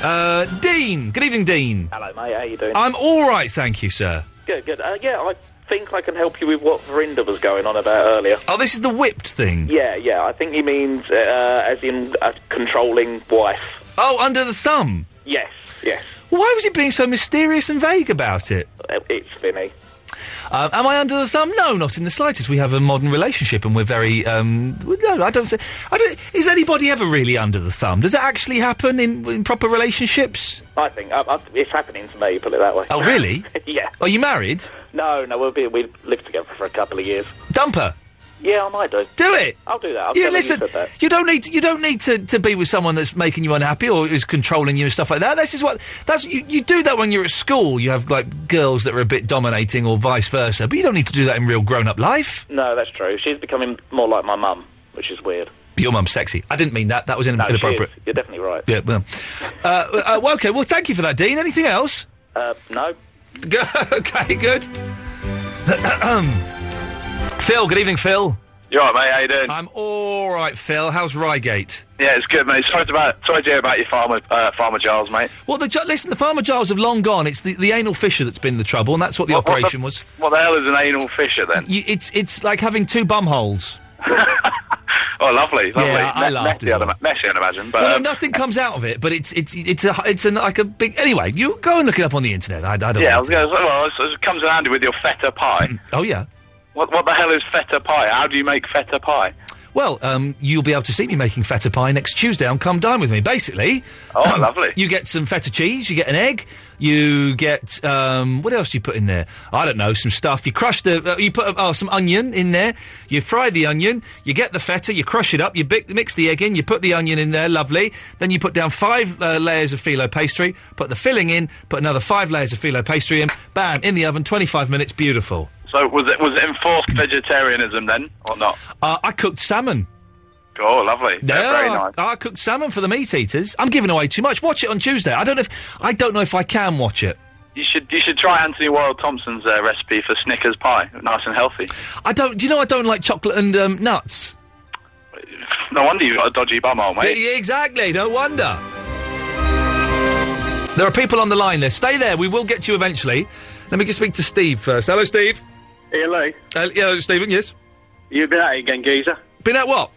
S5: Uh, Dean. Good evening, Dean.
S11: Hello, mate. How you doing?
S5: I'm all right, thank you, sir.
S11: good. Good. Uh, yeah, I think I can help you with what Verinda was going on about earlier.
S5: Oh, this is the whipped thing.
S11: Yeah, yeah. I think he means uh, as in a controlling wife.
S5: Oh, under the thumb.
S11: Yes, yes.
S5: Why was it being so mysterious and vague about it?
S11: Uh, It's Vinny.
S5: Um, am I under the thumb? No, not in the slightest. We have a modern relationship, and we're very. Um, w- no, I don't say. I don't, is anybody ever really under the thumb? Does it actually happen in, in proper relationships?
S11: I think I, I, it's happening to me. Put it that way.
S5: Oh, really?
S11: yeah.
S5: Are you married?
S11: No, no. We'll be we lived together for a couple of years.
S5: Dumper.
S11: Yeah, I might do.
S5: Do it.
S11: I'll do that. I'll tell him
S5: yeah,
S11: you
S5: listen.
S11: said that.
S5: You don't need to, you don't need to, to be with someone that's making you unhappy or is controlling you and stuff like that. This is what that's you, you do that when you're at school. You have like girls that are a bit dominating or vice versa, but you don't need to do that in real grown up life.
S11: No, that's true. She's becoming more like my mum, which is weird.
S5: Your mum's sexy. I didn't mean that. That was in,
S11: No, she is.
S5: inappropriate.
S11: You're definitely right.
S5: Yeah. Well. Uh, uh, well, okay. Well, thank you for that, Dean. Anything else?
S11: Uh, no.
S5: okay. Good. Phil. Good evening, Phil.
S18: You all right, mate? How you doing?
S5: I'm all right, Phil. How's Reigate?
S18: Yeah, it's good, mate. Sorry to, about, sorry to hear about your farmer, uh, farmer Giles, mate.
S5: Well, the, gi- listen, the farmer Giles have long gone. It's the, the anal fissure that's been the trouble, and that's what the
S18: What- what
S5: operation
S18: the-
S5: was.
S18: What the hell is an anal fissure then?
S5: You, it's it's like having two bum holes.
S18: Oh, lovely, lovely.
S5: Yeah, I- I
S18: Me-
S5: laughed
S18: messy,
S5: as
S18: I'd
S5: well.
S18: ima- messy, I'd imagine. But
S5: well,
S18: um,
S5: no, nothing comes out of it, but it's it's it's a it's a, like a big anyway. You go and look it up on the internet. I, I don't.
S18: yeah, I
S5: want
S18: was going to say, well, it's- it comes in handy with your feta pie.
S5: to- oh yeah.
S18: what, what the hell is feta pie? How do you make feta pie?
S5: Well, um, you'll be able to see me making feta pie next Tuesday on Come Dine With Me. Basically, Um,
S18: oh, lovely.
S5: You get some feta cheese, you get an egg, you get um, what else do you put in there? I don't know, some stuff. You crush the, uh, you put uh, oh, some onion in there. You fry the onion, you get the feta, you crush it up, you bic- mix the egg in, you put the onion in there, lovely. Then you put down five uh, layers of filo pastry, put the filling in, put another five layers of filo pastry in, bam, in the oven, twenty five minutes, beautiful.
S23: So was it was it enforced vegetarianism then or not?
S5: Uh, I cooked salmon.
S23: Oh, lovely. They're
S5: Yeah,
S23: very nice.
S5: I, I cooked salmon for the meat eaters. I'm giving away too much. Watch it on Tuesday. I don't know if I don't know if I can watch it.
S23: You should you should try Anthony Wild Thompson's uh, recipe for Snickers pie. Nice and healthy.
S5: I don't. Do you know I don't like chocolate and um, nuts?
S23: No wonder you got a dodgy bum hole, mate.
S5: Yeah, exactly. No wonder. There are people on the line there. Stay there. We will get to you eventually. Let me just speak to Steve first. Hello, Steve.
S10: Hello.
S5: Uh, yeah, Stephen. Yes.
S10: You've been at it again, geezer.
S5: Been at what?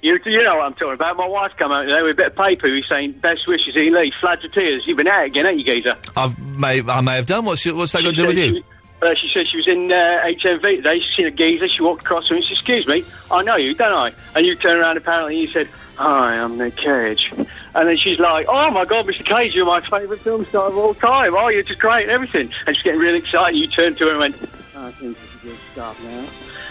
S10: You, you know what I'm talking about. My wife's come out today with a bit of paper. He's saying, best wishes, E. Lee. Floods of tears. You've been at it again, haven't you, geezer?
S5: I've may I may have done. What's what's that got to do with you?
S10: Uh, she said she was in uh, HMV today. She's seen a geezer. She walked across to him and said, Excuse me, I know you, don't I? And you turned around apparently and you said, Hi, I'm Nick Cage. And then she's like, Oh my God, Mr. Cage, you're my favourite film star of all time. Oh, you're just great and everything. And she's getting really excited. You turned to her and went, I think it's a good start now.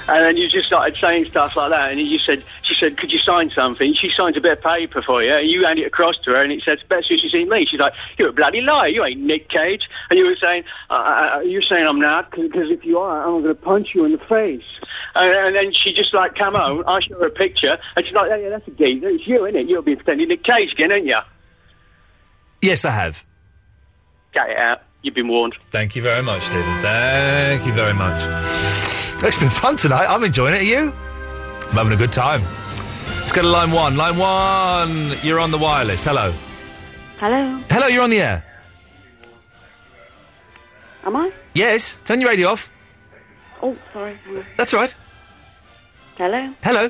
S10: And then you just started saying stuff like that. And you said, She said, Could you sign something? She signs a bit of paper for you. And you hand it across to her and it says, Best she's seen me. She's like, You're a bloody liar. You ain't Nick Cage. And you were saying, uh, uh, You're saying I'm not, because if you are, I'm going to punch you in the face. And, and then she just like, Come on. I show her a picture. And she's like, Yeah, yeah, that's a geezer. It's you, isn't it? You'll be pretending Nick Cage again, ain't you?
S5: Yes, I have.
S10: Get it out. You've been warned.
S5: Thank you very much, Stephen. Thank you very much. It's been fun tonight. I'm enjoying it. Are you? I'm having a good time. Let's go to line one. Line one, you're on the wireless. Hello.
S14: Hello,
S5: Hello, you're on the air.
S14: am I?
S5: Yes. Turn your radio off.
S14: Oh, sorry. hang on.
S5: That's all right.
S14: Hello.
S5: Hello.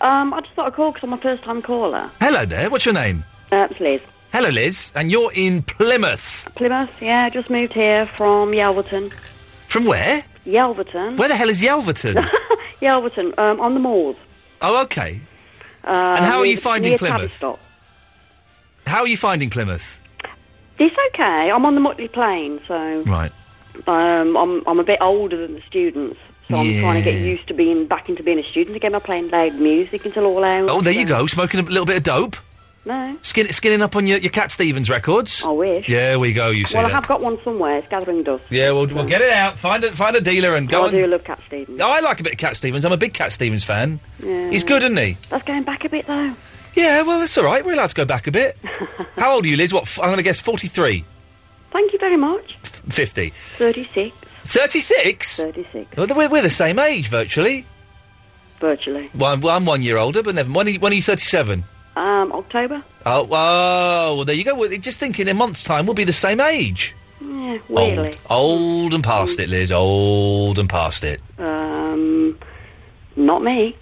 S14: Um, I just thought I'd call because I'm a first-time caller.
S5: Hello there. What's your name?
S14: Uh, it's Liz.
S5: Hello, Liz. And you're in Plymouth.
S14: Plymouth. Yeah, just moved here from Yelverton.
S5: From where?
S14: Yelverton.
S5: Where the hell is Yelverton?
S14: Yelverton. Um, on the moors.
S5: oh, okay.
S14: Uh, and
S5: how are you finding Plymouth? How are you finding Plymouth?
S14: It's okay. I'm on the Mutley Plain, so
S5: Right.
S14: um, I'm I'm a bit older than the students. So I'm
S5: Yeah.
S14: trying to get used to being back into being a student again by playing loud music until all hours.
S5: Oh, there you go. Smoking a little bit of dope.
S14: No.
S5: Skin, skinning up on your, your Cat Stevens records.
S14: I wish.
S5: Yeah, we go. You see
S14: well,
S5: that.
S14: I have got one somewhere. It's gathering dust.
S5: Yeah, we'll, we'll get it out. Find a, find a dealer and go.
S14: I do
S5: and...
S14: love Cat Stevens.
S5: Oh, I like a bit of Cat Stevens. I'm a big Cat Stevens fan.
S14: Yeah.
S5: He's good, isn't he?
S14: That's going back a bit though.
S5: Yeah, well, that's all right. We're allowed to go back a bit. How old are you, Liz? What? F- I'm going to guess 43,
S14: Thank you very much.
S5: 50.
S14: Thirty-six. Uh,
S5: 36?
S14: Thirty-six.
S5: Well, we're, we're the same age, virtually.
S14: Virtually.
S5: Well, I'm, well, I'm one year older, but never mind. When are you- when are you 37?
S14: Um, October.
S5: Oh, whoa, well, there you go. Well, just thinking in a month's time, we'll be the same age.
S14: Yeah, weirdly.
S5: Old. Old and past it, Liz. Old and past it.
S14: Um, not me.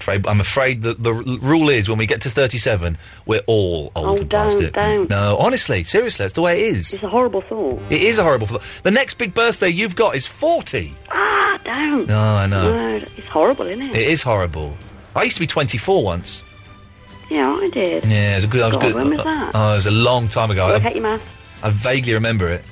S5: Afraid, I'm afraid that the r- rule is when we get to 37, we're all old
S14: Oh,
S5: and past
S14: don't,
S5: it.
S14: don't.
S5: No, honestly, seriously, that's the way it is.
S14: It's a horrible thought.
S5: It is a horrible thought. The next big birthday you've got is 40.
S14: Ah, don't. Uh,
S5: No, I know.
S14: Word. It's horrible, isn't it?
S5: It is horrible. I used to be 24 once.
S14: Yeah, I did.
S5: Yeah, it was a good. I was
S14: God,
S5: good.
S14: when was that?
S5: Oh, it was a long time ago.
S14: Look
S5: I,
S14: at your mouth.
S5: I vaguely remember it.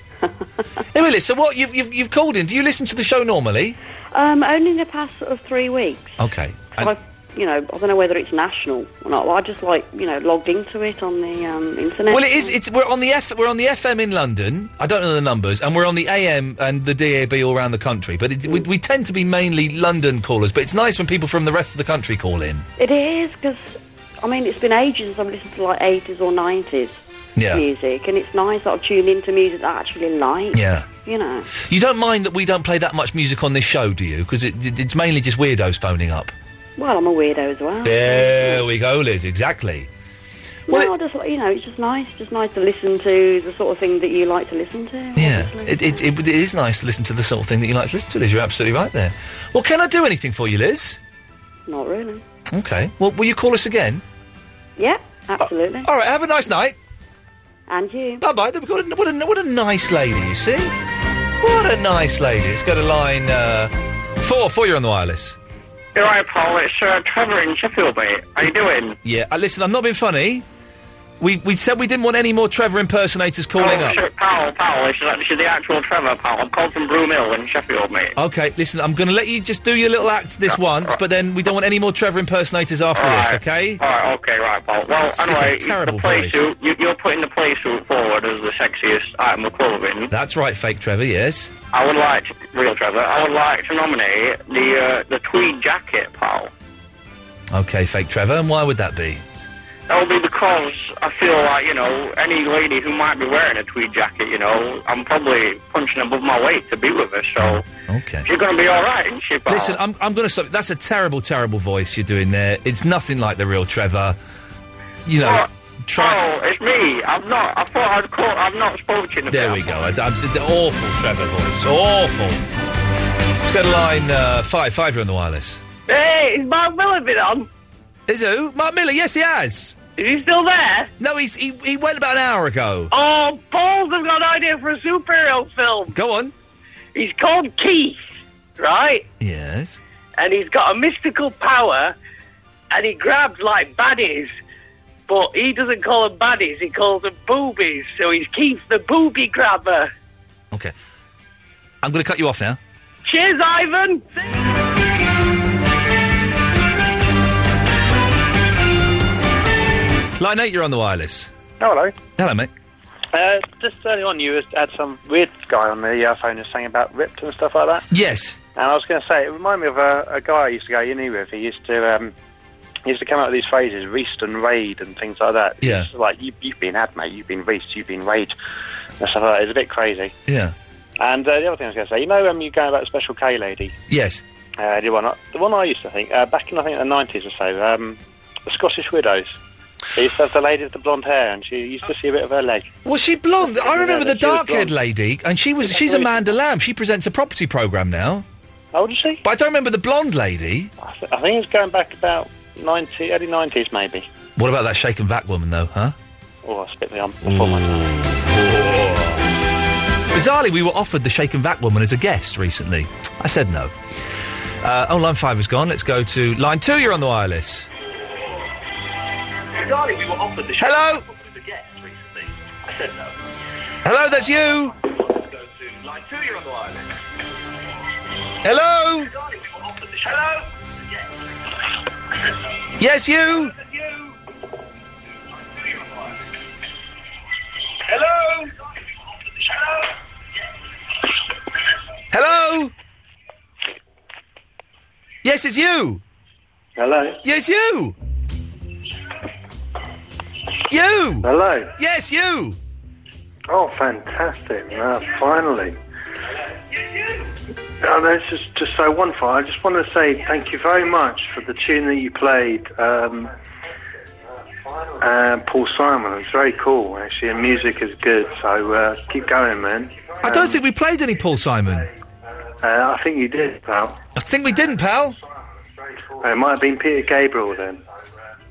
S5: anyway, Liz, so what you've, you've you've called in? Do you listen to the show normally?
S14: Um, only in the past sort of three weeks.
S5: Okay. And-
S14: I, you know, I don't know whether it's national or not. I just like you know logged into it on the um, internet.
S5: well, it is. It's we're on the F. We're on the FM in London. I don't know the numbers, and we're on the AM and the DAB all around the country. But it, we, we tend to be mainly London callers. But it's nice when people from the rest of the country call in.
S14: It is because I mean it's been ages since I've listened to like eighties or nineties
S5: Yeah.
S14: music, and it's nice that I've tuned into music that I actually like.
S5: Yeah.
S14: You know.
S5: You don't mind that we don't play that much music on this show, do you? Because it, it- it's mainly just weirdos phoning up.
S14: Well, I'm a weirdo as well.
S5: There we go, Liz. Exactly.
S14: no, I just you know it's just nice, just nice to listen to the sort of thing that you like to listen to.
S5: Yeah, it, it, it, it is nice to listen to the sort of thing that you like to listen to, Liz. You're absolutely right there. Well, can I do anything for you, Liz?
S14: Not really.
S5: Okay. Well, will you call us again?
S14: Yeah, absolutely.
S5: All right, have a nice night.
S14: And you.
S5: Bye bye. What a, what, a, what a nice lady, you see? What a nice lady. Let's go to line uh, four. Four, you're on the wireless.
S11: Here I Paul. It's uh, Trevor in Sheffield, mate. How you doing?
S5: Yeah, uh, listen, I'm not being funny, We we said we didn't want any more Trevor impersonators calling
S11: oh,
S5: up.
S11: Sure, Powell, Powell. She's, she's the actual Trevor Powell. I'm called from Broom Hill in Sheffield, mate.
S5: Okay, listen, I'm going to let you just do your little act this once, but then we don't want any more Trevor impersonators after this,
S11: Alright.
S5: okay?
S11: Alright, okay, right, Paul. Well,
S5: This is a
S11: anyway,
S5: terrible
S11: the play
S5: voice.
S11: suit, you, you're putting the play suit forward as the sexiest item of clothing.
S5: That's right, fake Trevor, yes.
S11: I would like, to, real Trevor, I would like to nominate the uh, the tweed jacket, pal.
S5: Okay, fake Trevor, and why would that be?
S11: That'll be because I feel like, you know, any lady who might be wearing a tweed jacket, you know, I'm probably punching above my weight to be with her, so
S5: Okay.
S11: she's going to be alright, isn't she, pal?
S5: Listen, I'm, I'm going to stop. That's a terrible, terrible voice you're doing there. It's nothing like the real Trevor. You know, try.
S11: Oh, it's me. I'm not. I thought I'd call. I'm not spoken to. you
S5: There
S11: about.
S5: we go. I, I'm, it's an awful Trevor voice. Awful. Let's go to line uh, five. Five, you're on the wireless.
S4: Hey, is Mark Miller been on?
S5: Is who? Mark Miller, yes, he has.
S4: Is he still there?
S5: No, he's, he, he went about an hour ago.
S4: Oh, Paul's has got an idea for a superhero film.
S5: Go on.
S4: He's called Keith, right?
S5: Yes.
S4: And he's got a mystical power, and he grabs like baddies, but he doesn't call them baddies, he calls them boobies. So he's Keith the booby grabber.
S5: Okay. I'm going to cut you off now.
S4: Cheers, Ivan!
S5: Line eight, you're on the wireless.
S6: Hello.
S5: Hello, mate.
S6: Uh, just earlier on, you had some weird guy on the uh, phone who was saying about ripped and stuff like that.
S5: Yes.
S6: And I was going to say, it reminded me of a, a guy I used to go uni with. He used to um, he used to come out with these phrases, reaced and raid and things like that.
S5: Yeah.
S6: It's like, you, you've been had, mate. You've been reached. You've been raid. And stuff like that. It's a bit crazy.
S5: Yeah.
S6: And uh, the other thing I was going to say, you know, um, you go about the Special K lady.
S5: Yes.
S6: Uh, the, one I, the one I used to think, uh, back in, I think, the 90s or so, um, the Scottish Widows. They used to have the lady with the blonde hair, and she used to see a bit of her leg.
S5: Was she blonde? I remember the
S6: she was
S5: dark-haired
S6: blonde.
S5: lady, and she was she's Amanda Lamb. She presents a property program now.
S6: How old is she?
S5: But I don't remember the blonde lady.
S6: I, th- I think it's going back about 90, early 90s, maybe.
S5: What about that shaken vac woman though, huh?
S6: Oh, I spit me on before my time.
S5: Bizarrely, we were offered the shaken vac woman as a guest recently. I said no. Uh, oh, line five is gone. Let's go to line two. You're on the wireless.
S11: Darling, we were offered the
S5: Hello?
S11: I said no.
S5: Hello, that's you.
S11: Line two, you're on the wireless.
S5: Hello.
S11: Hello?
S5: Yes, you.
S11: Hello?
S5: Hello. Yes, it's you.
S6: Hello.
S5: Yes, you. You.
S6: Hello.
S5: Yes, you.
S6: Oh, fantastic. Now, finally. Oh, that's just, just so wonderful. I just want to say thank you very much for the tune that you played, um, uh, Paul Simon. It was very cool, actually, and music is good. So uh, keep going, man. Um,
S5: I don't think we played any Paul Simon.
S6: Uh, I think you did, pal. Uh,
S5: I think we didn't, pal.
S6: It might have been Peter Gabriel then.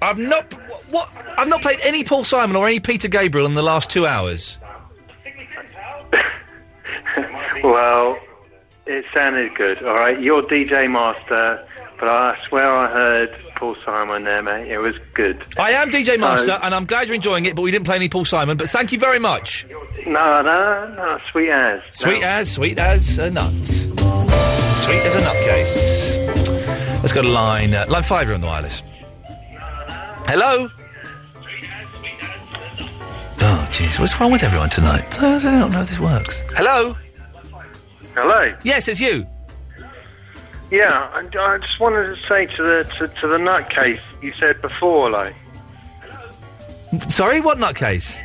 S5: I've not wh- what I've not played any Paul Simon or any Peter Gabriel in the last two hours.
S6: Well, it sounded good, all right? You're DJ Master, but I swear I heard Paul Simon there, mate. It was good.
S5: I am DJ Master,
S6: No.
S5: and I'm glad you're enjoying it. But we didn't play any Paul Simon. But thank you very much.
S6: No, no, no, sweet as.
S5: Sweet as sweet as a nut. Sweet as a nutcase. Let's go to line uh, line five. You're on the wireless. Hello. Oh jeez, what's wrong with everyone tonight? I don't know if this works. Hello.
S6: Hello.
S5: Yes, it's you.
S6: Yeah, I, I just wanted to say to the to, to the nutcase you said before, like
S5: Sorry, what nutcase?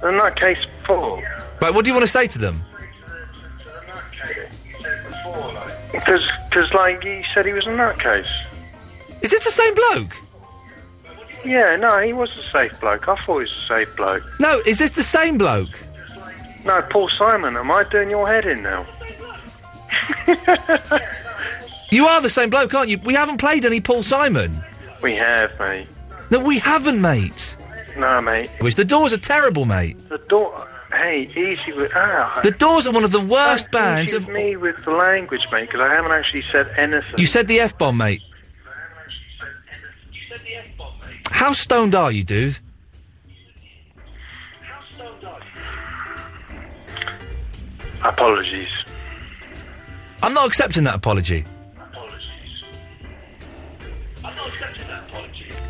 S6: the nutcase four.
S5: Right, what do you want to say to them?
S6: Because, like, you said he was a nutcase.
S5: Is this the same bloke?
S6: Yeah, no, he was a safe bloke. I thought he was a safe bloke.
S5: No, is this the same bloke?
S6: No, Paul Simon, am I doing your head in now?
S5: You are the same bloke, aren't you? We haven't played any Paul Simon.
S6: We have, mate.
S5: No, we haven't, mate.
S6: No, mate.
S5: Which the Doors are terrible, mate.
S6: The door. Hey, easy with. Ah,
S5: The Doors are one of the worst
S6: don't
S5: bands
S6: confuse
S5: of.
S6: me with the language, mate, because I haven't actually said anything.
S5: You said the f bomb, mate. How stoned are you, dude?
S6: Apologies.
S5: I'm not accepting that apology.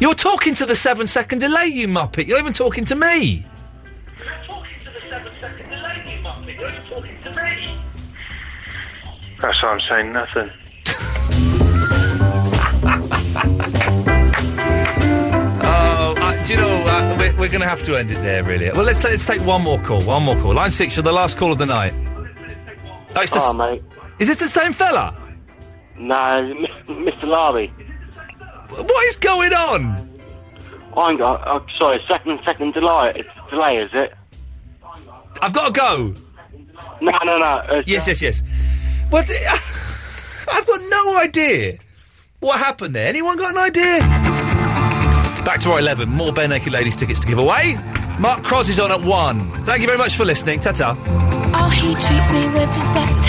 S5: You're talking to the seven second delay, you muppet. You're not even talking to me.
S6: That's why I'm saying nothing.
S5: Oh, uh, do you know, uh, we're, we're going to have to end it there, really. Well, let's, let's take one more call. One more call. Line six, you're the last call of the night. Oh, it's the s-
S27: mate.
S5: Is it the same fella?
S27: No, Mr. Larby.
S5: What is going on?
S27: I ain't got. I'm sorry, second second delay. It's delay, is it?
S5: I've got to go.
S27: No, no, no.
S5: yes, yes, yes. What? The, I've got no idea what happened there. Anyone got an idea? Back to our 11. More bare naked ladies tickets to give away. Mark Cross is on at one. Thank you very much for listening. Ta ta.
S7: Oh, he treats me with respect.